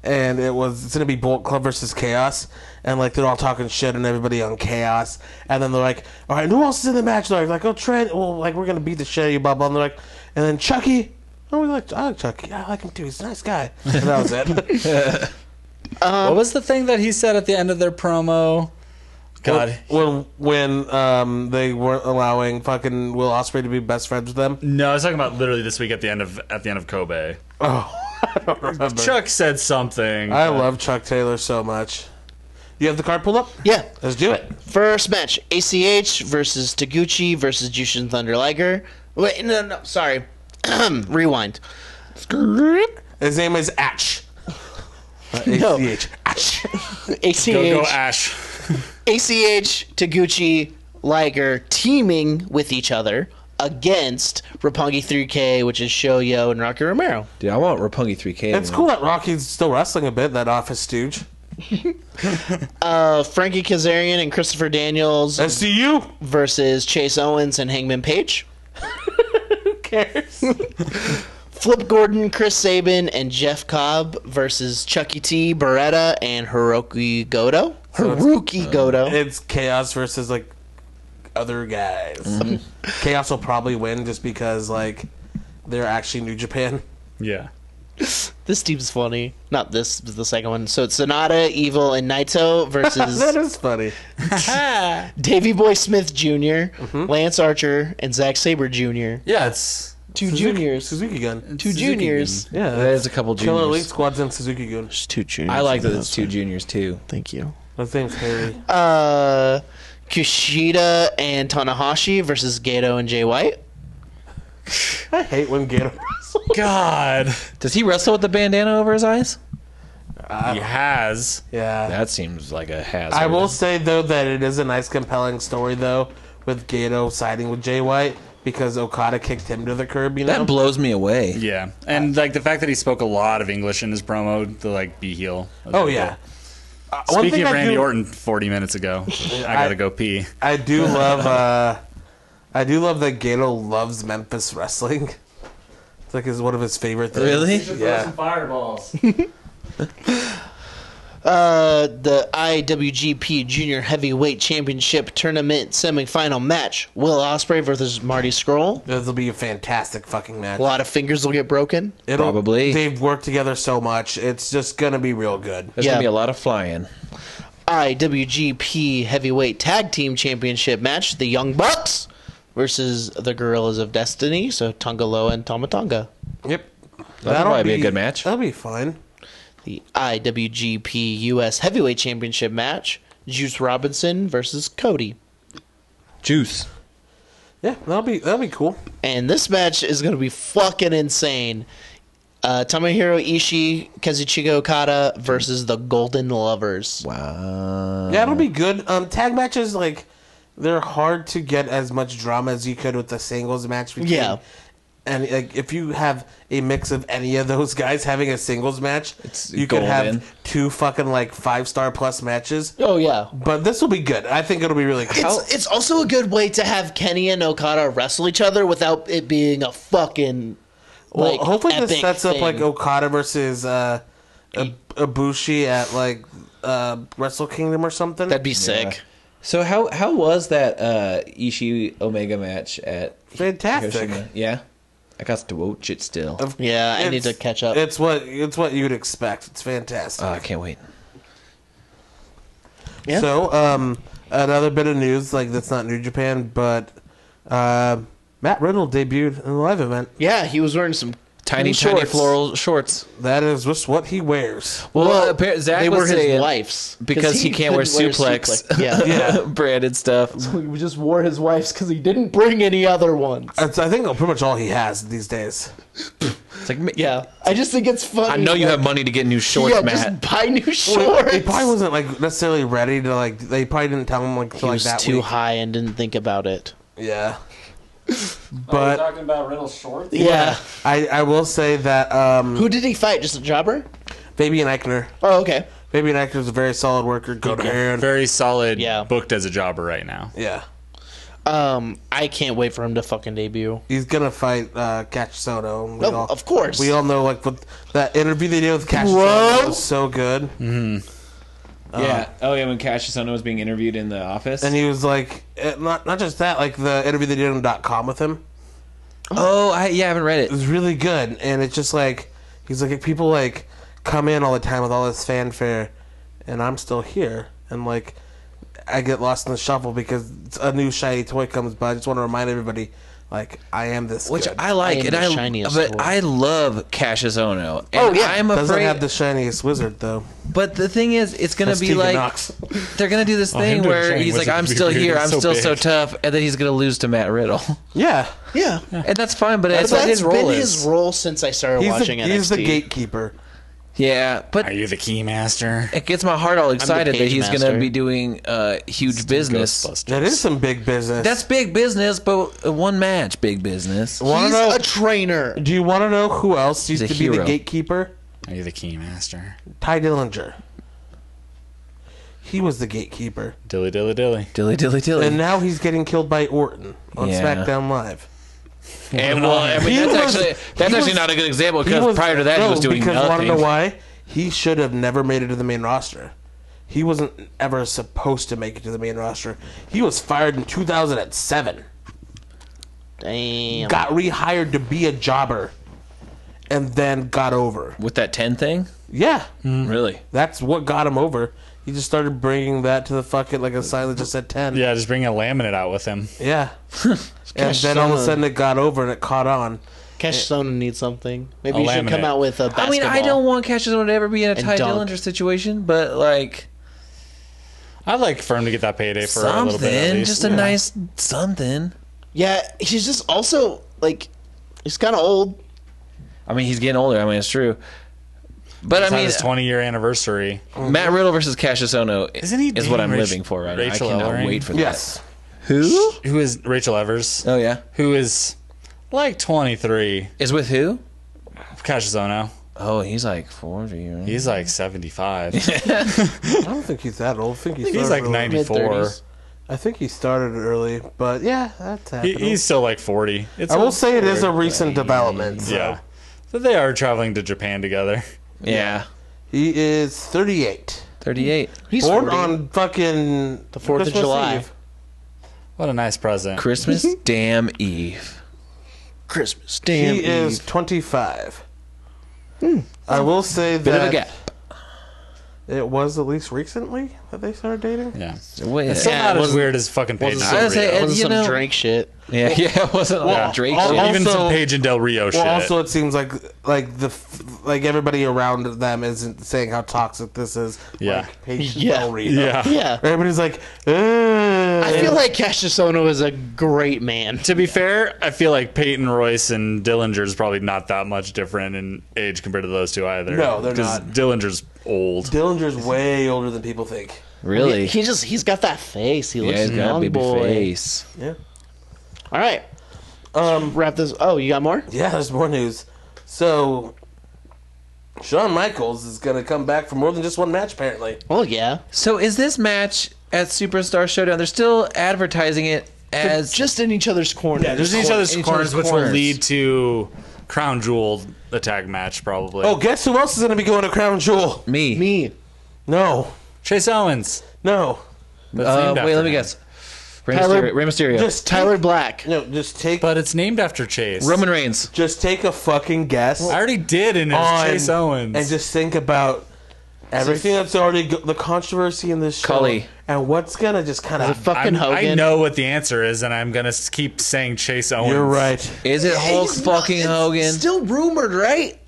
[SPEAKER 5] And it was it's gonna be Bolt Club versus Chaos, and like they're all talking shit and everybody on Chaos, and then they're like, all right, and who else is in the match? They're like, oh Trent, well like we're gonna beat the shit out of you, blah blah. And they're like, and then Chucky. Oh, we like I like Chucky. I like him too. He's a nice guy. And that was it.
[SPEAKER 4] what was the thing that he said at the end of their promo? God,
[SPEAKER 5] when when um, they weren't allowing fucking Will Osprey to be best friends with them.
[SPEAKER 4] no, I was talking about literally this week at the end of at the end of Kobe.
[SPEAKER 5] Oh, I don't remember.
[SPEAKER 4] Chuck said something.
[SPEAKER 5] I love Chuck Taylor so much. You have the card pulled up?
[SPEAKER 3] Yeah.
[SPEAKER 5] Let's do it.
[SPEAKER 3] First match: ACH versus Taguchi versus Jushin Thunder Liger. Wait, no, no, sorry. Rewind.
[SPEAKER 5] His name is Atch. Uh,
[SPEAKER 3] No.
[SPEAKER 5] ACH. Atch.
[SPEAKER 3] ACH.
[SPEAKER 4] go, go Ash.
[SPEAKER 3] ACH, Taguchi, Liger teaming with each other against Roppongi 3K, which is Shoyo and Rocky Romero.
[SPEAKER 2] Dude, I want Rapungi 3K.
[SPEAKER 5] It's cool that Rocky's still wrestling a bit, that office stooge.
[SPEAKER 3] Uh, Frankie Kazarian and Christopher Daniels
[SPEAKER 5] SDU.
[SPEAKER 3] versus Chase Owens and Hangman Page.
[SPEAKER 5] Who cares?
[SPEAKER 3] Flip Gordon, Chris Sabin, and Jeff Cobb versus Chucky T, Beretta, and Hiroki Goto. Hiroki Goto.
[SPEAKER 5] it's Chaos versus, like, other guys. Chaos will probably win just because, like, they're actually New Japan.
[SPEAKER 4] Yeah.
[SPEAKER 3] This team's funny. Not this, but the second one. So it's Sonata, Evil, and Naito versus
[SPEAKER 5] that is funny. Mm-hmm.
[SPEAKER 3] Davy Boy Smith junior Lance Archer, and Zack Saber Jr.
[SPEAKER 4] Yeah, it's
[SPEAKER 3] Two juniors.
[SPEAKER 5] Suzuki Gun.
[SPEAKER 3] Two juniors.
[SPEAKER 5] Yeah,
[SPEAKER 2] There's a couple
[SPEAKER 5] Killer Elite
[SPEAKER 2] juniors.
[SPEAKER 5] Squad's in Suzuki Gun.
[SPEAKER 3] There's two juniors.
[SPEAKER 2] I like
[SPEAKER 3] in
[SPEAKER 2] that it's
[SPEAKER 3] this
[SPEAKER 2] two
[SPEAKER 3] one.
[SPEAKER 2] juniors too.
[SPEAKER 3] Thank you.
[SPEAKER 5] That thing's hairy.
[SPEAKER 3] Uh, Kushida and Tanahashi versus Gato and Jay White.
[SPEAKER 5] I hate when Gator.
[SPEAKER 4] God,
[SPEAKER 2] Does he wrestle with the bandana over his eyes?
[SPEAKER 4] he has.
[SPEAKER 5] Yeah.
[SPEAKER 2] That seems like a hazard.
[SPEAKER 5] I will say though that it is a nice, compelling story though, with Gato siding with Jay White because Okada kicked him to the curb. You know,
[SPEAKER 2] That blows me away.
[SPEAKER 4] Yeah, and like the fact that he spoke a lot of English in his promo to like be heel.
[SPEAKER 5] oh yeah. Uh, one
[SPEAKER 4] Speaking
[SPEAKER 5] thing
[SPEAKER 4] of
[SPEAKER 5] I
[SPEAKER 4] Randy
[SPEAKER 5] do-
[SPEAKER 4] Orton, forty minutes ago, I gotta go pee.
[SPEAKER 5] I do love. uh I do love that Gato loves Memphis wrestling. It's like is one of his favorite things.
[SPEAKER 2] Really?
[SPEAKER 5] Yeah.
[SPEAKER 9] fireballs.
[SPEAKER 3] Uh, the IWGP Junior Heavyweight Championship Tournament semifinal match: Will Osprey versus Marty Scroll.
[SPEAKER 5] This will be a fantastic fucking match.
[SPEAKER 3] A lot of fingers will get broken.
[SPEAKER 5] It'll,
[SPEAKER 2] Probably.
[SPEAKER 5] They've worked together so much. It's just gonna be real good.
[SPEAKER 2] There's
[SPEAKER 3] Yeah.
[SPEAKER 2] gonna be a lot of flying.
[SPEAKER 3] IWGP Heavyweight Tag Team Championship match: The Young Bucks versus the Gorillas of Destiny. So Tonga Loa and Tomatonga.
[SPEAKER 5] Yep.
[SPEAKER 2] probably be a good match.
[SPEAKER 5] That'll be fun.
[SPEAKER 3] The IWGP US Heavyweight Championship match: Juice Robinson versus Cody.
[SPEAKER 2] Juice.
[SPEAKER 5] Yeah, that'll be that'll be cool.
[SPEAKER 3] And this match is going to be fucking insane. Uh, Tomohiro Ishii, Kazuchika Okada versus the Golden Lovers.
[SPEAKER 2] Wow.
[SPEAKER 5] Yeah, it'll be good. Um, tag matches like they're hard to get as much drama as you could with the singles match. Between,
[SPEAKER 3] Yeah.
[SPEAKER 5] and like if you have a mix of any of those guys having a singles match,
[SPEAKER 2] It's
[SPEAKER 5] you could
[SPEAKER 2] golden.
[SPEAKER 5] have two fucking like five star plus matches.
[SPEAKER 3] Oh yeah.
[SPEAKER 5] But this will be good. I think it'll be really cool.
[SPEAKER 3] It's, it's also a good way to have Kenny and Okada wrestle each other without it being a fucking
[SPEAKER 5] well,
[SPEAKER 3] like,
[SPEAKER 5] hopefully this
[SPEAKER 3] epic
[SPEAKER 5] sets up
[SPEAKER 3] thing.
[SPEAKER 5] like Okada versus uh, Ib- Ibushi at like uh, Wrestle Kingdom or something.
[SPEAKER 3] that'd be sick.
[SPEAKER 2] So how how was that uh Ishii Omega match at
[SPEAKER 5] fantastic.
[SPEAKER 2] Hiroshima? Yeah. I got to watch it still.
[SPEAKER 5] Of-
[SPEAKER 3] Yeah, I need to
[SPEAKER 5] It's-
[SPEAKER 3] catch up.
[SPEAKER 5] It's what it's what you'd expect. It's fantastic.
[SPEAKER 2] Oh, I can't wait.
[SPEAKER 3] Yeah.
[SPEAKER 5] So, um, another bit of news, like that's not New Japan, but uh, Matt Riddle debuted in the live event.
[SPEAKER 3] Yeah, he was wearing some
[SPEAKER 2] Tiny
[SPEAKER 3] cool
[SPEAKER 2] tiny
[SPEAKER 3] shorts.
[SPEAKER 2] floral shorts.
[SPEAKER 5] That is just what he wears.
[SPEAKER 2] Well, apparently Zach
[SPEAKER 3] They
[SPEAKER 2] was
[SPEAKER 3] were his
[SPEAKER 2] saying
[SPEAKER 3] wife's 'cause
[SPEAKER 2] because he, can't wear
[SPEAKER 3] couldn't a
[SPEAKER 2] suplex,
[SPEAKER 3] Yeah.
[SPEAKER 5] Yeah.
[SPEAKER 2] branded stuff.
[SPEAKER 3] he just wore his wife's because he didn't bring any other ones.
[SPEAKER 5] That's, I think pretty much all he has these days.
[SPEAKER 2] It's like ma-
[SPEAKER 3] Yeah, I just think it's funny.
[SPEAKER 2] I know you
[SPEAKER 3] like,
[SPEAKER 2] have money to get new shorts,
[SPEAKER 3] yeah,
[SPEAKER 2] Matt.
[SPEAKER 3] just buy new shorts.
[SPEAKER 5] He probably wasn't like necessarily ready to like. They probably didn't tell him like till,
[SPEAKER 3] He
[SPEAKER 5] like
[SPEAKER 3] was
[SPEAKER 5] that
[SPEAKER 3] too
[SPEAKER 5] week.
[SPEAKER 3] high and didn't think about it.
[SPEAKER 5] Yeah. But
[SPEAKER 9] talking about Riddle shorts.
[SPEAKER 3] Yeah.
[SPEAKER 5] I, I will say that um,
[SPEAKER 3] Who did he fight? Just a jobber?
[SPEAKER 5] Fabian Eichner.
[SPEAKER 3] Oh, okay.
[SPEAKER 5] Fabian Eichner is a very solid worker. Good man.
[SPEAKER 4] Very solid.
[SPEAKER 3] Yeah.
[SPEAKER 4] booked as a jobber right now.
[SPEAKER 5] yeah.
[SPEAKER 3] Um, I can't wait for him to fucking debut.
[SPEAKER 5] He's gonna fight uh, Catch Soto. We
[SPEAKER 3] No, Oh, of course.
[SPEAKER 5] We all know like what that interview they did with Cash
[SPEAKER 3] Bro.
[SPEAKER 5] was so good,
[SPEAKER 2] yeah. Oh yeah, when Cassius Ono was being interviewed in the office.
[SPEAKER 5] and he was like, eh, not not just that, like the interview they did on dot .com with him
[SPEAKER 2] oh, I yeah, I haven't read it.
[SPEAKER 5] was really good, and it's just like he's like if people like come in all the time with all this fanfare, and I'm still here, and like I get lost in the shuffle because a new shiny toy comes, but I just want to remind everybody, like I am this.
[SPEAKER 2] which
[SPEAKER 5] good.
[SPEAKER 2] I like,
[SPEAKER 3] am
[SPEAKER 2] and
[SPEAKER 3] the
[SPEAKER 2] I
[SPEAKER 3] shiniest
[SPEAKER 2] but
[SPEAKER 3] toy.
[SPEAKER 2] I love Cassius Ono. And
[SPEAKER 3] Oh, yeah.
[SPEAKER 2] I'm
[SPEAKER 5] doesn't
[SPEAKER 2] afraid.
[SPEAKER 5] have the shiniest wizard though.
[SPEAKER 2] but the thing is, it's gonna
[SPEAKER 5] That's
[SPEAKER 2] be
[SPEAKER 5] Tegan
[SPEAKER 2] like
[SPEAKER 5] Knox.
[SPEAKER 2] they're gonna do this
[SPEAKER 9] him
[SPEAKER 2] thing
[SPEAKER 9] doing
[SPEAKER 2] where
[SPEAKER 9] Shining
[SPEAKER 2] he's like,
[SPEAKER 9] Wizard
[SPEAKER 2] "I'm
[SPEAKER 9] would be
[SPEAKER 2] still
[SPEAKER 9] weird.
[SPEAKER 2] here,
[SPEAKER 9] It's
[SPEAKER 2] I'm
[SPEAKER 9] so
[SPEAKER 2] still so
[SPEAKER 9] big.
[SPEAKER 2] tough," and then he's gonna lose to Matt Riddle,
[SPEAKER 5] Yeah,
[SPEAKER 3] Yeah.
[SPEAKER 2] and that's fine. But that's, what
[SPEAKER 3] that's
[SPEAKER 2] his role
[SPEAKER 3] been
[SPEAKER 2] is.
[SPEAKER 3] his role since I started
[SPEAKER 5] he's the,
[SPEAKER 3] watching NXT.
[SPEAKER 5] he's the gatekeeper.
[SPEAKER 2] yeah,
[SPEAKER 4] Are
[SPEAKER 2] but
[SPEAKER 4] you the key master?
[SPEAKER 2] it gets my heart all excited that
[SPEAKER 3] cage
[SPEAKER 2] he's
[SPEAKER 3] master.
[SPEAKER 2] gonna be doing uh, huge business.
[SPEAKER 5] That is some big business.
[SPEAKER 2] That's big business, but uh, one match, big business.
[SPEAKER 5] Wanna
[SPEAKER 3] He's
[SPEAKER 5] know-
[SPEAKER 3] a trainer.
[SPEAKER 5] do you want to know who else used
[SPEAKER 2] a
[SPEAKER 5] to be the
[SPEAKER 2] hero.
[SPEAKER 5] gatekeeper?
[SPEAKER 4] Are you the key master?
[SPEAKER 5] Ty Dillinger. He was the gatekeeper,
[SPEAKER 4] Dilly dilly dilly.
[SPEAKER 2] Dilly dilly dilly.
[SPEAKER 5] and now he's getting killed by Orton on
[SPEAKER 2] Yeah.
[SPEAKER 5] SmackDown Live.
[SPEAKER 2] And well, I mean,
[SPEAKER 5] He
[SPEAKER 2] that's
[SPEAKER 5] was-
[SPEAKER 2] actually that's
[SPEAKER 5] he
[SPEAKER 2] actually
[SPEAKER 5] was-
[SPEAKER 2] not a good example
[SPEAKER 5] He
[SPEAKER 2] because
[SPEAKER 5] was-
[SPEAKER 2] prior to that he
[SPEAKER 5] no,
[SPEAKER 2] was doing
[SPEAKER 5] because
[SPEAKER 2] nothing.
[SPEAKER 5] Want to know why? He should have never made it to the main roster. He wasn't ever supposed to make it to the main roster. He was fired in 2007.
[SPEAKER 3] Damn.
[SPEAKER 5] Got rehired to be a jobber, and then got over.
[SPEAKER 2] With that ten thing,
[SPEAKER 5] Yeah.
[SPEAKER 2] really?
[SPEAKER 5] That's what got him over. He just started bringing that to the fucking like a sign that just said ten.
[SPEAKER 4] Yeah, just bring a laminate out with him.
[SPEAKER 5] Yeah. and then all of a sudden it got over and it caught on.
[SPEAKER 3] Cashzone needs something. Maybe
[SPEAKER 4] A
[SPEAKER 3] you should come
[SPEAKER 4] laminate.
[SPEAKER 3] out with a basketball.
[SPEAKER 2] I mean, I don't want Cashzone to ever be in a Ty
[SPEAKER 3] dunk.
[SPEAKER 2] Dillinger situation, but like
[SPEAKER 4] I'd like for him to get that payday for a little
[SPEAKER 2] something,
[SPEAKER 4] bit at least.
[SPEAKER 2] just a nice something.
[SPEAKER 3] Yeah, he's just also like he's kind of old.
[SPEAKER 2] I mean, he's getting older. I mean, it's true. But
[SPEAKER 4] It's
[SPEAKER 2] I
[SPEAKER 4] not
[SPEAKER 2] mean,
[SPEAKER 4] his 20 year anniversary.
[SPEAKER 2] Matt Riddle versus Cassius Ohno
[SPEAKER 4] Isn't he
[SPEAKER 2] is what I'm
[SPEAKER 4] dating Rach-
[SPEAKER 2] living for right
[SPEAKER 4] Rachel
[SPEAKER 2] now. I cannot
[SPEAKER 4] Ellering?
[SPEAKER 2] wait for that.
[SPEAKER 5] Yes.
[SPEAKER 2] Who?
[SPEAKER 4] Who is Rachel Evers?
[SPEAKER 2] Oh yeah,
[SPEAKER 4] Who is like 23?
[SPEAKER 2] is with who?
[SPEAKER 4] Cashizono.
[SPEAKER 2] Oh, he's like forty. Right?
[SPEAKER 4] He's like 75.
[SPEAKER 5] I don't think he's that old. I think he's,
[SPEAKER 4] He's like 94.
[SPEAKER 3] Mid-thirties.
[SPEAKER 5] I think he started early, but yeah, that's
[SPEAKER 4] He,
[SPEAKER 5] happening.
[SPEAKER 4] he's still like 40. It's
[SPEAKER 5] I will
[SPEAKER 4] a-
[SPEAKER 5] say it is a recent development. So
[SPEAKER 4] Yeah. So they are traveling to Japan together.
[SPEAKER 2] yeah,
[SPEAKER 5] He is 38.
[SPEAKER 2] thirty-eight.
[SPEAKER 3] He's
[SPEAKER 5] Born
[SPEAKER 3] 40.
[SPEAKER 5] on fucking the
[SPEAKER 3] 4th of July.
[SPEAKER 4] What a nice present.
[SPEAKER 2] Christmas, damn Eve.
[SPEAKER 3] Christmas.
[SPEAKER 5] He
[SPEAKER 3] Damn.
[SPEAKER 5] is 25. I will say
[SPEAKER 2] Hmm. Bit of a
[SPEAKER 5] that
[SPEAKER 2] gap.
[SPEAKER 5] it was at least recently that they started dating.
[SPEAKER 4] Yeah.
[SPEAKER 2] Wait,
[SPEAKER 4] Still
[SPEAKER 2] yeah,
[SPEAKER 4] not as
[SPEAKER 3] it wasn't-
[SPEAKER 4] weird as fucking
[SPEAKER 2] I
[SPEAKER 4] Paige and
[SPEAKER 2] was
[SPEAKER 4] Del
[SPEAKER 2] say,
[SPEAKER 4] Rio.
[SPEAKER 2] and
[SPEAKER 3] Wasn't
[SPEAKER 2] you
[SPEAKER 3] some
[SPEAKER 2] know,
[SPEAKER 3] Drake shit.
[SPEAKER 2] yeah, yeah, it wasn't like
[SPEAKER 5] Well,
[SPEAKER 2] Drake.
[SPEAKER 5] al-
[SPEAKER 2] shit.
[SPEAKER 5] al-
[SPEAKER 4] Even
[SPEAKER 5] also-
[SPEAKER 4] some Paige and Del Rio shit.
[SPEAKER 5] Well, also it seems like like the f- like everybody around them isn't saying how toxic this is.
[SPEAKER 4] Yeah.
[SPEAKER 5] like Paige
[SPEAKER 3] Yeah.
[SPEAKER 5] Del Rio.
[SPEAKER 4] yeah.
[SPEAKER 3] Yeah.
[SPEAKER 5] everybody's like,
[SPEAKER 3] I feel like Cassius Ohno is a great man.
[SPEAKER 4] To be fair, I feel like Peyton Royce and Dillinger is probably not that much different in age compared to those two either.
[SPEAKER 5] No, they're
[SPEAKER 4] 'Cause
[SPEAKER 5] not.
[SPEAKER 4] Dillinger's old.
[SPEAKER 5] Dillinger's way older than people think.
[SPEAKER 2] really?
[SPEAKER 3] He just he's got that face. He
[SPEAKER 2] yeah,
[SPEAKER 3] looks
[SPEAKER 2] he's got a
[SPEAKER 3] young
[SPEAKER 2] baby
[SPEAKER 3] boy.
[SPEAKER 2] face.
[SPEAKER 5] Yeah.
[SPEAKER 3] All right.
[SPEAKER 5] Um.
[SPEAKER 3] Wrap this. Oh, you got more?
[SPEAKER 5] Yeah. There's more news. So, Shawn Michaels is gonna come back for more than just one match. Apparently,
[SPEAKER 3] Oh yeah.
[SPEAKER 2] So is this match at Superstar Showdown? They're still advertising it as
[SPEAKER 3] Just in each other's corner.
[SPEAKER 4] There's each
[SPEAKER 5] Oh,
[SPEAKER 2] cor-
[SPEAKER 4] other's
[SPEAKER 2] each
[SPEAKER 4] corners,
[SPEAKER 2] other's
[SPEAKER 4] which
[SPEAKER 2] corners.
[SPEAKER 4] will lead to crown jewel attack match probably.
[SPEAKER 5] Oh, guess who else is gonna be going to Crown Jewel?
[SPEAKER 2] me.
[SPEAKER 3] me.
[SPEAKER 5] No.
[SPEAKER 4] Chase Owens.
[SPEAKER 5] No.
[SPEAKER 4] That's
[SPEAKER 2] Uh,
[SPEAKER 4] named
[SPEAKER 2] wait,
[SPEAKER 4] after
[SPEAKER 2] let me
[SPEAKER 4] him.
[SPEAKER 2] guess. Rey
[SPEAKER 3] Tyler-
[SPEAKER 2] Mysterio. Rey Mysterio.
[SPEAKER 5] Just take-
[SPEAKER 3] Tyler Black.
[SPEAKER 5] No. Just take.
[SPEAKER 4] But it's named after Chase.
[SPEAKER 2] Roman Reigns.
[SPEAKER 5] just take a fucking guess.
[SPEAKER 4] I already did, and it's
[SPEAKER 5] on
[SPEAKER 4] Chase Owens.
[SPEAKER 5] and just think about everything that's already go- the controversy in this show
[SPEAKER 2] Cully.
[SPEAKER 5] and what's gonna just kind
[SPEAKER 3] The
[SPEAKER 5] of
[SPEAKER 3] fucking
[SPEAKER 4] I'm-
[SPEAKER 3] Hogan.
[SPEAKER 4] I know what the answer is, and I'm gonna s- keep saying Chase Owens.
[SPEAKER 5] you're right
[SPEAKER 2] Is it Hulk fucking Hogan?
[SPEAKER 3] Still rumored, right?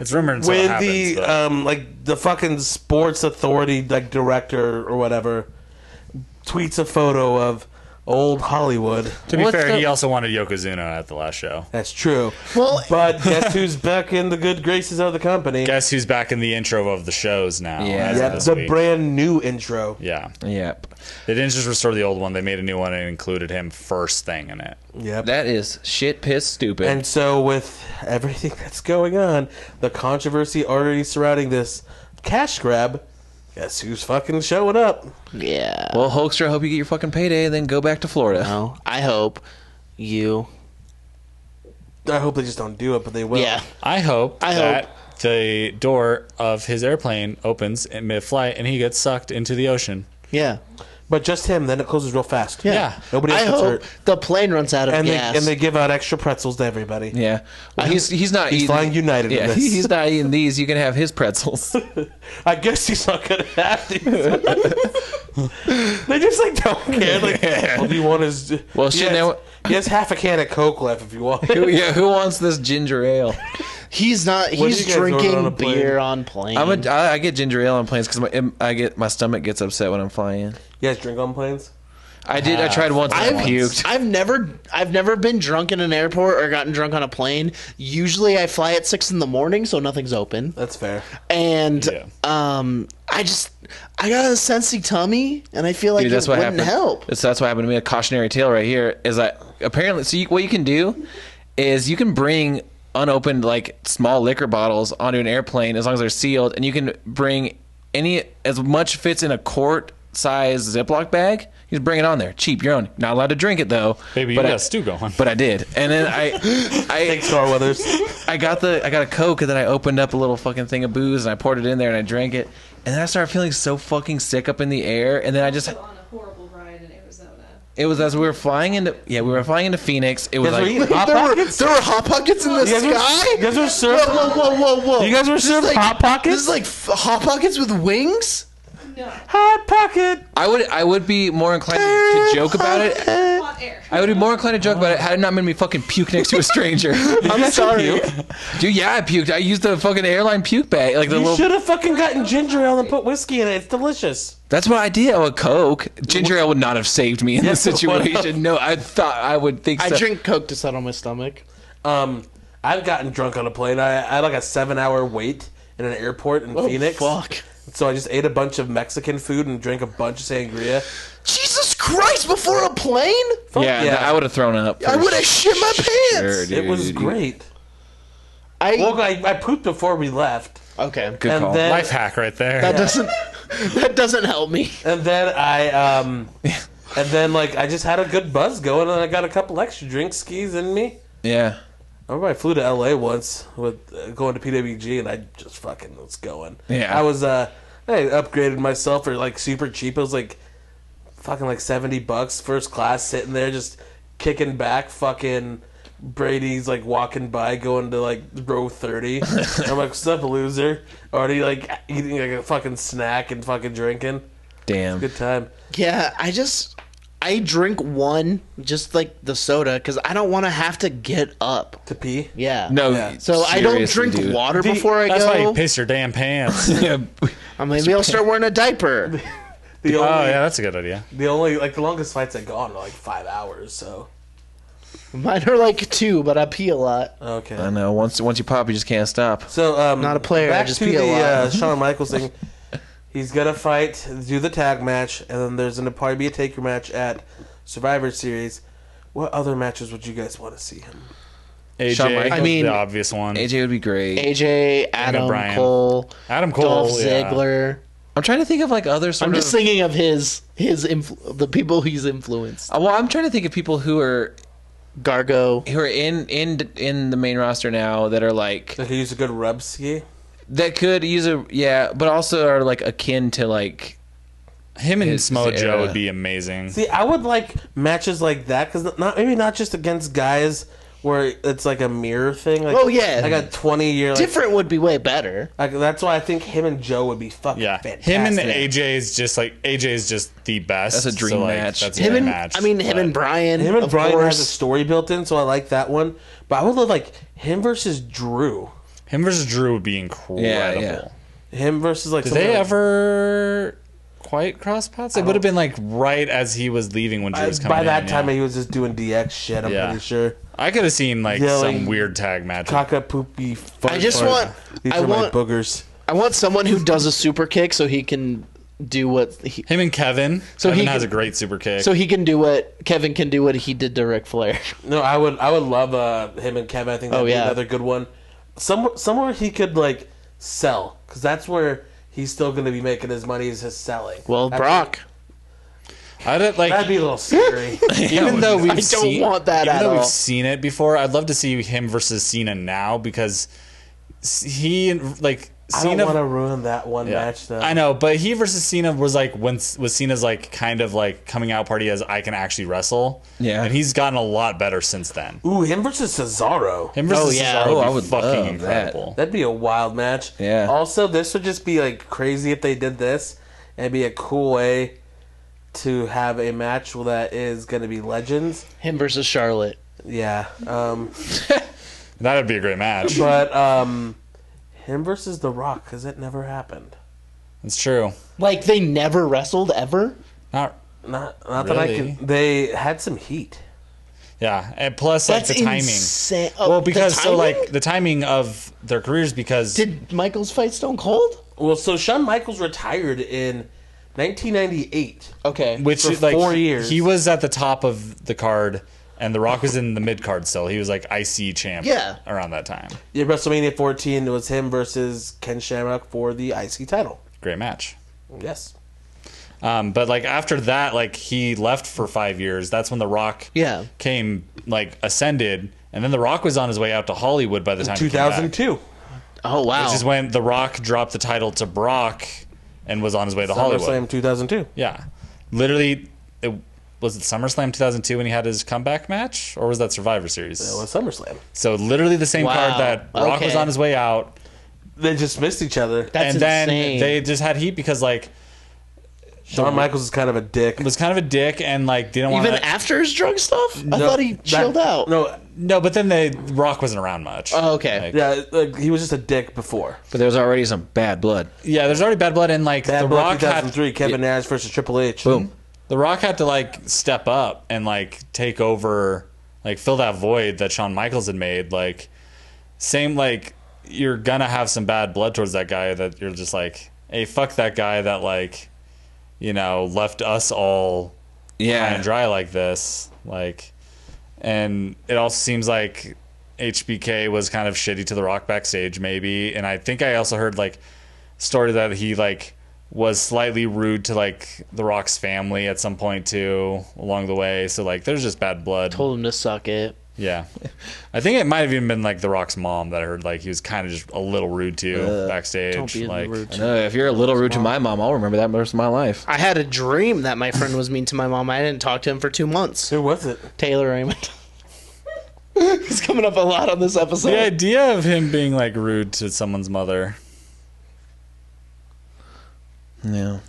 [SPEAKER 4] It's rumored until
[SPEAKER 5] with
[SPEAKER 4] it happens.
[SPEAKER 5] the
[SPEAKER 4] but-
[SPEAKER 5] um like the fucking sports authority like director or whatever tweets a photo of old Hollywood
[SPEAKER 4] to be
[SPEAKER 2] what's
[SPEAKER 4] fair,
[SPEAKER 2] the-
[SPEAKER 4] he also wanted Yokozuna at the last show.
[SPEAKER 5] that's true
[SPEAKER 3] Well-
[SPEAKER 5] but guess who's back in the good graces of the company
[SPEAKER 4] Guess who's back in the intro of the shows now?
[SPEAKER 2] Yeah.
[SPEAKER 4] as of
[SPEAKER 5] yeah
[SPEAKER 4] this
[SPEAKER 5] the
[SPEAKER 4] week.
[SPEAKER 5] brand new intro
[SPEAKER 4] Yeah,
[SPEAKER 2] Yep.
[SPEAKER 4] they didn't just restore the old one; they made a new one and included him first thing in it.
[SPEAKER 5] yep
[SPEAKER 2] That is shit, piss, stupid.
[SPEAKER 5] And so, with everything that's going on, the controversy already surrounding this cash grab, guess who's fucking showing up?
[SPEAKER 3] Yeah.
[SPEAKER 2] well, Hulkster, I hope you get your fucking payday and then go back to Florida.
[SPEAKER 3] No, I hope you.
[SPEAKER 5] I hope they just don't do it, but they will.
[SPEAKER 3] yeah.
[SPEAKER 4] I hope
[SPEAKER 3] I
[SPEAKER 4] that the door of his airplane opens in mid-flight and he gets sucked into the ocean.
[SPEAKER 3] Yeah.
[SPEAKER 5] But just him, then it closes real fast.
[SPEAKER 4] Yeah.
[SPEAKER 5] Nobody else
[SPEAKER 3] I
[SPEAKER 5] gets
[SPEAKER 3] hope
[SPEAKER 5] hurt.
[SPEAKER 3] the plane runs out of
[SPEAKER 5] And
[SPEAKER 3] gas.
[SPEAKER 5] they and they give out extra pretzels to everybody.
[SPEAKER 2] Yeah. Well, he's he's not
[SPEAKER 5] He's
[SPEAKER 2] eating,
[SPEAKER 5] flying United in
[SPEAKER 2] Yeah,
[SPEAKER 5] this.
[SPEAKER 2] he's not eating these. You can have his pretzels.
[SPEAKER 5] I guess he's not gonna have these. they just like don't care. Like, all you want is
[SPEAKER 2] Well,
[SPEAKER 5] he
[SPEAKER 2] shit,
[SPEAKER 5] has-
[SPEAKER 2] now-
[SPEAKER 5] he has half a can of Coke left if you want. it.
[SPEAKER 2] Who- yeah, who wants this ginger ale?
[SPEAKER 3] he's not.
[SPEAKER 5] do
[SPEAKER 3] He's
[SPEAKER 5] you guys order
[SPEAKER 3] drinking
[SPEAKER 5] on a plane?
[SPEAKER 3] beer on plane.
[SPEAKER 2] I'm a, I, I get ginger ale on planes because I get my stomach gets upset when I'm flying.
[SPEAKER 5] You guys drink on planes?
[SPEAKER 2] I did. I tried once. and I
[SPEAKER 3] I've,
[SPEAKER 2] puked.
[SPEAKER 3] I've never I've never been drunk in an airport or gotten drunk on a plane. Usually I fly at six in the morning, so nothing's open.
[SPEAKER 5] That's fair.
[SPEAKER 3] And
[SPEAKER 4] Yeah.
[SPEAKER 3] um I just I got a sensy tummy and I feel like
[SPEAKER 2] Dude,
[SPEAKER 3] it
[SPEAKER 2] that's what
[SPEAKER 3] wouldn't
[SPEAKER 2] happened.
[SPEAKER 3] help.
[SPEAKER 2] It's, that's what happened to me. A cautionary tale right here is that apparently, so you, what you can do is you can bring unopened like small liquor bottles onto an airplane as long as they're sealed, and you can bring any as much fits in a quart size Ziploc bag. You just bring it on there, cheap, your own. Not allowed to drink it though.
[SPEAKER 4] Baby, you
[SPEAKER 2] But
[SPEAKER 4] got
[SPEAKER 2] I-
[SPEAKER 4] stew going.
[SPEAKER 2] But I did, and then I, I,
[SPEAKER 5] Thanks, Star Weathers.
[SPEAKER 2] I got the I got a Coke and then I opened up a little fucking thing of booze and I poured it in there and I drank it and then I started feeling so fucking sick up in the air and then I just
[SPEAKER 7] on a horrible ride in Arizona.
[SPEAKER 2] it was as we were flying into yeah we were flying into Phoenix it was
[SPEAKER 5] Guys were
[SPEAKER 2] like
[SPEAKER 5] eating hot
[SPEAKER 3] There were,
[SPEAKER 5] pockets.
[SPEAKER 3] there were hot pockets in the
[SPEAKER 5] You guys were-
[SPEAKER 3] sky.
[SPEAKER 5] you guys were served.
[SPEAKER 3] whoa, whoa, whoa, whoa, whoa!
[SPEAKER 5] You guys were
[SPEAKER 3] This is
[SPEAKER 5] served
[SPEAKER 3] like-
[SPEAKER 5] Hot Pockets?
[SPEAKER 3] This is like f- hot pockets with wings.
[SPEAKER 7] No.
[SPEAKER 5] Hot pocket.
[SPEAKER 2] I would I would be more inclined to, to joke about it
[SPEAKER 7] On
[SPEAKER 10] air.
[SPEAKER 2] I would be more inclined to joke about it had it not made me fucking puke next to a stranger. I'm sorry, dude. Yeah, I puked. I used the fucking airline puke bag, like the
[SPEAKER 5] You should
[SPEAKER 2] little.
[SPEAKER 5] have fucking gotten ginger ale and put whiskey in it. It's delicious.
[SPEAKER 2] That's what I did. Oh, a Coke. Ginger ale would not have saved me in this
[SPEAKER 5] Yes, it would have.
[SPEAKER 2] situation. No, I thought I would think.
[SPEAKER 5] I
[SPEAKER 2] so.
[SPEAKER 5] drink-
[SPEAKER 3] Coke to settle my stomach.
[SPEAKER 5] Um, I've gotten drunk on a plane. I, I had like a seven hour wait in an airport in
[SPEAKER 3] Oh,
[SPEAKER 5] Phoenix.
[SPEAKER 3] fuck.
[SPEAKER 5] So I just ate a bunch of Mexican food and drank a bunch of sangria.
[SPEAKER 3] Jesus Christ! Before a plane,
[SPEAKER 2] Yeah,
[SPEAKER 5] yeah.
[SPEAKER 2] I would have thrown up.
[SPEAKER 3] I
[SPEAKER 2] for
[SPEAKER 3] would have shit my pants.
[SPEAKER 2] sure,
[SPEAKER 5] It was
[SPEAKER 2] dude.
[SPEAKER 5] great.
[SPEAKER 3] I
[SPEAKER 5] Well, I, I pooped before we left.
[SPEAKER 3] okay.
[SPEAKER 2] Good
[SPEAKER 5] and
[SPEAKER 2] call.
[SPEAKER 5] then,
[SPEAKER 4] Life hack right there.
[SPEAKER 3] That doesn't that doesn't help me.
[SPEAKER 5] And then I um and then like I just had a good buzz going and I got a couple extra drinks skis in me.
[SPEAKER 2] Yeah.
[SPEAKER 5] I remember I flew to LA once with uh, going to PWG and I just fucking was going.
[SPEAKER 2] Yeah.
[SPEAKER 5] I was uh I upgraded myself for like super cheap. It was like fucking like 70 bucks first class sitting there just kicking back fucking Brady's like walking by going to like row 30. I'm like, what's up, loser? Already like eating like a fucking snack and fucking drinking.
[SPEAKER 2] Damn.
[SPEAKER 5] Good time.
[SPEAKER 3] Yeah, I just I drink one just like the soda because I don't want to have to get up.
[SPEAKER 5] To pee?
[SPEAKER 3] Yeah.
[SPEAKER 2] No.
[SPEAKER 3] So I don't
[SPEAKER 2] seriously,
[SPEAKER 3] drink
[SPEAKER 2] dude.
[SPEAKER 3] water before I
[SPEAKER 4] That's
[SPEAKER 3] go.
[SPEAKER 4] why you piss your damn pants. oh
[SPEAKER 2] Yeah.
[SPEAKER 3] Uh, Maybe I'll start wearing a diaper.
[SPEAKER 5] The only,
[SPEAKER 4] Oh, yeah, that's a good idea.
[SPEAKER 5] the only like the longest fights I gone are like five hours. So
[SPEAKER 3] Mine are like two, but I pee a lot.
[SPEAKER 5] okay.
[SPEAKER 2] I know. Once once you pop, you just can't stop.
[SPEAKER 5] so um,
[SPEAKER 3] Not a player, I
[SPEAKER 5] Back
[SPEAKER 3] just
[SPEAKER 5] to
[SPEAKER 3] pee a
[SPEAKER 5] the
[SPEAKER 3] lot.
[SPEAKER 5] uh, Shawn Michaels thing. He's gonna fight, do the tag match, and then there's gonna probably be a taker match at Survivor Series. What other matches would you guys want to see him?
[SPEAKER 2] Shawn
[SPEAKER 4] AJ,
[SPEAKER 2] Michaels.
[SPEAKER 4] I
[SPEAKER 2] I
[SPEAKER 4] mean,
[SPEAKER 3] mean-
[SPEAKER 4] the obvious one.
[SPEAKER 2] AJ would be great.
[SPEAKER 3] AJ, Adam
[SPEAKER 4] Bryan.
[SPEAKER 3] Cole,
[SPEAKER 4] Adam Cole,
[SPEAKER 3] Dolph
[SPEAKER 4] yeah.
[SPEAKER 3] Ziggler.
[SPEAKER 2] I'm trying to think of like other sort
[SPEAKER 3] I'm
[SPEAKER 2] of.
[SPEAKER 3] just thinking of his his influ- the people he's influenced.
[SPEAKER 2] Uh, well, I'm trying to think of people who are
[SPEAKER 3] Gargo.
[SPEAKER 2] who are in in in the main roster now that are like
[SPEAKER 5] That he use a good rub ski.
[SPEAKER 2] that could use a yeah, but also are like akin to like
[SPEAKER 4] Him and
[SPEAKER 2] His
[SPEAKER 4] Samoa Joe
[SPEAKER 2] era.
[SPEAKER 4] would be amazing.
[SPEAKER 5] See, I would like matches like that because not maybe not just against guys where it's like a mirror thing. Like,
[SPEAKER 3] Oh, yeah.
[SPEAKER 5] like a twenty year like,
[SPEAKER 3] Different would be way better.
[SPEAKER 5] Like, that's why I think him and Joe would be fucking
[SPEAKER 4] yeah,
[SPEAKER 5] fantastic.
[SPEAKER 4] him and AJ is just like AJ is just the best.
[SPEAKER 2] That's a dream
[SPEAKER 4] like,
[SPEAKER 2] match.
[SPEAKER 4] That's a
[SPEAKER 3] Him
[SPEAKER 4] dream
[SPEAKER 3] and
[SPEAKER 4] match.
[SPEAKER 3] I mean him
[SPEAKER 4] but-
[SPEAKER 3] and Brian.
[SPEAKER 5] Him and
[SPEAKER 3] of
[SPEAKER 5] Brian
[SPEAKER 3] course.
[SPEAKER 5] has a story built in, so I like that one. But I would love like him versus Drew.
[SPEAKER 4] him versus Drew would be incredible.
[SPEAKER 2] yeah
[SPEAKER 5] Him versus like
[SPEAKER 4] Did
[SPEAKER 5] somebody
[SPEAKER 4] they
[SPEAKER 5] like-
[SPEAKER 4] ever quite cross paths? It would have been like right as he was leaving when Drew was coming.
[SPEAKER 5] by that
[SPEAKER 4] in,
[SPEAKER 5] time
[SPEAKER 4] yeah.
[SPEAKER 5] he was just doing DX shit. I'm
[SPEAKER 4] Yeah.
[SPEAKER 5] pretty sure.
[SPEAKER 4] I could have seen like
[SPEAKER 5] Yelling-
[SPEAKER 4] some weird tag match.
[SPEAKER 5] Caca poopy. Fart,
[SPEAKER 3] I just
[SPEAKER 5] fart.
[SPEAKER 3] want-
[SPEAKER 5] These
[SPEAKER 3] I
[SPEAKER 5] are
[SPEAKER 3] want-
[SPEAKER 5] my boogers.
[SPEAKER 3] I want someone who does a super kick so he can do what he,
[SPEAKER 4] him and Kevin.
[SPEAKER 3] So
[SPEAKER 4] Kevin
[SPEAKER 3] he
[SPEAKER 4] has
[SPEAKER 3] could-
[SPEAKER 4] a great super kick.
[SPEAKER 3] so he can do what Kevin can do what he did to Ric Flair.
[SPEAKER 5] No, I would. I would love uh, him and Kevin. I think that'd
[SPEAKER 3] Oh,
[SPEAKER 5] be
[SPEAKER 3] yeah.
[SPEAKER 5] another good one. Some somewhere he could like sell because that's where he's still going to be making his money is his selling.
[SPEAKER 3] Well,
[SPEAKER 5] That'd be-
[SPEAKER 3] Brock.
[SPEAKER 4] I'd have, like
[SPEAKER 5] that'd be a little scary.
[SPEAKER 4] even though we've
[SPEAKER 3] I don't
[SPEAKER 4] seen,
[SPEAKER 3] want that
[SPEAKER 4] even
[SPEAKER 3] at
[SPEAKER 4] though
[SPEAKER 3] all.
[SPEAKER 4] we've seen it before, I'd love to see him versus Cena now because s- he and like
[SPEAKER 5] I don't
[SPEAKER 4] Cena.
[SPEAKER 5] want to ruin that one
[SPEAKER 4] Yeah.
[SPEAKER 5] match though.
[SPEAKER 4] I know, but he versus Cena was like when was Cena's like kind of like coming out party as I can actually wrestle.
[SPEAKER 2] Yeah.
[SPEAKER 4] and he's gotten a lot better since then.
[SPEAKER 5] Ooh, him versus Cesaro.
[SPEAKER 4] Him versus
[SPEAKER 2] Oh, yeah.
[SPEAKER 4] Cesaro would
[SPEAKER 2] Oh,
[SPEAKER 4] be
[SPEAKER 2] I would
[SPEAKER 4] fucking
[SPEAKER 2] love
[SPEAKER 4] incredible.
[SPEAKER 5] That'd be a wild match.
[SPEAKER 2] Yeah.
[SPEAKER 5] Also, this would just be like crazy if they did this, and be a cool way to have a match that is going to be legends.
[SPEAKER 3] Him versus Charlotte.
[SPEAKER 5] Yeah. Um,
[SPEAKER 4] That would be a great match.
[SPEAKER 5] but um, him versus The Rock because it never happened.
[SPEAKER 4] That's true.
[SPEAKER 3] Like they never wrestled ever?
[SPEAKER 4] Not
[SPEAKER 5] Not, not that I
[SPEAKER 4] Really?
[SPEAKER 5] can. They had some heat.
[SPEAKER 4] yeah, and plus like
[SPEAKER 3] That's
[SPEAKER 4] the timing.
[SPEAKER 3] insane. Oh,
[SPEAKER 4] well,
[SPEAKER 3] the
[SPEAKER 4] because so
[SPEAKER 3] timing?
[SPEAKER 4] like the timing of their careers because
[SPEAKER 3] Did Michaels fight Stone Cold?
[SPEAKER 5] Well, so Shawn Michaels retired in 1998.
[SPEAKER 3] Okay.
[SPEAKER 4] which
[SPEAKER 5] for
[SPEAKER 4] like
[SPEAKER 5] four years.
[SPEAKER 4] he was at the top of the card and the rock was in the mid card still he was like ic champ
[SPEAKER 3] Yeah.
[SPEAKER 4] around that time
[SPEAKER 5] Yeah, WrestleMania 14 was him versus Ken Shamrock for the IC title.
[SPEAKER 4] great match
[SPEAKER 5] Yes.
[SPEAKER 4] um, but like after that like he left for five years that's when the rock
[SPEAKER 3] Yeah.
[SPEAKER 4] came like ascended and then the rock was on his way out to hollywood by the time he came back,
[SPEAKER 5] 2002.
[SPEAKER 3] oh wow.
[SPEAKER 4] which is when the rock dropped the title to brock and was on his way to hollywood
[SPEAKER 5] SummerSlam 2002.
[SPEAKER 4] yeah literally it was it SummerSlam 2002 when he had his comeback match, or was that Survivor Series?
[SPEAKER 5] It was SummerSlam.
[SPEAKER 4] So literally the same
[SPEAKER 3] Wow.
[SPEAKER 4] card that Rock was
[SPEAKER 3] Okay.
[SPEAKER 4] on his way out,
[SPEAKER 5] They just missed each other.
[SPEAKER 3] That's
[SPEAKER 4] and then
[SPEAKER 3] insane.
[SPEAKER 4] they just had heat because like
[SPEAKER 5] Shawn Michaels is kind of a dick.
[SPEAKER 4] Was kind of a dick and like didn't want
[SPEAKER 3] Even after his drug stuff, I thought he chilled out.
[SPEAKER 5] No,
[SPEAKER 4] no, but then they Rock wasn't around much.
[SPEAKER 3] Oh, okay.
[SPEAKER 5] yeah, like, he was just a dick before.
[SPEAKER 2] But there's already some bad blood.
[SPEAKER 4] Yeah, there's already bad blood in like
[SPEAKER 5] Bad
[SPEAKER 4] the
[SPEAKER 5] Blood
[SPEAKER 4] Rock had
[SPEAKER 5] 2003, Kevin Nash versus Triple H.
[SPEAKER 2] Boom.
[SPEAKER 4] the Rock had to like step up and like take over, like fill that void that Shawn Michaels had made. Like same like you're gonna have some bad blood towards that guy that you're just like, hey, fuck that guy that like you know left us all
[SPEAKER 2] Yeah.
[SPEAKER 4] high and dry like this. Like, and it also seems like HBK was kind of shitty to The Rock backstage, maybe. And I think I also heard like story that he like was slightly rude to like The Rock's family at some point too along the way. So like, there's just bad blood.
[SPEAKER 3] Told him to suck it.
[SPEAKER 4] Yeah, I think it might have even been like The Rock's mom that I heard like he was kind of just a little rude to backstage.
[SPEAKER 3] Uh, Don't be
[SPEAKER 4] like,
[SPEAKER 3] rude.
[SPEAKER 2] No, if you're a little rude to my mom, I'll remember that most of my life.
[SPEAKER 3] I had a dream that my friend was mean to my mom. I didn't talk to him for two months.
[SPEAKER 5] Who was it?
[SPEAKER 3] Taylor Raymond. He's coming up a lot on this episode.
[SPEAKER 4] the idea of him being like rude to someone's mother.
[SPEAKER 2] No,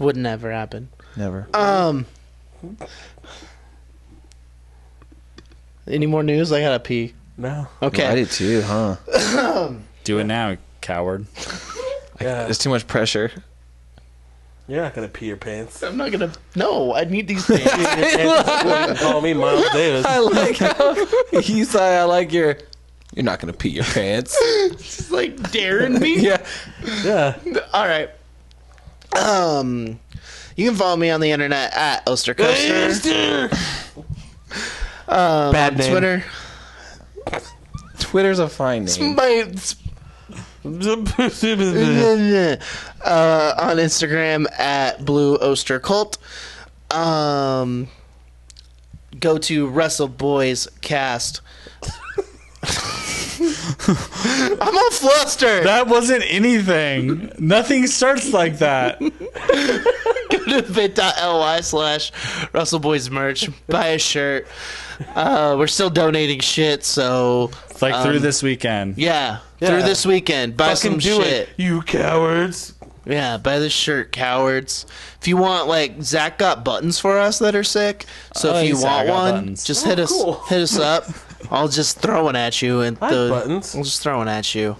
[SPEAKER 3] Would never happen.
[SPEAKER 2] never.
[SPEAKER 3] Um. Any more news? I gotta pee.
[SPEAKER 5] No.
[SPEAKER 3] Okay.
[SPEAKER 2] I did too, huh?
[SPEAKER 4] Do it now, coward.
[SPEAKER 5] Yeah.
[SPEAKER 2] There's too much pressure.
[SPEAKER 5] You're not going to pee your pants.
[SPEAKER 3] I'm not gonna. No, I need these things.
[SPEAKER 5] Call me Miles Davis.
[SPEAKER 2] I like how he's like, I like your. You're not gonna pee your pants.
[SPEAKER 3] It's like daring me.
[SPEAKER 2] yeah.
[SPEAKER 5] Yeah.
[SPEAKER 3] All right. Um, you can follow me on the internet at Ostercoaster. um,
[SPEAKER 5] Bad
[SPEAKER 3] on
[SPEAKER 5] name.
[SPEAKER 3] Twitter.
[SPEAKER 2] Twitter's a fine name.
[SPEAKER 3] My, uh, on Instagram at Blue Oster Cult. Um, go to Wrestle Boys Cast. I'm all flustered.
[SPEAKER 4] That wasn't anything. Nothing starts like that.
[SPEAKER 3] go to bit.ly slash Russell Boys merch. Buy a shirt. Uh, we're still donating shit, so
[SPEAKER 4] It's like
[SPEAKER 3] Um,
[SPEAKER 4] through this weekend.
[SPEAKER 3] yeah. Through this weekend, buy some
[SPEAKER 5] Fucking do it,
[SPEAKER 3] shit.
[SPEAKER 5] you cowards.
[SPEAKER 3] Yeah, buy this shirt, cowards. If you want, like Zach got buttons for us that are sick. So
[SPEAKER 4] Oh,
[SPEAKER 3] if you
[SPEAKER 4] Zach
[SPEAKER 3] want
[SPEAKER 4] got
[SPEAKER 3] one,
[SPEAKER 4] buttons. Oh,
[SPEAKER 3] just hit us,
[SPEAKER 5] cool.
[SPEAKER 3] hit us up. I'll just throw one at you and
[SPEAKER 5] I like
[SPEAKER 3] the
[SPEAKER 5] buttons.
[SPEAKER 3] I'm just throwing at you.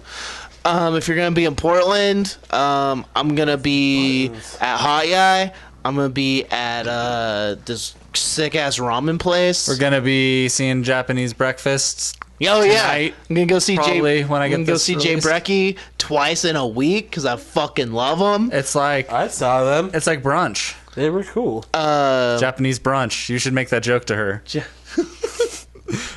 [SPEAKER 3] Um, if you're gonna be in Portland, um, I'm gonna be at Hot Yai. I'm gonna be at uh, this sick ass ramen place.
[SPEAKER 4] We're gonna be seeing Japanese breakfasts.
[SPEAKER 3] oh yeah,
[SPEAKER 4] tonight,
[SPEAKER 3] I'm gonna go see
[SPEAKER 4] probably,
[SPEAKER 3] Jay.
[SPEAKER 4] when I
[SPEAKER 3] I'm
[SPEAKER 4] get
[SPEAKER 3] gonna go
[SPEAKER 4] this
[SPEAKER 3] see
[SPEAKER 4] released.
[SPEAKER 3] Jay Brecky twice in a week because I fucking love him.
[SPEAKER 4] It's like
[SPEAKER 5] I saw them.
[SPEAKER 4] it's like brunch.
[SPEAKER 5] They were cool.
[SPEAKER 4] Uh,
[SPEAKER 3] Um,
[SPEAKER 4] Japanese brunch. You should make that joke to her.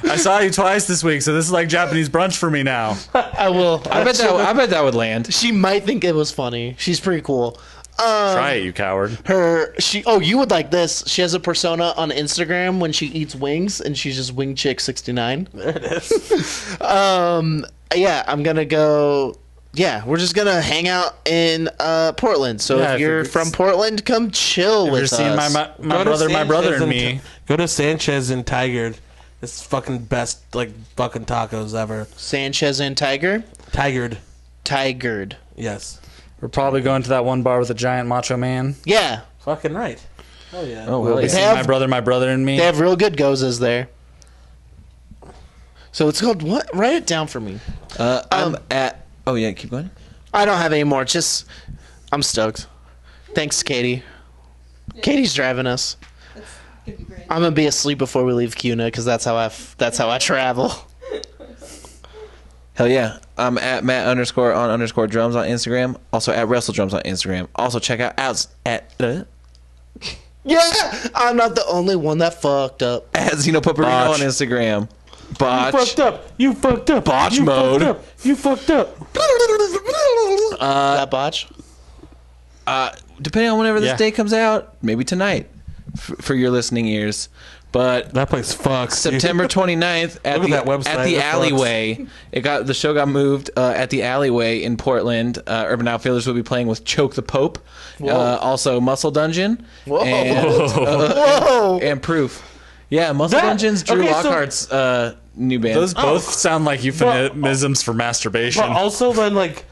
[SPEAKER 4] I saw you twice this week, so this is like Japanese brunch for me now.
[SPEAKER 3] I will.
[SPEAKER 2] I bet that. I bet that would land.
[SPEAKER 3] She might think it was funny. She's pretty cool. Um,
[SPEAKER 4] Try it, you coward.
[SPEAKER 3] her she oh you would like this. She has a persona on Instagram when she eats wings and she's just wing chick sixty nine. There it is. um yeah, I'm gonna go. Yeah, we're just gonna hang out in uh, Portland. So
[SPEAKER 4] Yeah,
[SPEAKER 3] if
[SPEAKER 4] if
[SPEAKER 3] you're
[SPEAKER 4] you're-
[SPEAKER 3] from Portland, come chill with
[SPEAKER 4] You're
[SPEAKER 3] us.
[SPEAKER 4] seeing my my, my brother, my brother, and me.
[SPEAKER 5] Go to Sanchez and Tiger. It's fucking best like fucking tacos ever.
[SPEAKER 3] Sanchez and Tiger,
[SPEAKER 5] Tigered.
[SPEAKER 3] Tigered.
[SPEAKER 5] Yes.
[SPEAKER 4] We're probably going to that one bar with a giant macho man.
[SPEAKER 3] Yeah,
[SPEAKER 5] Fucking right. Oh yeah.
[SPEAKER 2] Oh well,
[SPEAKER 4] Seeing
[SPEAKER 2] yeah.
[SPEAKER 3] have-
[SPEAKER 4] my brother, my brother, and me.
[SPEAKER 3] they have real good gozes there. So it's called what? Write it down for me.
[SPEAKER 2] Uh, I'm at. Oh yeah, keep going.
[SPEAKER 3] I don't have any more. Just, I'm stoked. Thanks, Katie. Katie's driving us.
[SPEAKER 11] Could be great.
[SPEAKER 3] I'm gonna be asleep before we leave Cuna because that's how I f- that's how I travel.
[SPEAKER 2] Hell yeah. I'm at Matt underscore on underscore drums on Instagram. Also at Wrestle Drums on Instagram. Also check out out at uh,
[SPEAKER 3] Yeah, I'm not the only one that fucked up.
[SPEAKER 2] at Zeno Paparino
[SPEAKER 4] Botch.
[SPEAKER 2] on Instagram.
[SPEAKER 5] You
[SPEAKER 2] Botch.
[SPEAKER 5] fucked up. You fucked up.
[SPEAKER 2] Botch
[SPEAKER 5] you
[SPEAKER 2] mode.
[SPEAKER 5] Fucked up. You fucked up.
[SPEAKER 3] that botch.
[SPEAKER 2] Uh, depending on whenever this
[SPEAKER 4] Yeah.
[SPEAKER 2] day comes out, maybe tonight f- for your listening ears. But
[SPEAKER 5] That place fucks. dude.
[SPEAKER 2] September 29th at
[SPEAKER 5] Look at
[SPEAKER 2] the,
[SPEAKER 5] that website,
[SPEAKER 2] at the
[SPEAKER 5] that sucks.
[SPEAKER 2] alleyway. It got the show got moved uh, at the alleyway in Portland. Uh, Urban Outfitters will be playing with Choke the Pope, uh, also Muscle Dungeon, and,
[SPEAKER 3] Whoa!
[SPEAKER 2] and Proof. Yeah, Muscle
[SPEAKER 5] That-
[SPEAKER 2] Dungeon's Drew
[SPEAKER 5] okay, so-
[SPEAKER 2] Lockhart's uh, new band.
[SPEAKER 3] Oh.
[SPEAKER 4] Those both sound like euphemisms for
[SPEAKER 5] But
[SPEAKER 4] masturbation.
[SPEAKER 5] also then like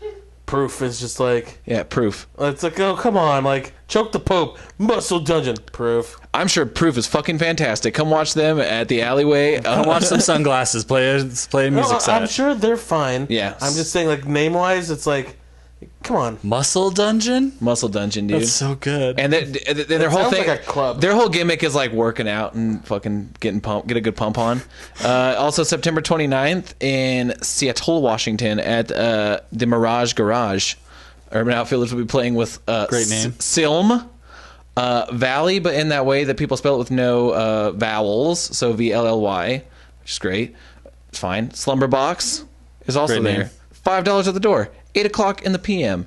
[SPEAKER 5] Proof is just like
[SPEAKER 2] yeah, proof.
[SPEAKER 5] It's like oh come on, like choke the Pope, muscle dungeon. Proof.
[SPEAKER 2] I'm sure Proof is fucking fantastic. Come watch them at the alleyway. Uh,
[SPEAKER 5] Come watch some
[SPEAKER 2] sunglasses. Play play
[SPEAKER 5] No, Oh, I- I'm sure they're fine.
[SPEAKER 2] Yeah.
[SPEAKER 5] I'm just saying, like name wise, it's like, come on.
[SPEAKER 2] Muscle Dungeon. Muscle Dungeon, dude.
[SPEAKER 5] That's so
[SPEAKER 2] good. And that- th- th- their
[SPEAKER 5] That
[SPEAKER 2] whole
[SPEAKER 5] sounds
[SPEAKER 2] thing,
[SPEAKER 5] like a club.
[SPEAKER 2] their whole gimmick is like working out and fucking getting pump, get a good pump on. Uh, also, September 29th in Seattle, Washington, at uh, the Mirage Garage. Urban Outfitters will be playing with uh,
[SPEAKER 4] Great name.
[SPEAKER 2] Silm. Uh, Valley, but in that way that people spell it with no uh, vowels, so V L L Y, which is great. It's fine. Slumber Box is also
[SPEAKER 4] Great name.
[SPEAKER 2] there. Five dollars at the door. Eight o'clock in the PM.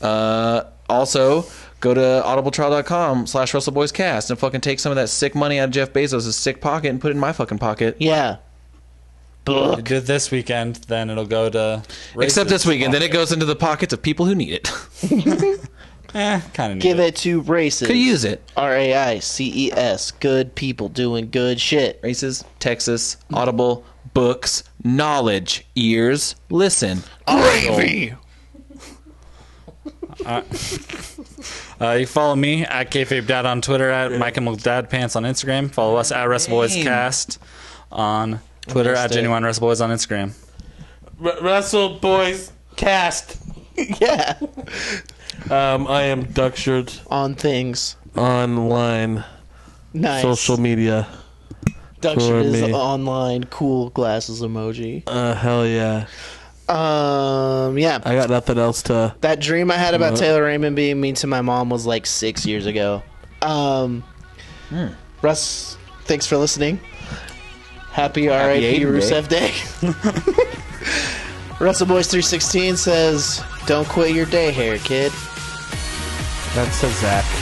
[SPEAKER 2] Uh, also, go to audibletrial.com slash WrestleBoysCast and fucking take some of that sick money out of Jeff Bezos' sick pocket and put it in my fucking pocket.
[SPEAKER 3] Yeah.
[SPEAKER 9] You do it this weekend, then it'll go to.
[SPEAKER 2] Except this weekend, then it goes into the pockets of people who need it.
[SPEAKER 9] kind of
[SPEAKER 3] Give it to races.
[SPEAKER 2] Could use it.
[SPEAKER 3] R A I C E S. Good people doing good shit.
[SPEAKER 2] Races, Texas, Audible, books, knowledge, ears, listen.
[SPEAKER 9] Gravy! Uh, uh, you follow me at kayfabe dad on Twitter at Michael Dad Pants on Instagram. Follow us at WrestleBoysCast on Twitter at
[SPEAKER 5] Understood.
[SPEAKER 9] Genuine WrestleBoys on Instagram.
[SPEAKER 5] R- Russell Boys cast.
[SPEAKER 3] yeah.
[SPEAKER 5] Um, I am Duckshirt
[SPEAKER 3] on things
[SPEAKER 5] online,
[SPEAKER 3] Nice.
[SPEAKER 5] social media. for
[SPEAKER 3] Duction is
[SPEAKER 5] me.
[SPEAKER 3] online. Cool glasses emoji.
[SPEAKER 5] Uh, hell yeah!
[SPEAKER 3] Um, yeah.
[SPEAKER 5] I got nothing else to.
[SPEAKER 3] That dream I had about
[SPEAKER 5] Nope.
[SPEAKER 3] Taylor Raymond being mean to my mom was like six years ago. Um, Russ, thanks for listening. Happy R.I.P.
[SPEAKER 2] Aiden Day.
[SPEAKER 3] Rusev Day. Russell Boys 316 says, "Don't quit your day hair, kid."
[SPEAKER 5] That's a Zach.